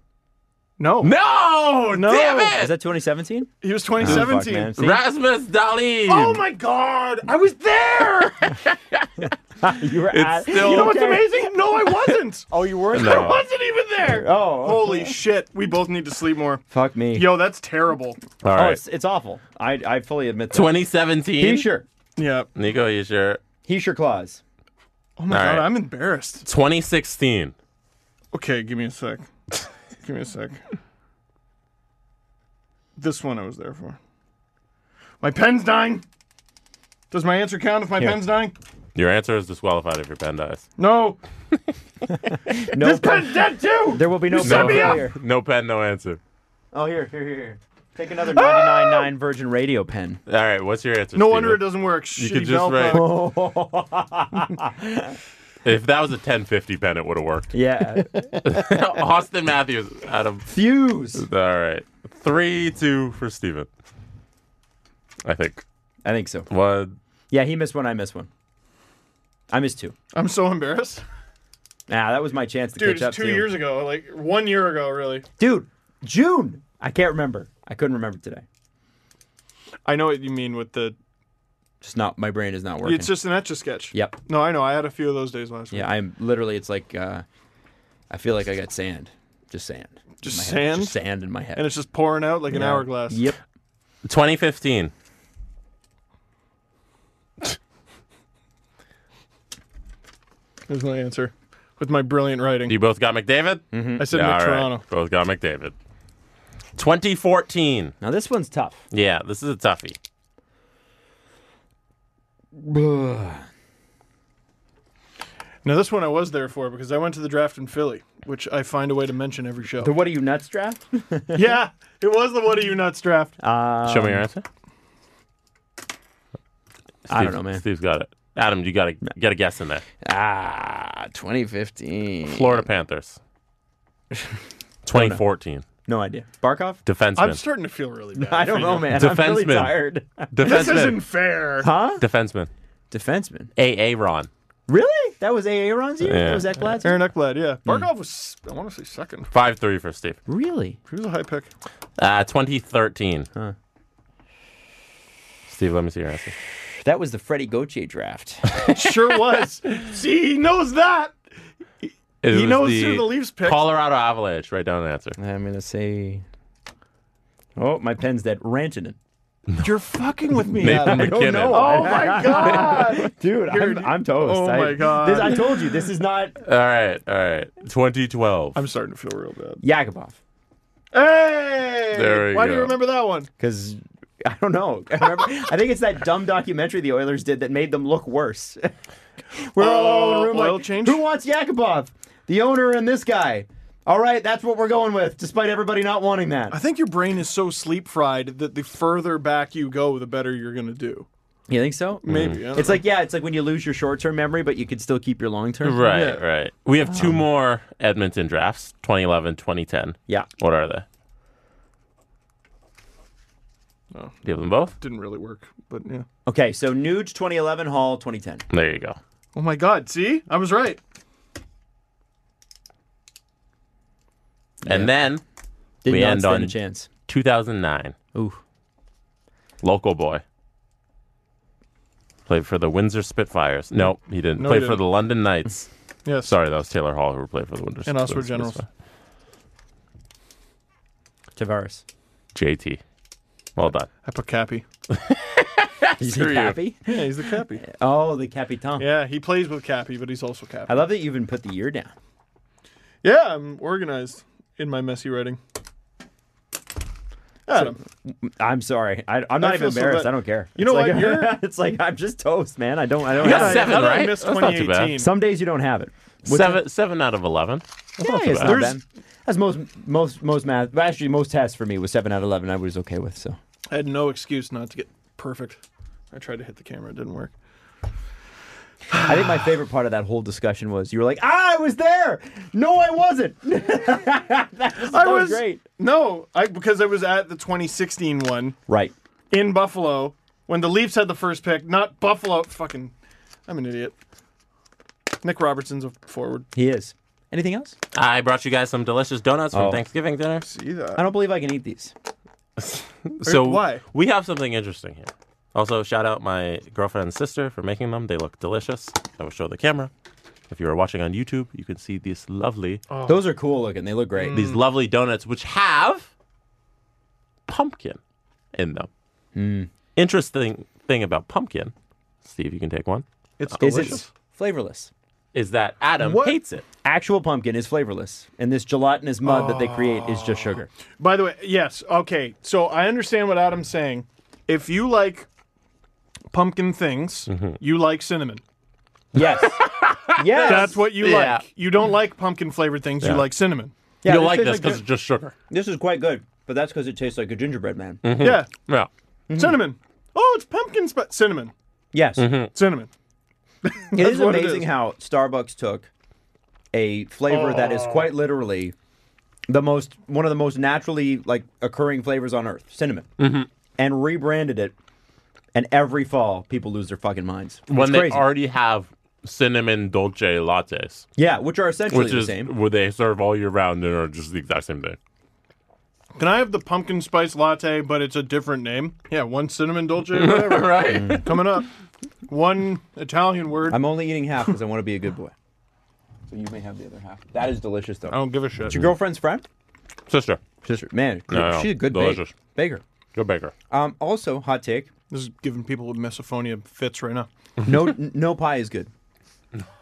No, No, No. damn Is it! that 2017? he was Oh, fuck, 2017. man. See? Rasmus Dahlin. oh my God, I (laughs) was there. you were at. still- You know what's amazing? No, I wasn't. (laughs) Oh, you were. I wasn't even there. (laughs) Oh, Holy shit, we both need to sleep more. fuck me. Yo, that's terrible. All oh, right, it's, it's awful. I I fully admit that. 2017. Heisher. Yeah. Nico, you sure? Heisher clause. Oh my All God, right. I'm embarrassed. 2016. Okay, give me a sec. give me a sec. This one I was there for. My pen's dying. Does my answer count if my Here. pen's dying? Your answer is disqualified if your pen dies. No. No. This pen's dead too. there will be no. No, No. Failure. no pen, no answer. Oh, here, here, here, here. Take another Ah! 99.9 Virgin Radio pen. All right, what's your answer? No Steven? wonder it doesn't work. You Shitty could bell just write. bug. (laughs) if that was a 1050 pen, it would have (laughs) worked. Yeah. (laughs) Austin Matthews, Adam. Fuse. All right, three, two for Steven. I think I think so. one. Yeah, he missed one. I missed one. I missed two. I'm so embarrassed. Nah, that was my chance to Dude, catch up. it's two too. years ago. Like one year ago, really. Dude, June. I can't remember. I couldn't remember today. I know what you mean with the Just not. My brain is not working. it's just an etch a sketch. Yep. No, I know. I had a few of those days last week. Yeah, I'm literally. It's like uh, I feel like I got sand, just sand, in Just my head. sand? just sand in my head. And it's just pouring out like an Yeah. hourglass. Yep. 2015. Is my answer. With my brilliant writing. You both got McDavid. Mm-hmm. I said All right, Toronto. both got McDavid. 2014. Now this one's tough. Yeah, this is a toughie. Now this one I was there for because I went to the draft in Philly, which I find a way to mention every show. The what are you nuts draft? yeah, it was the what are you nuts draft. Show me your answer. I don't Steve's- know, man. Steve's got it. Adam, you got to get a guess in there. Ah, 2015. Florida (laughs) Panthers. 2014. No idea. Barkov? (laughs) I'm Defenseman. starting to feel really bad. I don't know, man. I'm really Defenseman. tired. (laughs) This Defenseman. isn't fair. Huh? Defenseman. Defenseman. A. A. Ron. Really? That was Aaron's year? Yeah. That was Zach Blatt's year? Aaron Eckblad, yeah. Hmm. Barkov was, I want to say second. Five three for Steve. Really? He was a high pick. Uh, 2013. Steve, let me see your answer. That was the Freddie Gauthier draft. Sure was. See, he knows that. It He was knows who the Leafs picked. Colorado Avalanche. Write down the answer. I'm going to say. Oh, my pen's dead. Rantanen. You're fucking with me. Nathan Adam. McKinnon. (laughs) Oh my (laughs) god. Dude, I'm, I'm toast. Oh I- my God. this- I told you, this is not All right, all right. 2012. I'm starting to feel real bad. Yakubov. Hey! There we Why do you go. remember that one? Because I don't know. (laughs) I, remember, I think it's that dumb documentary the Oilers did that made them look worse. (laughs) we're all in the Oh, room oil like, change? who wants Yakubov? The owner and this guy. All right, that's what we're going with, despite everybody not wanting I that. think your brain is so sleep fried that the further back you go, the better you're gonna do. You think so? Mm. Maybe. I don't It's like, yeah, it's like when you lose your short term memory, but you could still keep your long term. right, yeah. Um. right. We have two more Edmonton drafts 2011, 2010. Yeah. What are they? Oh. Do you have them both? didn't really work, but yeah. Okay, so Nuge 2011, Hall 2010. There you go. Oh my god, see? I was right. And then Did We not end stand on- a chance. 2009. Ooh. Local boy. Played for the Windsor Spitfires. Nope, he didn't. No, he Played for didn't. the London Knights. Yeah, Sorry, that was Taylor Hall who played for the Windsor And Spitfires. Oxford Generals. Tavares. JT. Well done. I put Cappy. Did you say Cappy? Yeah, he's the (laughs) Cappy. (laughs) Oh, the Capitan. Yeah, he plays with Cappy, but he's also I Cappy. love that you even put the year down. Yeah, I'm organized in my messy writing. Adam, I'm sorry. I, I'm not I feel even so embarrassed. bad. I don't care. You It's know like- what? You're- (laughs) it's like I'm just toast, man. I don't. I don't. You got have seven, how did I right? miss That's not too bad. 2018? it. Some days you don't have it. With Seven, seven out of 11. yeah, it's not There's- bad. That's most most most math. but Actually, most tests for me was seven out of eleven. I was okay with. So I had no excuse not to get perfect. I tried to hit the camera, it didn't work. I (sighs) think my favorite part of that whole discussion was you were like, ah, I was there. No, I wasn't. (laughs) that was, that was great. No, I because I was at the 2016 one Right. in Buffalo when the Leafs had the first pick, not Buffalo. Fucking, I'm an idiot. Nick Robertson's a forward. He is. Anything else? I brought you guys some delicious donuts from Oh. Thanksgiving dinner. See that? I don't believe I can eat these. So why? we have something interesting here. Also, shout out my girlfriend and sister for making them. They look delicious. I will show the camera. If you are watching on YouTube, you can see these lovely Those are cool looking. They look great. these lovely donuts which have pumpkin in them. Mm. Interesting thing about pumpkin, Steve, you can take one. It's Is delicious. it flavorless? Is that Adam What? hates it? actual pumpkin is flavorless, and this gelatinous mud that they create is just sugar. By the way, yes. Okay, so I understand what Adam's saying. If you like pumpkin things, Mm-hmm. you like cinnamon. (laughs) Yes. yes. That's what you Yeah. like. You don't like pumpkin flavored things. You Yeah. like cinnamon. Yeah, You'll like this tastes because good- it's just sugar. this is quite good, but that's because it tastes like a gingerbread man. Mm-hmm. Yeah, Yeah. cinnamon. Oh, it's pumpkin sp- cinnamon. Yes. Cinnamon. It is what it amazing is. how Starbucks took a flavor that is quite literally the most one of the most naturally like occurring flavors on earth, cinnamon, Mm-hmm. and rebranded it. And every fall, people lose their fucking minds. It's When they crazy. already have cinnamon dolce lattes. yeah, which are essentially which the is same. where they serve all year round and are just the exact same thing. Can I have the pumpkin spice latte, but it's a different name? Yeah, one cinnamon dolce, (laughs) whatever. Right. Coming up, one Italian word. I I'm only eating half because I want to be a good boy. So you may have the other half. That is delicious, though. Oh. don't give a shit. Your girlfriend's friend? Sister, Sister. Man, No, no, she's a good baker. delicious. baker. go baker. Um, also, hot (laughs) take. This is giving people with misophonia fits right now. No n- no pie is good.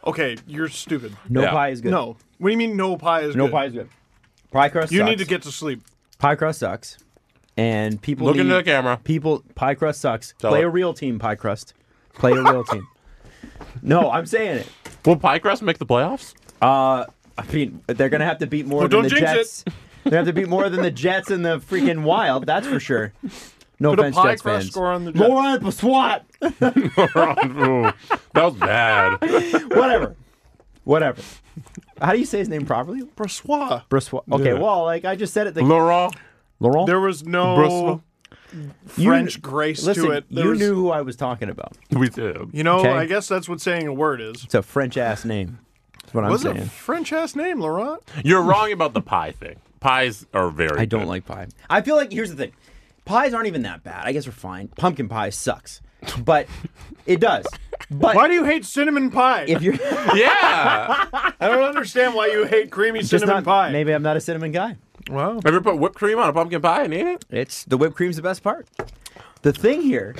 Okay, you're stupid. No Yeah. pie is good. No. What do you mean no pie is No good? pie is good. Pie crust You sucks. need to get to sleep. pie crust sucks. And people Look need, into the camera. People pie crust sucks. Tell Play it. a real team, pie crust. Play a real (laughs) team. No, I'm saying it. Will pie crust make the playoffs? I mean, they're gonna have to beat more Well, than don't the jinx Jets. They have to beat more than the Jets and the freaking Wild. That's for (laughs) sure. No Put a offense, pie Jets crust fans. score on the Jets. Moron at the SWAT. Ooh, that (laughs) was (laughs) bad. Whatever. Whatever. How do you say his name properly? Brassois. Brassois. Okay, Yeah. well, like I just said it. The Laurent. Laurent. There was no Brassois. French grace listen, to it. There you was- knew who I was talking about. We do. You know, Okay. I guess that's what saying a word is. It's a French ass name. That's what Was I'm it a saying. French ass name, Laurent? You're wrong about the pie thing. Pies are very. I don't good. like pie. I feel like here's the thing. Pies aren't even that bad. I guess we're fine. Pumpkin pie sucks. But it does. But Why do you hate cinnamon pie? if you're Yeah. I don't understand why you hate (laughs) creamy just cinnamon not, pie. maybe I'm not a cinnamon guy. Wow. Ever put whipped cream on a pumpkin pie and eat it? It's the whipped cream's the best part. The thing here,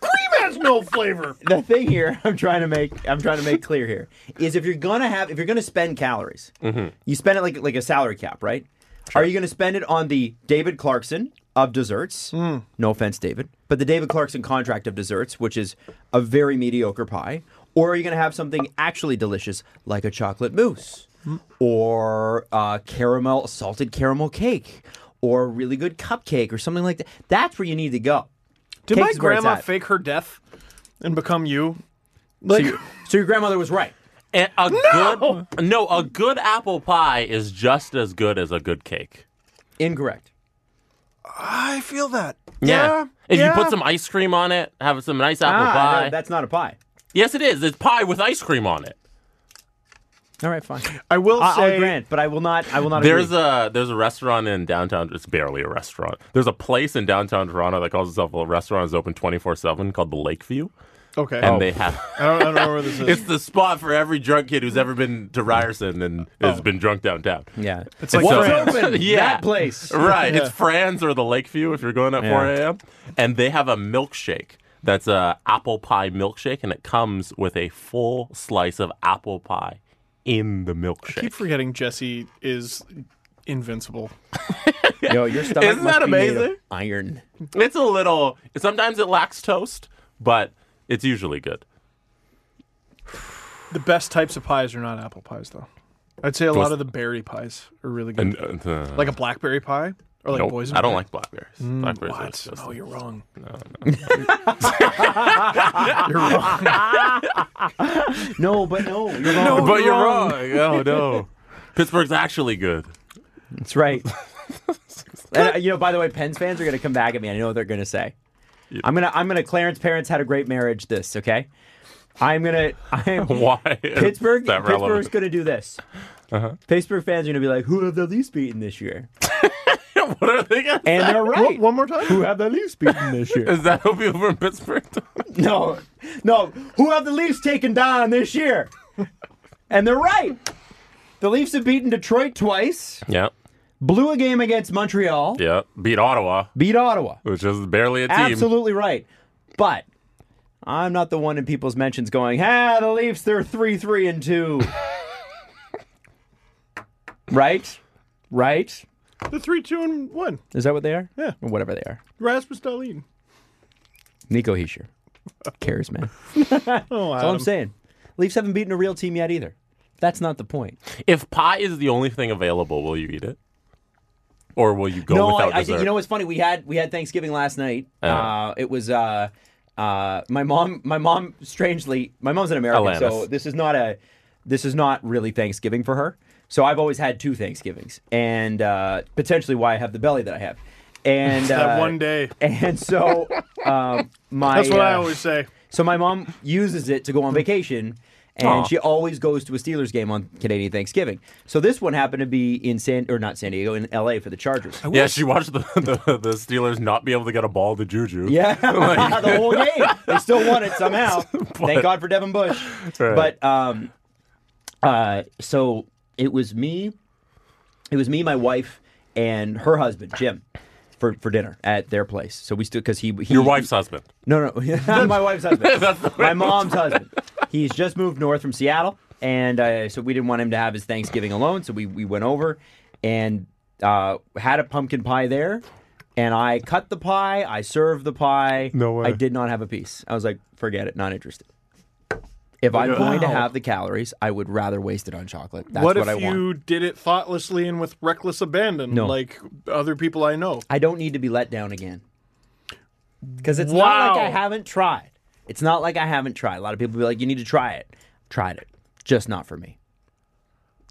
Cream has no flavor. the thing here, (laughs) I'm trying to make, I'm trying to make clear here is if you're gonna have, if you're gonna spend calories, you spend it like like a salary cap, right? Are you gonna spend it on the David Clarkson of desserts? No offense, David, but the David Clarkson contract of desserts, which is a very mediocre pie, or are you gonna have something actually delicious like a chocolate mousse? or uh, caramel salted caramel cake or a really good cupcake or something like that that's where you need to go Did Cake my is where it's grandma at. fake her death and become you? Like, so, your- so your grandmother was right A, a no! good no, a good apple pie is just as good as a good cake. incorrect I feel that. If yeah. you put some ice cream on it, have some nice apple ah, pie. no, that's not a pie yes, it is. It's pie with ice cream on it. all right fine I will I, say. will Uh, oh, grant but i will not i will not There's agree. a there's a restaurant in downtown. It's barely a restaurant. There's a place in downtown Toronto that calls itself a restaurant. It's open 24 seven called the Lakeview, okay. Oh, and they have. I, don't, I don't know where this is. It's the spot for every drunk kid who's ever been to Ryerson and has been drunk downtown. yeah it's like what's France. (laughs) open Yeah. that place Right. It's Franz or the Lakeview if you're going at 4 a.m. And they have a milkshake that's a apple pie milkshake, and it comes with a full slice of apple pie in the I keep milkshake. forgetting Jesse is invincible. yo your stomach Isn't must that be made of amazing? iron It's a little. Sometimes it lacks toast, but it's usually good. The best types of pies are not apple pies, though. I'd say a lot of the berry pies are really good. And, uh, uh, like a blackberry pie or like nope, boysenberry. I don't like blackberries. blackberries are What? Oh, disgusting. No, you're wrong. (laughs) no but no you're wrong but you're wrong. Oh no. Pittsburgh's actually good. that's right and, uh, you know by the way pens fans are gonna come back at me i know what they're gonna say i'm gonna i'm gonna clarence parents had a great marriage this okay i'm gonna (laughs) i'm Why? Pittsburgh, Is that Pittsburgh's relevant? going to do this. Pittsburgh fans are going to be like, "Who have the Leafs beaten this year?" (laughs) what are they gonna And they're right. One more time. Who have the Leafs beaten this year? Is that who people from (laughs) Pittsburgh? no, no. Who have the Leafs taken down this year? And they're right. The Leafs have beaten Detroit twice, yeah. blew a game against Montreal, Yeah. Beat Ottawa, beat Ottawa. which is barely a team. Absolutely right. But I'm not the one in people's mentions going, "Ah, the Leafs, they're three, three, and two. right, right. The three, two, and one. Is that what they are? Yeah. Or whatever they are. Rasmus Dahlin. Nico Heischer. Cares, man. That's Oh, all I'm saying. Leafs haven't beaten a real team yet either. That's not the point. If pie is the only thing available, will you eat it? Or will you go no, without I, I, dessert? you know what's funny? We had we had Thanksgiving last night. Uh, Uh-huh. it was uh, uh, my mom. My mom, strangely, my mom's an American, so Alanis. this is not a this is not really Thanksgiving for her. So I've always had two Thanksgivings, and uh, potentially why I have the belly that I have. And (laughs) That uh, one day. And (laughs) so um, my That's what I uh, always say. So my mom uses it to go on vacation, and Aw. she always goes to a Steelers game on Canadian Thanksgiving. So this one happened to be in San or not San Diego in L.A. for the Chargers. yeah, she watched the, (laughs) the, the Steelers not be able to get a ball to Juju. Yeah, (laughs) (laughs) the whole game. They still won it somehow. Thank But- God for Devin Bush. Right. But um, uh, so it was me. It was me, my wife, and her husband Jim. For, for dinner at their place, so we still because he, he Your wife's husband. no, no, (laughs) my wife's (laughs) husband. (laughs) my mom's husband. He's just moved north from Seattle, and uh, so we didn't want him to have his Thanksgiving alone. So we we went over and uh, had a pumpkin pie there, and I cut the pie. I served the pie. No way. I did not have a piece. I was like, forget it, not interested. If I'm going to have the calories, I would rather waste it on chocolate. That's what, what if I you want. did it thoughtlessly and with reckless abandon, No. like other people I know? I don't need to be let down again. Because it's not Wow. like I haven't tried. It's not like I haven't tried. A lot of people be like, you need to try it. Tried it. Just not for me.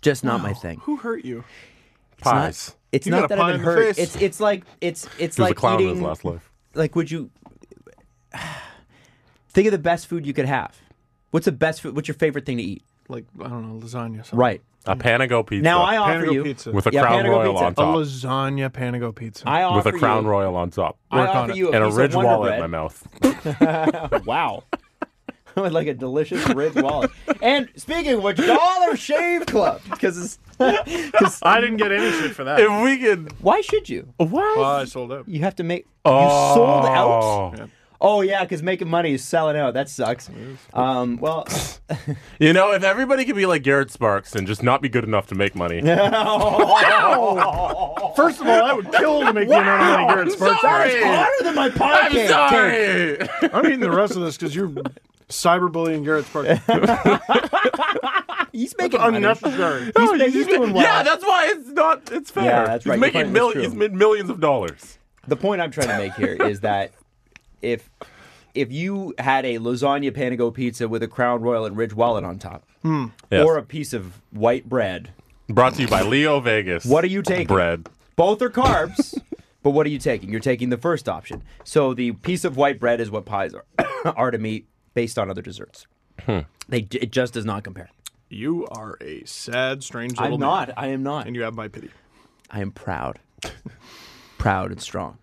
Just not my thing. Who hurt you? Pies. It's You not got a that I've pie been in the hurt. face. It's it's like it's it's He was like a clown eating in his last life. like would you think of the best food you could have? What's the best food? What's your favorite thing to eat? Like I don't know, lasagna. Something. Right A Panago pizza. now, I offer Panago you pizza. With a Yeah, crown Panago royal pizza. on a top. lasagna panago pizza. I offer With a crown you, royal on top. I Work on offer it. you a and a piece of ridge Wonder wallet bread. in my mouth. (laughs) Wow. (laughs) With like a delicious red wallet. And speaking of which, Dollar Shave Club. Because (laughs) I didn't get any shit for that. if we could. why should you? What? Well, Oh, I sold out. You have to make. You sold out? Oh. Oh, yeah, because making money is selling out. That sucks. Um, well, (laughs) You know, if everybody could be like Garrett Sparks and just not be good enough to make money. Oh, First of all, I would kill to make the amount of money Garrett Sparks sorry. makes. hotter than my I'm podcast. sorry. I'm eating the rest of this because you're cyberbullying Garrett (laughs) Sparks. He's making money. Unnecessary. He's, he's doing well. Yeah, that's why it's not. It's fair. that's he's right. Your point Making is mil- true. he's made millions of dollars. the point I'm trying to make here is that if if you had a lasagna panago pizza with a crown royal and ridge wallet on top, Yes. or a piece of white bread, Brought to you by Leo Vegas. What are you taking? Bread. Both are (laughs) carbs, but what are you taking? You're taking the first option. So the piece of white bread is what pies are, (coughs) are to me based on other desserts. They j- it just does not compare. You are a sad, strange little I'm man, not. I am not. and you have my pity. I am proud. proud and strong.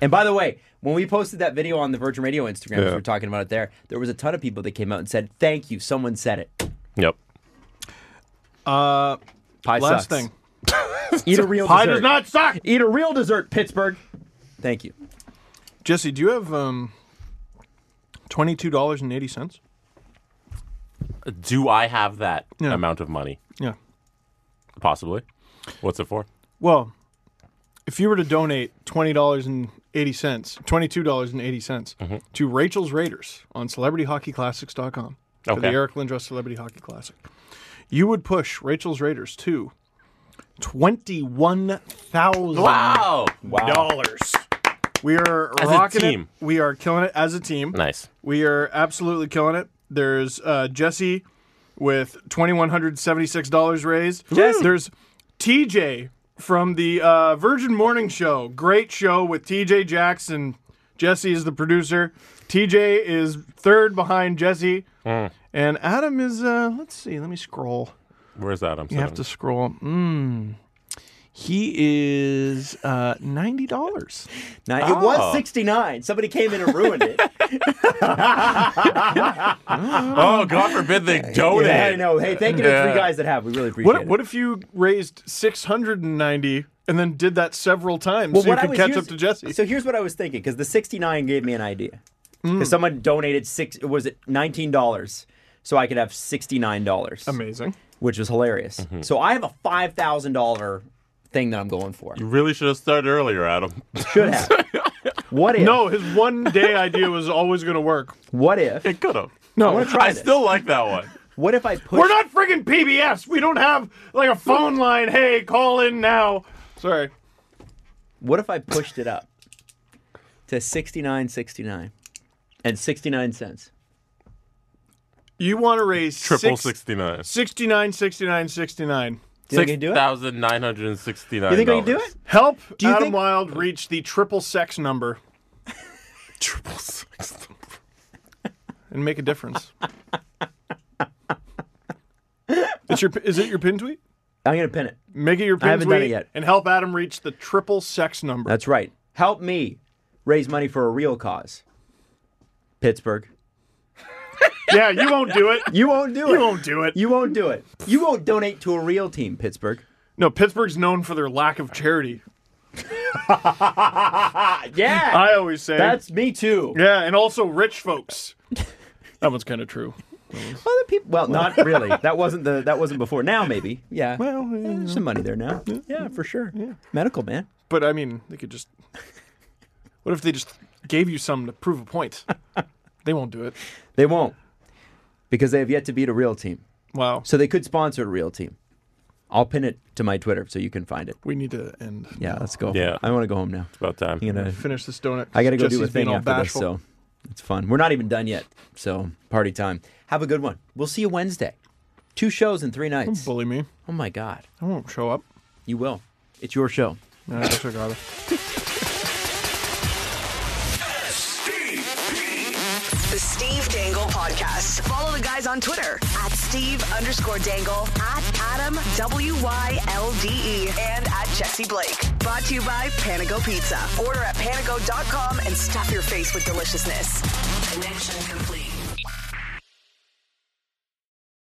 And by the way, when we posted that video on the Virgin Radio Instagram, as we were talking about it there, there was a ton of people that came out and said, "Thank you, someone said it." Yep. Uh, Pie last sucks. thing. Eat a real Pie dessert. does not suck. Eat a real dessert, Pittsburgh. Thank you. Jesse, do you have um, twenty-two dollars and eighty cents? Do I have that Yeah. amount of money? Yeah. Possibly. What's it for? Well, if you were to donate twenty dollars and eighty cents, twenty-two dollars to Rachel's Raiders on CelebrityHockeyClassics.com for the Okay. Eric Lindros Celebrity Hockey Classic, you would push Rachel's Raiders to twenty-one thousand Wow. dollars. We are As a rocking team. it. We are killing it as a team. Nice. We are absolutely killing it. There's uh, Jesse with twenty one hundred seventy six dollars raised. Yes. There's TJ from the uh, Virgin Morning Show. Great show with TJ Jackson. Jesse is the producer. TJ is third behind Jesse, Hmm. and Adam is. Uh, let's see. Let me scroll. Where's that? I'm You have to scroll. Mm. He is uh, ninety dollars. Now, It Oh. was 69. Somebody came in and ruined (laughs) it. Oh, God forbid they (laughs) donate. yeah, I know. Hey, thank you to the Yeah. three guys that have. We really appreciate What, it. what if you raised 690 and then did that several times so you I could was catch using- up to Jesse? So here's what I was thinking because the 69 gave me an idea. Hmm. Because someone donated six, was it $19? So I could have $69, (laughs) Amazing. which was hilarious. Mm-hmm. So I have a $5,000 thing that I'm going for. You really should have started earlier, Adam. (laughs) Should have. (laughs) what if? No, Oh, his one day idea was always going to work. What if? It could have. I want to try I this. still like that one. What if I push? (laughs) We're not friggin' PBS. We don't have like a phone line. Hey, call in now. Sorry. What if I pushed it up to 69.69 and 69 cents? You want to raise Triple six- 69. 69, 69, 69. Do you think I can do it? $6,969. You think I can do it? Help Do you Adam think- Wild reach the triple sex number Triple six. and make a difference. it's your, is it your pin tweet? I'm gonna pin it. Make it your pin haven't tweet done it yet. and help Adam reach the triple (laughs) sex number. That's right. Help me raise money for a real cause. Pittsburgh. yeah, you won't do it. You won't do it. You won't do it. You won't do it. You won't donate to a real team, Pittsburgh. (laughs) No, Pittsburgh's known for their lack of charity. Yeah. I always say. That's me too. yeah, and also rich folks. that one's kind of true. Other people Well, not really. That wasn't the that wasn't before. Now maybe. Yeah. Well, there's some money there now. Yeah, for sure. Medical man. But I mean, (laughs) they could just. What if they just gave you some to prove a point? They won't do it. They won't. Because they have yet to beat a real team. Wow. So they could sponsor a real team. I'll pin it to my Twitter so you can find it. We need to end. Yeah, let's go. Yeah. I want to go home now. About time. I'm gonna Finish this donut. I got to go Jesse's do a being thing all after bashful. this, so it's fun. We're not even done yet, so party time. Have a good one. We'll see you Wednesday. Two shows in three nights. Bully me. Oh my God, I won't show up. you will. It's your show. I wish I got it. The Steve Dangle Podcast. Follow the guys on Twitter at Steve underscore Dangle, at Adam W Y L D E, and at Jesse Blake. Brought to you by Panago Pizza. Order at panago.com and stuff your face with deliciousness. Connection complete.